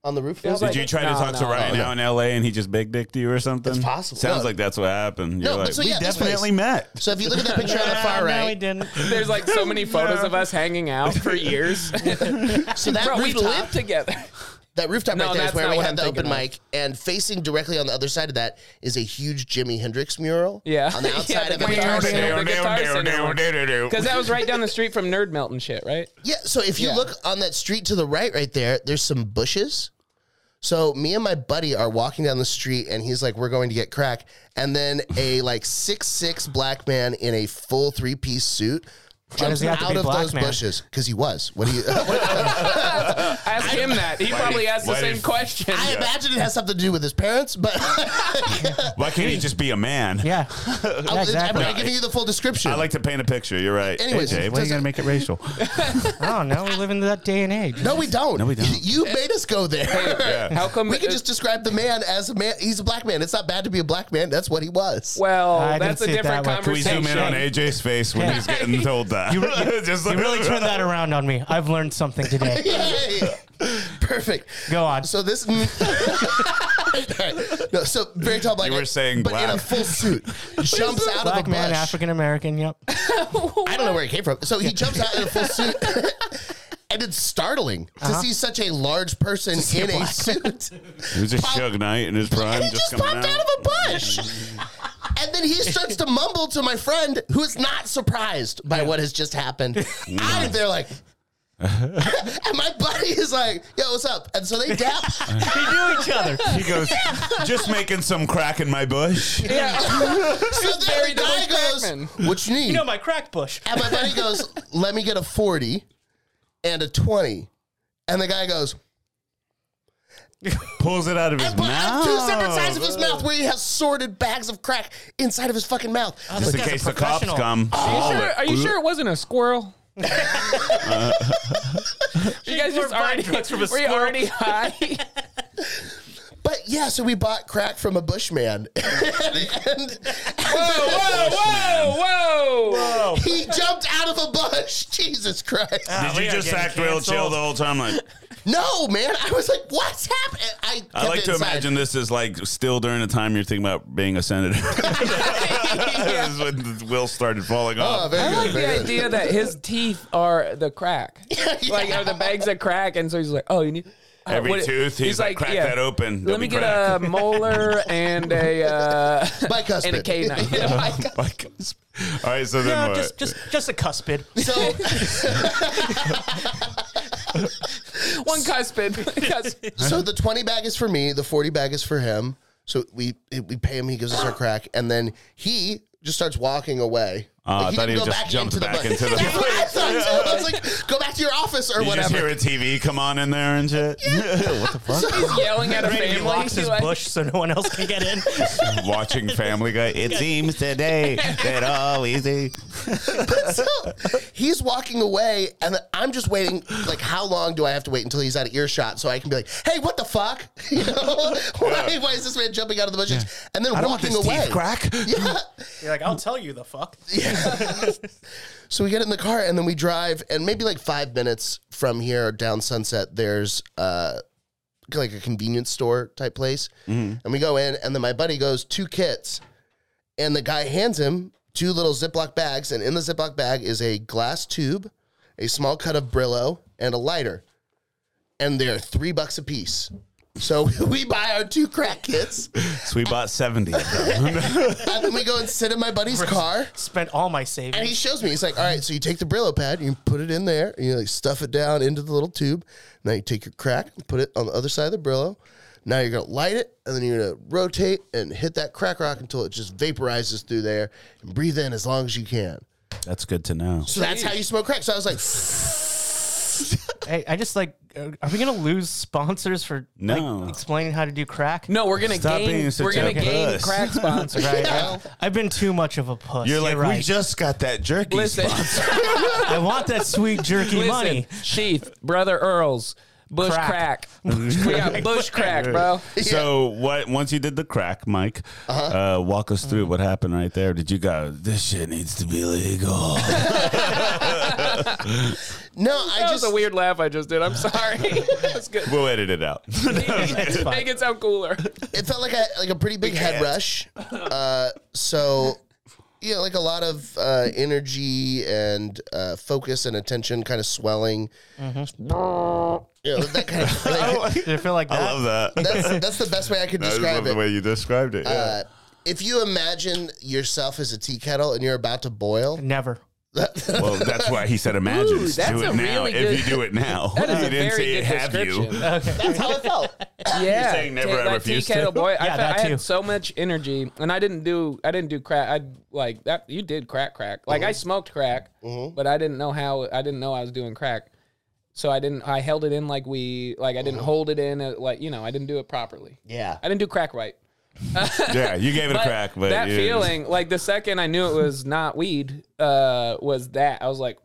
Speaker 2: On the roof?
Speaker 5: was
Speaker 1: Did
Speaker 5: like-
Speaker 1: you try to
Speaker 5: No,
Speaker 1: talk to
Speaker 5: no,
Speaker 1: Ryan
Speaker 2: no,
Speaker 1: out in LA and he just big dicked you or something?
Speaker 2: It's possible.
Speaker 1: Sounds
Speaker 2: No.
Speaker 1: like that's what happened. You're
Speaker 2: No, but
Speaker 1: like,
Speaker 2: so
Speaker 1: we
Speaker 2: yeah, this
Speaker 1: definitely
Speaker 2: place-
Speaker 1: met.
Speaker 2: so if you look at that picture on the far
Speaker 4: Ah, No, he
Speaker 2: right,
Speaker 4: didn't.
Speaker 5: There's like so many photos of us hanging out for years.
Speaker 2: so that
Speaker 5: Bro, we
Speaker 2: rooftop,
Speaker 5: lived together.
Speaker 2: that rooftop
Speaker 5: No,
Speaker 2: right there is
Speaker 5: that's
Speaker 2: where
Speaker 5: not
Speaker 2: we
Speaker 5: what
Speaker 2: had
Speaker 5: I'm
Speaker 2: the open
Speaker 5: thinking of.
Speaker 2: mic, and facing directly on the other side of that is a huge Jimi Hendrix mural.
Speaker 5: Yeah.
Speaker 2: on the
Speaker 5: Yeah,
Speaker 2: outside
Speaker 5: the
Speaker 2: of the
Speaker 5: green
Speaker 2: guitar
Speaker 5: one.
Speaker 2: center.
Speaker 5: the guitar center one. Because that was right down the street from Nerd Melt and shit, right?
Speaker 2: Yeah, so if you
Speaker 5: Yeah.
Speaker 2: look on that street to the right, right there, there's some bushes. So me and my buddy are walking down the street, and he's like, "We're going to get crack," and then a like six six black man in a full three piece suit
Speaker 4: does
Speaker 2: jumps
Speaker 4: he have to
Speaker 2: out
Speaker 4: be
Speaker 2: of
Speaker 4: black
Speaker 2: those
Speaker 4: man?
Speaker 2: bushes because he was. What do you?
Speaker 5: Ask him that. He probably asked the
Speaker 1: why
Speaker 5: same
Speaker 1: did-
Speaker 5: question.
Speaker 2: I imagine it has something to do with his parents, but
Speaker 1: Why can't he just be a man?
Speaker 4: Yeah.
Speaker 2: I'm,
Speaker 4: yeah
Speaker 2: I'm
Speaker 4: exactly.
Speaker 2: not giving you the full description.
Speaker 1: I like to paint a picture. You're right.
Speaker 2: Anyways,
Speaker 1: AJ, why you
Speaker 2: does
Speaker 1: gotta
Speaker 2: it-
Speaker 1: make it racial?
Speaker 4: Oh, now we live in that day and age.
Speaker 2: no, we don't.
Speaker 1: No, we don't.
Speaker 2: You made us go there.
Speaker 5: How come
Speaker 2: We can
Speaker 5: uh,
Speaker 2: just describe the man as a man. He's a black man. It's not bad to be a black man. That's what he was.
Speaker 5: Well,
Speaker 4: I didn't
Speaker 5: that's a
Speaker 4: see it
Speaker 5: different
Speaker 4: that way.
Speaker 1: Can we
Speaker 5: conversation.
Speaker 1: zoom in on AJ's face when
Speaker 4: Yeah.
Speaker 1: he's getting told that?
Speaker 4: You, you-
Speaker 1: Just
Speaker 4: you
Speaker 1: look
Speaker 4: really
Speaker 1: at-
Speaker 4: turned that around on me. I've learned something today.
Speaker 2: Yay. Perfect.
Speaker 4: Go on.
Speaker 2: So this. mm. no, so very tall black.
Speaker 1: You were saying
Speaker 2: but in a
Speaker 1: black.
Speaker 2: full suit, jumps out of
Speaker 4: Black
Speaker 2: a
Speaker 4: man,
Speaker 2: bush.
Speaker 4: African American. Yep.
Speaker 2: I don't know where he came from. So he jumps out in a full suit. And it's startling
Speaker 4: Uh-huh.
Speaker 2: to see such a large person in a, suit.
Speaker 1: He was a Shug Knight in his prime.
Speaker 2: and he just,
Speaker 1: coming
Speaker 2: popped out. of a bush. and then he starts to mumble to my friend, who is not surprised by what has just happened. I'm there like, and my buddy is like, "Yo, what's up?" And so they dap.
Speaker 4: They knew each other.
Speaker 1: He goes, just making some crack in my bush.
Speaker 2: so then the
Speaker 5: buried the
Speaker 2: guy
Speaker 5: bush
Speaker 2: goes,
Speaker 5: Crackman.
Speaker 2: "What you need?"
Speaker 4: You know my crack bush.
Speaker 2: and my buddy goes, "Let me get a forty and a 20. And the guy goes,
Speaker 1: Pulls it out of his
Speaker 2: and put
Speaker 1: mouth.
Speaker 2: out two separate sides of his mouth where he has sorted bags of crack inside of his fucking mouth.
Speaker 1: Just in
Speaker 4: This guy's a
Speaker 1: case the cops
Speaker 4: professional.
Speaker 1: come.
Speaker 5: Are you sure- are you sure it wasn't a squirrel? you guys just
Speaker 4: We're buying
Speaker 5: already
Speaker 4: drugs from a
Speaker 5: were you
Speaker 4: squirrel.
Speaker 5: already high?
Speaker 2: But yeah, so we bought crack from a bushman. and, and-
Speaker 5: whoa, whoa, whoa!
Speaker 2: he jumped out of a bush. Jesus Christ.
Speaker 1: Did
Speaker 4: Uh, we
Speaker 1: you
Speaker 4: are
Speaker 1: just
Speaker 4: getting
Speaker 1: act real chill
Speaker 4: canceled.
Speaker 1: the whole time? Like,
Speaker 2: No, man. I was like, what's happening? I, kept
Speaker 1: I like
Speaker 2: it
Speaker 1: to
Speaker 2: inside.
Speaker 1: imagine this is like still during the time you're thinking about being a senator. this is when the wheels started falling
Speaker 2: Oh,
Speaker 1: off.
Speaker 2: very
Speaker 5: I
Speaker 2: good,
Speaker 5: like the
Speaker 2: very good.
Speaker 5: idea that his teeth are the crack, like are the bags of crack, and so he's like, oh, you need. uh,
Speaker 1: Every
Speaker 5: what-
Speaker 1: tooth, he's, like, crack
Speaker 5: yeah,
Speaker 1: that open.
Speaker 5: Let me get a molar and a uh,
Speaker 2: Bicuspid.
Speaker 5: and a canine. Yeah,
Speaker 1: a. Oh All right, so then
Speaker 4: No,
Speaker 1: what?
Speaker 4: just just just a cuspid.
Speaker 2: So,
Speaker 5: One cuspid. cuspid.
Speaker 2: so the 20 bag is for me, the 40 bag is for him. So we we pay him, he gives us our crack, and then he just starts walking away.
Speaker 1: Ah, I thought he
Speaker 2: didn't
Speaker 1: just jumped back
Speaker 2: bus.
Speaker 1: into the
Speaker 2: That's what I thought too. I was like, go back to your office or
Speaker 1: you just
Speaker 2: whatever.
Speaker 1: hear a TV come on in there and shit. what the fuck?
Speaker 5: He's yelling at a
Speaker 4: Maybe he
Speaker 5: family.
Speaker 4: locks his
Speaker 5: like-
Speaker 4: bush so no one else can get in.
Speaker 1: Watching Family Guy. It seems today that all easy.
Speaker 2: so he's walking away, and I'm just waiting. Like, how long do I have to wait until he's out of earshot so I can be like, "Hey, what the fuck? You know, why, why is this man jumping out of the bushes and then
Speaker 1: I don't want
Speaker 2: walking
Speaker 1: this
Speaker 2: away?"
Speaker 1: teeth crack.
Speaker 2: Yeah.
Speaker 4: You're like, I'll tell you the fuck.
Speaker 2: So we get in the car and then we drive, and maybe like five minutes from here down Sunset, there's uh like a convenience store type place, and we go in, and then my buddy goes two kits, and the guy hands him two little Ziploc bags, and in the Ziploc bag is a glass tube, a small cut of Brillo, and a lighter, and they're three bucks a piece. So we buy our two crack kits,
Speaker 1: So we bought 70 of them.
Speaker 2: and then we go and sit in my buddy's car.
Speaker 4: Spent all my
Speaker 2: And
Speaker 4: savings.
Speaker 2: he shows me. He's like, "All right, so you take the Brillo pad, you put it in there, and you like stuff it down into the little tube. Now you take your crack and put it on the other side of the Brillo. Now you're gonna light it, and then you're gonna rotate and hit that crack rock until it just vaporizes through there, and breathe in as long as you can.
Speaker 1: That's good to know.
Speaker 2: So that's how you smoke crack. So I was like,
Speaker 4: Hey, I just like, uh, are we gonna lose sponsors for like,
Speaker 1: No.
Speaker 4: explaining how to do crack?
Speaker 5: No, we're gonna
Speaker 1: Stop
Speaker 5: gain.
Speaker 1: being such
Speaker 5: We're gonna
Speaker 1: a
Speaker 5: gain
Speaker 1: puss.
Speaker 5: crack sponsors.
Speaker 4: Right, I've, I've been too much of a puss.
Speaker 1: You're like,
Speaker 4: right.
Speaker 1: we just got that jerky.
Speaker 5: Listen,
Speaker 1: spot.
Speaker 4: I want that sweet jerky
Speaker 5: listen,
Speaker 4: money.
Speaker 5: Sheath, brother Earl's, bush
Speaker 4: Crack.
Speaker 5: crack. we got bush crack, bro.
Speaker 1: So what? Once you did the crack, Mike,
Speaker 5: Uh-huh.
Speaker 1: uh walk us through what happened right there. Did you go? This shit needs to be legal.
Speaker 2: "No, I
Speaker 5: That
Speaker 2: just
Speaker 5: was a weird laugh I just did. I'm sorry. That's good.
Speaker 1: we'll edit it out.
Speaker 5: Make it sound cooler.
Speaker 2: it felt like a like a pretty big head rush. Uh, so you know, like a lot of uh, energy and uh, focus and attention, kind of swelling. You know, that kind of like,
Speaker 4: Did it feel like that?
Speaker 1: I love that.
Speaker 2: that's that's the best way I could
Speaker 1: I just love
Speaker 2: describe
Speaker 1: the
Speaker 2: it.
Speaker 1: way you described it. Yeah.
Speaker 2: Uh, if you imagine yourself as a tea kettle and you're about to boil,
Speaker 4: Never.
Speaker 1: Well, that's why he said, "Imagine
Speaker 5: Ooh, that's
Speaker 1: do
Speaker 5: a
Speaker 1: it now.
Speaker 5: really
Speaker 1: if
Speaker 5: good-
Speaker 1: you do it now,
Speaker 5: That is
Speaker 1: he
Speaker 5: a very good description.
Speaker 2: That's how it felt.
Speaker 5: Yeah,
Speaker 1: saying never,
Speaker 5: Take
Speaker 1: I
Speaker 5: that
Speaker 1: refuse
Speaker 5: tea
Speaker 1: to?
Speaker 5: kettle boy. I,
Speaker 4: Yeah,
Speaker 5: fe-
Speaker 4: that
Speaker 5: I
Speaker 4: too.
Speaker 5: had so much energy, and I didn't do I didn't do crack. I like that. You did crack, crack. Like
Speaker 1: Uh-huh.
Speaker 5: I smoked crack, but I didn't know how. I didn't know I was doing crack, so I didn't. I held it in like we like I didn't
Speaker 1: Uh-huh.
Speaker 5: hold it in uh, like you know I didn't do it properly.
Speaker 2: Yeah.
Speaker 5: I didn't do crack right.
Speaker 1: yeah, you gave it a
Speaker 5: But
Speaker 1: crack, but
Speaker 5: that
Speaker 1: you-
Speaker 5: feeling, like the second I knew it was not weed, uh, was that I was like,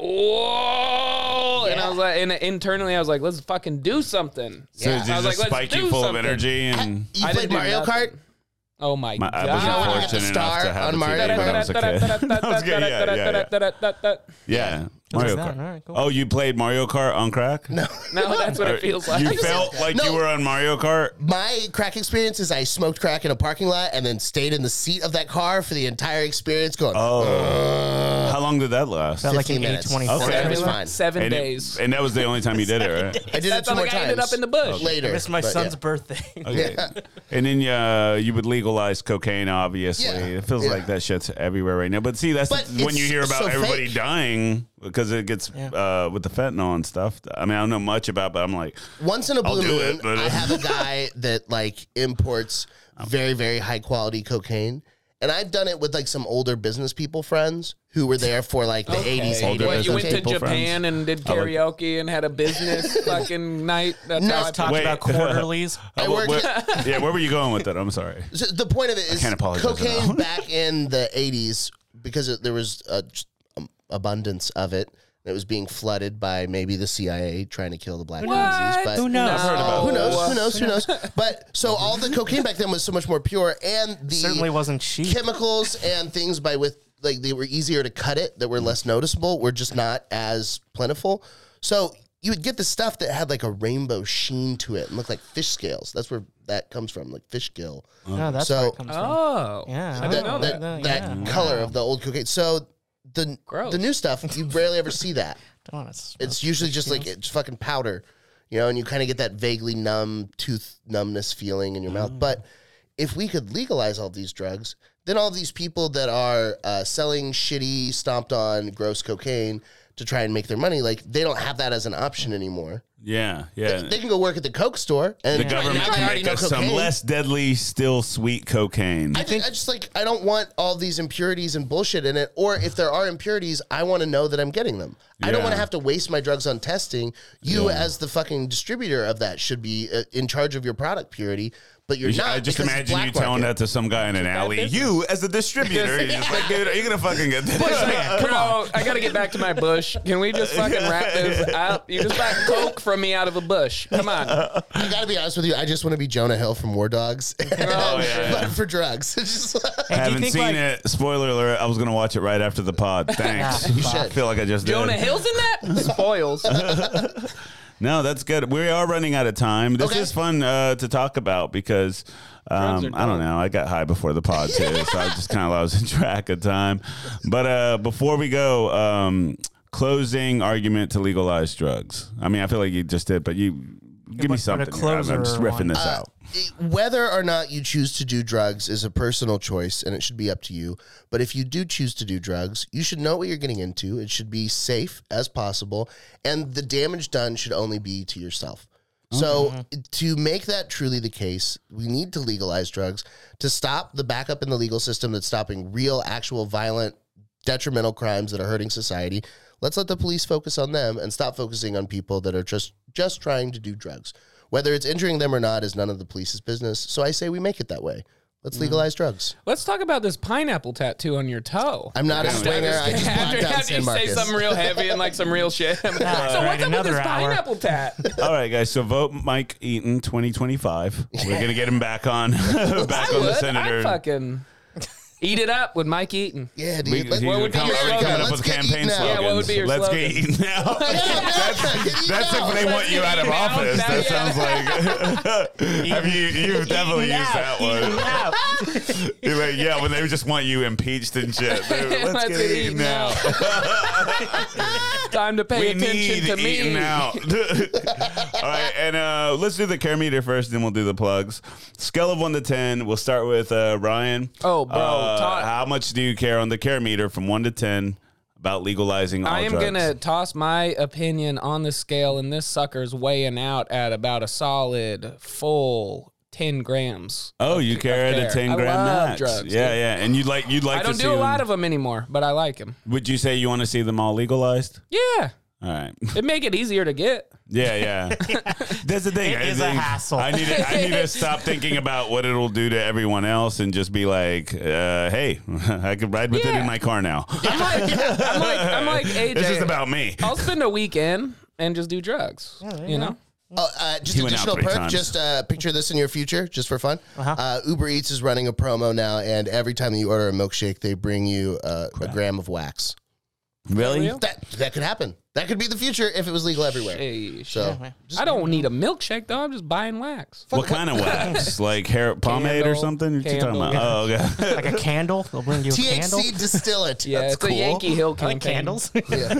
Speaker 5: oh, and I was like, and internally I was like, let's fucking do something.
Speaker 1: So
Speaker 2: Yeah.
Speaker 1: it's
Speaker 5: I
Speaker 1: just
Speaker 5: was like, let's
Speaker 1: spike you
Speaker 5: do
Speaker 1: full
Speaker 5: something.
Speaker 1: of energy, and
Speaker 2: You
Speaker 5: I didn't
Speaker 2: played
Speaker 5: do
Speaker 2: Mario
Speaker 5: nothing.
Speaker 2: Kart?
Speaker 5: Oh my,
Speaker 1: my, I
Speaker 5: god!
Speaker 2: when you
Speaker 1: was
Speaker 2: get the
Speaker 1: fortunate enough
Speaker 2: star
Speaker 1: to have
Speaker 2: on
Speaker 1: the
Speaker 2: Mario
Speaker 1: TV when I was a kid. That was good. Yeah, yeah, yeah. Yeah. Mario
Speaker 4: that?
Speaker 1: Kart.
Speaker 4: All right, cool.
Speaker 1: Oh, you played Mario Kart on crack? No.
Speaker 5: No, that's what it feels like.
Speaker 1: You felt like
Speaker 2: No.
Speaker 1: you were on Mario Kart?
Speaker 2: My crack experience is I smoked crack in a parking lot and then stayed in the seat of that car for the entire experience going,
Speaker 1: Oh.
Speaker 2: Uh,
Speaker 1: How long did that last?
Speaker 4: Felt like an
Speaker 2: 15 minutes.
Speaker 4: A24.
Speaker 1: Okay.
Speaker 2: It was fine.
Speaker 5: Seven
Speaker 1: and, it-
Speaker 5: days.
Speaker 1: and that was the only time you did it, right?
Speaker 2: I did
Speaker 5: that's
Speaker 2: it two
Speaker 5: how
Speaker 2: more
Speaker 5: like, I ended
Speaker 2: times.
Speaker 5: up in the bush.
Speaker 2: later.
Speaker 4: It's my
Speaker 2: but yeah.
Speaker 4: son's birthday.
Speaker 1: Okay. And then uh, you would legalize cocaine, obviously.
Speaker 2: Yeah.
Speaker 1: It feels
Speaker 2: Yeah.
Speaker 1: like that shit's everywhere right now. But see, that's
Speaker 2: But
Speaker 1: when you
Speaker 2: it's
Speaker 1: hear about
Speaker 2: so
Speaker 1: everybody
Speaker 2: fake.
Speaker 1: dying because it gets uh, with the fentanyl and stuff. I mean, I don't know much about, but I'm like,
Speaker 2: Once in a
Speaker 1: I'll
Speaker 2: blue
Speaker 1: do it,
Speaker 2: moon,
Speaker 1: but- Oh.
Speaker 2: I have a guy that like imports very, very high quality cocaine. And I've done it with like some older business people friends who were there for like the
Speaker 5: Okay.
Speaker 2: 80s.
Speaker 1: Older
Speaker 2: 80s.
Speaker 5: What, you went to
Speaker 1: people
Speaker 5: Japan
Speaker 1: friends.
Speaker 5: and did karaoke and had a business fucking night. That's
Speaker 2: No,
Speaker 5: how I
Speaker 2: it's
Speaker 4: Talked
Speaker 1: Wait.
Speaker 4: about quarterlies.
Speaker 2: I
Speaker 1: "Oh, What-
Speaker 2: worked
Speaker 1: what- yeah, where were you going with that? I'm sorry.
Speaker 2: So the point of it is
Speaker 1: can't apologize
Speaker 2: cocaine
Speaker 1: enough.
Speaker 2: back in the 80s because it, there was a, just, um, abundance of it that was being flooded by maybe the CIA trying to kill the black Nazis but
Speaker 4: Who knows? I've heard
Speaker 5: about
Speaker 2: who knows who knows who knows but so all the cocaine back then was so much more pure and the
Speaker 4: Certainly wasn't cheap.
Speaker 2: chemicals and things by with like they were easier to cut it that were less noticeable were just not as plentiful so you would get the stuff that had like a rainbow sheen to it and looked like fish scales that's where that comes from like fish gill
Speaker 4: No, that's
Speaker 2: So-
Speaker 4: where it comes from.
Speaker 5: Oh,
Speaker 4: Yeah,
Speaker 5: I didn't know
Speaker 2: that,
Speaker 5: that.
Speaker 2: that color of the old cocaine. So the
Speaker 5: Gross.
Speaker 2: the new stuff you rarely ever see that.
Speaker 4: Don't wanna smell
Speaker 2: It's usually just like it's fucking powder, you know, and you kind of get that vaguely numb tooth numbness feeling in your
Speaker 5: Mm.
Speaker 2: mouth. But if we could legalize all these drugs, then all these people that are uh, selling shitty, stomped on, gross cocaine to try and make their money, like they don't have that as an option anymore.
Speaker 1: Yeah,
Speaker 5: Mm.
Speaker 1: yeah.
Speaker 2: They can go work at the coke store and
Speaker 1: the
Speaker 2: try-
Speaker 1: government
Speaker 2: now they
Speaker 1: can
Speaker 2: already
Speaker 1: make
Speaker 2: know
Speaker 1: us some
Speaker 2: cocaine.
Speaker 1: less deadly, still sweet cocaine.
Speaker 2: I, think, I just like I don't want all these impurities and bullshit in it. Or if there are impurities, I want to know that I'm getting them. I don't
Speaker 1: Yeah.
Speaker 2: want to have to waste my drugs on testing. You, as the fucking distributor of that, should be uh, in charge of your product purity. But you're
Speaker 1: You should-
Speaker 2: not.
Speaker 1: I just
Speaker 2: because it's
Speaker 1: imagine you
Speaker 2: black
Speaker 1: telling
Speaker 2: market.
Speaker 1: that to some guy in an alley. You, as the distributor, you're just like, dude, are you gonna fucking get this?
Speaker 5: Bro, Uh, I gotta get back to my bush. Can we just fucking wrap this up? You just bought coke from me out of a bush. Come on.
Speaker 2: I gotta be honest with you. I just want to be Jonah Hill from War Dogs,
Speaker 1: Oh, yeah,
Speaker 2: but for drugs. It's just like-
Speaker 1: I
Speaker 4: do you
Speaker 1: haven't
Speaker 4: think,
Speaker 1: seen
Speaker 4: like-
Speaker 1: it. Spoiler alert! I was gonna watch it right after the pod. Thanks.
Speaker 4: You
Speaker 1: I
Speaker 2: should.
Speaker 1: feel like I just did.
Speaker 5: Jonah Hill's in that? Spoils.
Speaker 1: No, that's good. We are running out of time. This
Speaker 2: Okay.
Speaker 1: is fun uh, to talk about because
Speaker 5: Drugs
Speaker 1: um,
Speaker 5: are
Speaker 1: I don't know. I got high before the pod too, so I just kind of lost track of time. But uh, before we go, um, closing argument to legalize drugs. I mean, I feel like you just did, but you give me
Speaker 4: a
Speaker 1: something. here.
Speaker 4: closer
Speaker 1: I'm just
Speaker 4: one.
Speaker 1: riffing this out.
Speaker 2: whether or not you choose to do drugs is a personal choice and it should be up to you. But if you do choose to do drugs, you should know what you're getting into. It should be safe as possible. And the damage done should only be to yourself. So, to make that truly the case, we need to legalize drugs to stop the backup in the legal system that's stopping real, actual, violent, detrimental crimes that are hurting society. Let's let the police focus on them and stop focusing on people that are just just trying to do drugs. Whether it's injuring them or not is none of the police's business. So I say we make it that way. Let's
Speaker 1: Mm-hmm.
Speaker 2: legalize drugs.
Speaker 5: Let's talk about this pineapple tattoo on your toe.
Speaker 2: I'm not a swinger. I just
Speaker 5: after
Speaker 2: blacked out
Speaker 5: after you
Speaker 2: San
Speaker 5: say
Speaker 2: Marcus.
Speaker 5: something real heavy and like some real shit. I'm like, so
Speaker 4: All right,
Speaker 5: what's up with
Speaker 4: another
Speaker 5: this
Speaker 4: hour.
Speaker 5: pineapple tat?
Speaker 1: All right, guys. So vote Mike Eaton 2025. We're gonna get him back on, back on
Speaker 5: I
Speaker 1: the
Speaker 5: would.
Speaker 1: senator.
Speaker 5: I'd fucking eat it up with Mike Eaton.
Speaker 2: yeah, dude.
Speaker 1: We,
Speaker 2: let's-
Speaker 1: he's
Speaker 5: what
Speaker 1: gonna
Speaker 5: would be
Speaker 1: come-
Speaker 5: your
Speaker 1: already
Speaker 5: slogan?
Speaker 1: coming up with
Speaker 2: Let's get
Speaker 1: campaign
Speaker 2: eaten out.
Speaker 1: slogans.
Speaker 5: Yeah, what would be your
Speaker 1: Let's
Speaker 5: slogan?
Speaker 1: get eaten out.
Speaker 2: Get eaten
Speaker 1: That's
Speaker 2: out.
Speaker 1: if they want you out of
Speaker 5: Eaten out.
Speaker 1: office.
Speaker 5: Yeah.
Speaker 1: That sounds like have you? You've definitely used that one. You're like, yeah, when they just want you impeached and shit. They're like, Let's, get, eaten out.
Speaker 5: Time to pay
Speaker 1: We
Speaker 5: attention
Speaker 1: need
Speaker 5: to me.
Speaker 1: eaten out. All right, and uh, let's do the care meter first, then we'll do the plugs. Scale of one to ten. We'll start with uh, Ryan.
Speaker 5: Oh, bro,
Speaker 1: Uh,
Speaker 5: Todd-
Speaker 1: how much do you care on the care meter from one to ten? about legalizing all
Speaker 5: I am
Speaker 1: drugs.
Speaker 5: gonna toss my opinion on the scale, and this sucker's weighing out at about a solid full ten grams.
Speaker 1: Oh, you carried a
Speaker 5: care.
Speaker 1: ten
Speaker 5: I
Speaker 1: gram
Speaker 5: love
Speaker 1: max.
Speaker 5: drugs,
Speaker 1: yeah,
Speaker 5: dude.
Speaker 1: yeah, and you'd like you'd like
Speaker 5: I
Speaker 1: to
Speaker 5: don't
Speaker 1: see
Speaker 5: do a
Speaker 1: them,
Speaker 5: lot of them anymore, but I like them.
Speaker 1: Would you say you want to see them all legalized?
Speaker 5: Yeah,
Speaker 1: All right.
Speaker 5: it make it easier to get.
Speaker 1: Yeah, yeah. That's the thing.
Speaker 4: It
Speaker 1: I
Speaker 4: is a
Speaker 1: think
Speaker 4: hassle.
Speaker 1: I need to, I need to stop thinking about what it'll do to everyone else and just be like, uh, hey, I could ride with it
Speaker 5: Yeah.
Speaker 1: in my car now.
Speaker 5: I'm like, I'm like, I'm like AJ.
Speaker 1: This is about me.
Speaker 5: I'll spend a weekend and just do drugs.
Speaker 4: there
Speaker 5: you
Speaker 4: you
Speaker 5: know,
Speaker 2: Oh, uh, just
Speaker 1: He went out
Speaker 2: additional
Speaker 1: three
Speaker 2: perk.
Speaker 1: times. Uh-huh.
Speaker 2: Just uh, picture this in your future, just for fun. uh Uber Eats is running a promo now, and every time you order a milkshake, they bring you uh, a gram of wax.
Speaker 1: Really?
Speaker 5: real?
Speaker 2: That that could happen. That could be the future if it was legal everywhere.
Speaker 5: Hey, sh-
Speaker 2: So
Speaker 5: I don't need a milkshake though. I'm just buying wax.
Speaker 1: What kind of wax? Like hair pomade or
Speaker 5: Candle.
Speaker 1: something? What you talking
Speaker 5: Candle.
Speaker 1: about? Oh, okay.
Speaker 4: Like a candle? They'll bring you a candle?
Speaker 2: THC distill it.
Speaker 5: Yeah,
Speaker 2: That's
Speaker 5: it's a
Speaker 2: cool.
Speaker 5: Yankee Hill
Speaker 4: I like
Speaker 5: campaign.
Speaker 4: candles.
Speaker 2: Yeah. Yeah.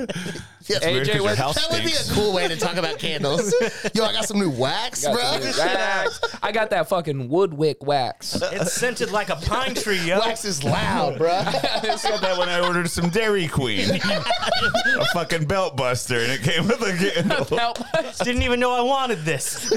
Speaker 5: Hey, AJ,
Speaker 1: your
Speaker 5: what-
Speaker 1: house
Speaker 2: That would be
Speaker 1: stinks.
Speaker 2: a cool way to talk about candles. Yo, I got some new wax,
Speaker 5: Got
Speaker 2: bro.
Speaker 5: some new wax. I got that fucking Woodwick wax.
Speaker 4: it's scented like a pine tree, yo.
Speaker 2: Wax is loud, bro.
Speaker 1: I said that when I ordered some Dairy Queen, a fucking belt buster, and it came with a candle.
Speaker 5: Help.
Speaker 4: Didn't even know I wanted this.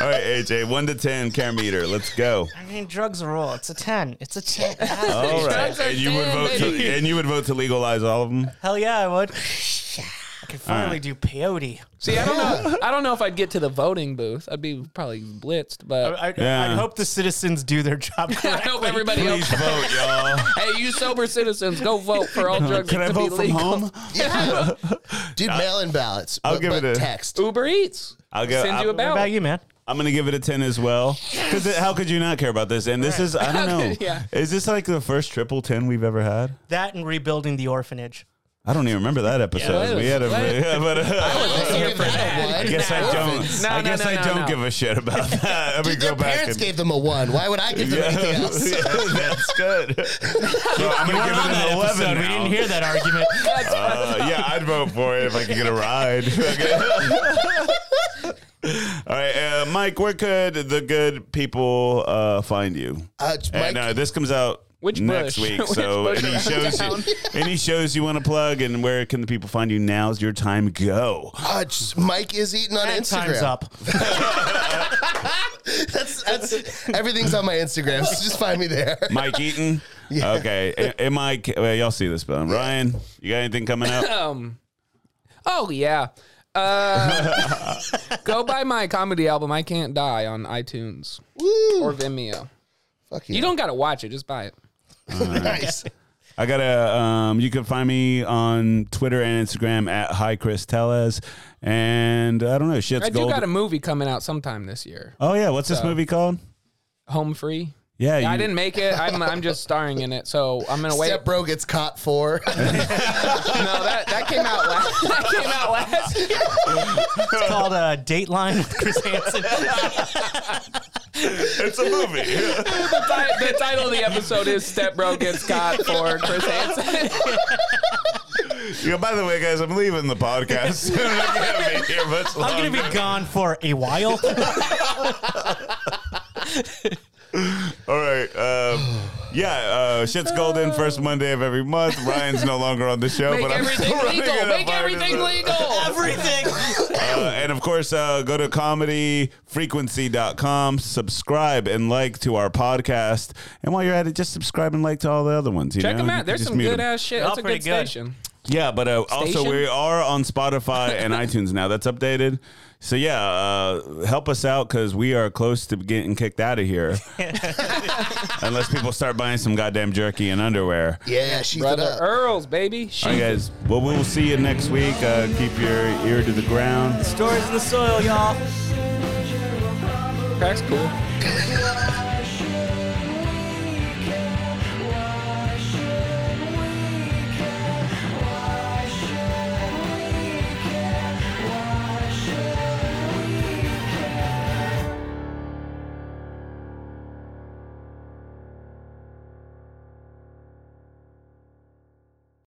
Speaker 1: All right, AJ, one to ten, care meter. Let's go.
Speaker 4: I mean, drugs are all. It's a 10. It's a 10.
Speaker 1: All right,
Speaker 5: Drugs are
Speaker 1: and you would
Speaker 5: banned,
Speaker 1: vote
Speaker 5: baby.
Speaker 1: to, and you would vote to legalize all of them.
Speaker 4: Hell yeah, I would. I could finally do peyote.
Speaker 5: See, I don't know. I don't know if I'd get to the voting booth. I'd be probably blitzed,
Speaker 4: I,
Speaker 5: but I,
Speaker 4: I,
Speaker 1: Yeah.
Speaker 4: I hope the citizens do their job correctly.
Speaker 5: hope everybody
Speaker 1: Uh, Please
Speaker 5: else.
Speaker 1: vote, y'all.
Speaker 5: Hey, you sober citizens, go vote for all drugs
Speaker 1: Can I
Speaker 5: to
Speaker 1: vote
Speaker 5: be
Speaker 1: from
Speaker 5: legal.
Speaker 1: home?
Speaker 2: Yeah. Dude, mail-in ballots.
Speaker 1: I'll
Speaker 2: but-
Speaker 1: give
Speaker 2: but
Speaker 1: it a-
Speaker 2: text.
Speaker 5: Uber Eats.
Speaker 1: I'll go-
Speaker 5: Send
Speaker 1: I'll-
Speaker 5: you a
Speaker 1: What
Speaker 4: What
Speaker 5: ballot.
Speaker 4: about you, man?
Speaker 1: I'm gonna give it a ten as well. Because how could you not care about this? And this is I don't know.
Speaker 5: Yeah.
Speaker 1: Is this like the first triple ten we've ever had?
Speaker 4: That and rebuilding the orphanage.
Speaker 1: I don't even remember that episode.
Speaker 5: Yeah.
Speaker 1: we had a yeah, but uh,
Speaker 2: I'll give that a
Speaker 1: I
Speaker 2: one.
Speaker 1: guess I don't.
Speaker 5: No,
Speaker 1: I
Speaker 5: no,
Speaker 1: guess
Speaker 5: no,
Speaker 1: I
Speaker 5: no,
Speaker 1: don't
Speaker 5: no.
Speaker 1: give a shit about that. I mean,
Speaker 2: Dude, their
Speaker 1: go back
Speaker 2: parents
Speaker 1: and.
Speaker 2: gave them a one. Why would I give them anything else?
Speaker 1: Yeah, that's good. So I'm gonna give it an eleven.
Speaker 4: We
Speaker 1: now.
Speaker 4: didn't hear that argument.
Speaker 1: Uh, yeah, I'd vote for it if I could get a ride. Okay. All right, uh, Mike, where could the good people uh, find you?
Speaker 2: Uh, it's
Speaker 1: and
Speaker 2: Mike-
Speaker 1: uh, this comes out
Speaker 5: Which
Speaker 1: next
Speaker 5: bush?
Speaker 1: week.
Speaker 5: Which
Speaker 1: So
Speaker 5: bush
Speaker 1: any
Speaker 5: are you
Speaker 1: shows, you,
Speaker 5: down?
Speaker 1: any shows you want to plug, and where can the people find you? Now's your time. Go.
Speaker 2: Uh, just Mike is eating on
Speaker 4: And
Speaker 2: Instagram.
Speaker 4: time's up.
Speaker 2: That's, that's everything's on my Instagram. So just find me there.
Speaker 1: Mike Eaton. Okay. A- Am I? Well, y'all see this, but Ryan, you got anything coming up?
Speaker 5: Um, oh yeah. Uh, go buy my comedy album. I can't die on iTunes
Speaker 2: Woo.
Speaker 5: or Vimeo.
Speaker 2: Fuck yeah.
Speaker 5: You don't gotta watch it. Just buy it.
Speaker 2: nice.
Speaker 1: I gotta. Um, you can find me on Twitter and Instagram at Hi Chris Tellez, and I don't know. Shit's
Speaker 5: I do
Speaker 1: gold.
Speaker 5: got a movie coming out sometime this year.
Speaker 1: oh yeah, what's this movie called?
Speaker 5: Home free.
Speaker 1: Yeah,
Speaker 5: I
Speaker 1: you-
Speaker 5: didn't make it. I'm I'm just starring in it. So I'm gonna wait.
Speaker 2: Step bro gets caught for.
Speaker 5: No, that, that came out last. That came out last. year.
Speaker 4: It's called uh, Dateline with Chris Hansen.
Speaker 1: It's a movie.
Speaker 5: The, ti- the title of the episode is "Step Bro Gets Caught" for Chris Hansen.
Speaker 1: yeah, by the way, guys, I'm leaving the podcast. soon. I'm not gonna be here much
Speaker 4: I'm
Speaker 1: longer.
Speaker 4: going to be gone for a while.
Speaker 1: All right. Um, yeah, uh, shit's golden. First Monday of every month. Ryan's no longer on the show,
Speaker 5: Make
Speaker 1: but I'm
Speaker 5: everything
Speaker 1: still running
Speaker 5: legal.
Speaker 1: it
Speaker 5: Make
Speaker 1: up hard as
Speaker 5: everything
Speaker 1: a-
Speaker 5: legal.
Speaker 4: Everything.
Speaker 1: Uh, and of course, uh, go to comedyfrequency.com, subscribe and like to our podcast. And while you're at it, just subscribe and like to all the other ones. You
Speaker 5: Check
Speaker 1: know?
Speaker 5: them
Speaker 1: You
Speaker 5: out.
Speaker 1: can
Speaker 5: There's
Speaker 1: just
Speaker 5: some
Speaker 1: mute
Speaker 5: good
Speaker 1: 'em.
Speaker 5: ass shit.
Speaker 4: They're all
Speaker 5: It's a
Speaker 4: pretty
Speaker 5: good
Speaker 4: good.
Speaker 5: station.
Speaker 1: Yeah, but uh, also
Speaker 5: Station?
Speaker 1: we are on Spotify and iTunes now. That's updated. So yeah, uh, help us out because we are close to getting kicked out of here, unless people start buying some goddamn jerky and underwear.
Speaker 2: yeah, she's it
Speaker 5: Brother
Speaker 2: up.
Speaker 5: Earl's baby.
Speaker 1: All right, guys. Well, we'll see you next week. Uh, keep your ear to the ground.
Speaker 4: Stories in the soil, y'all.
Speaker 5: That's cool.
Speaker 3: Thank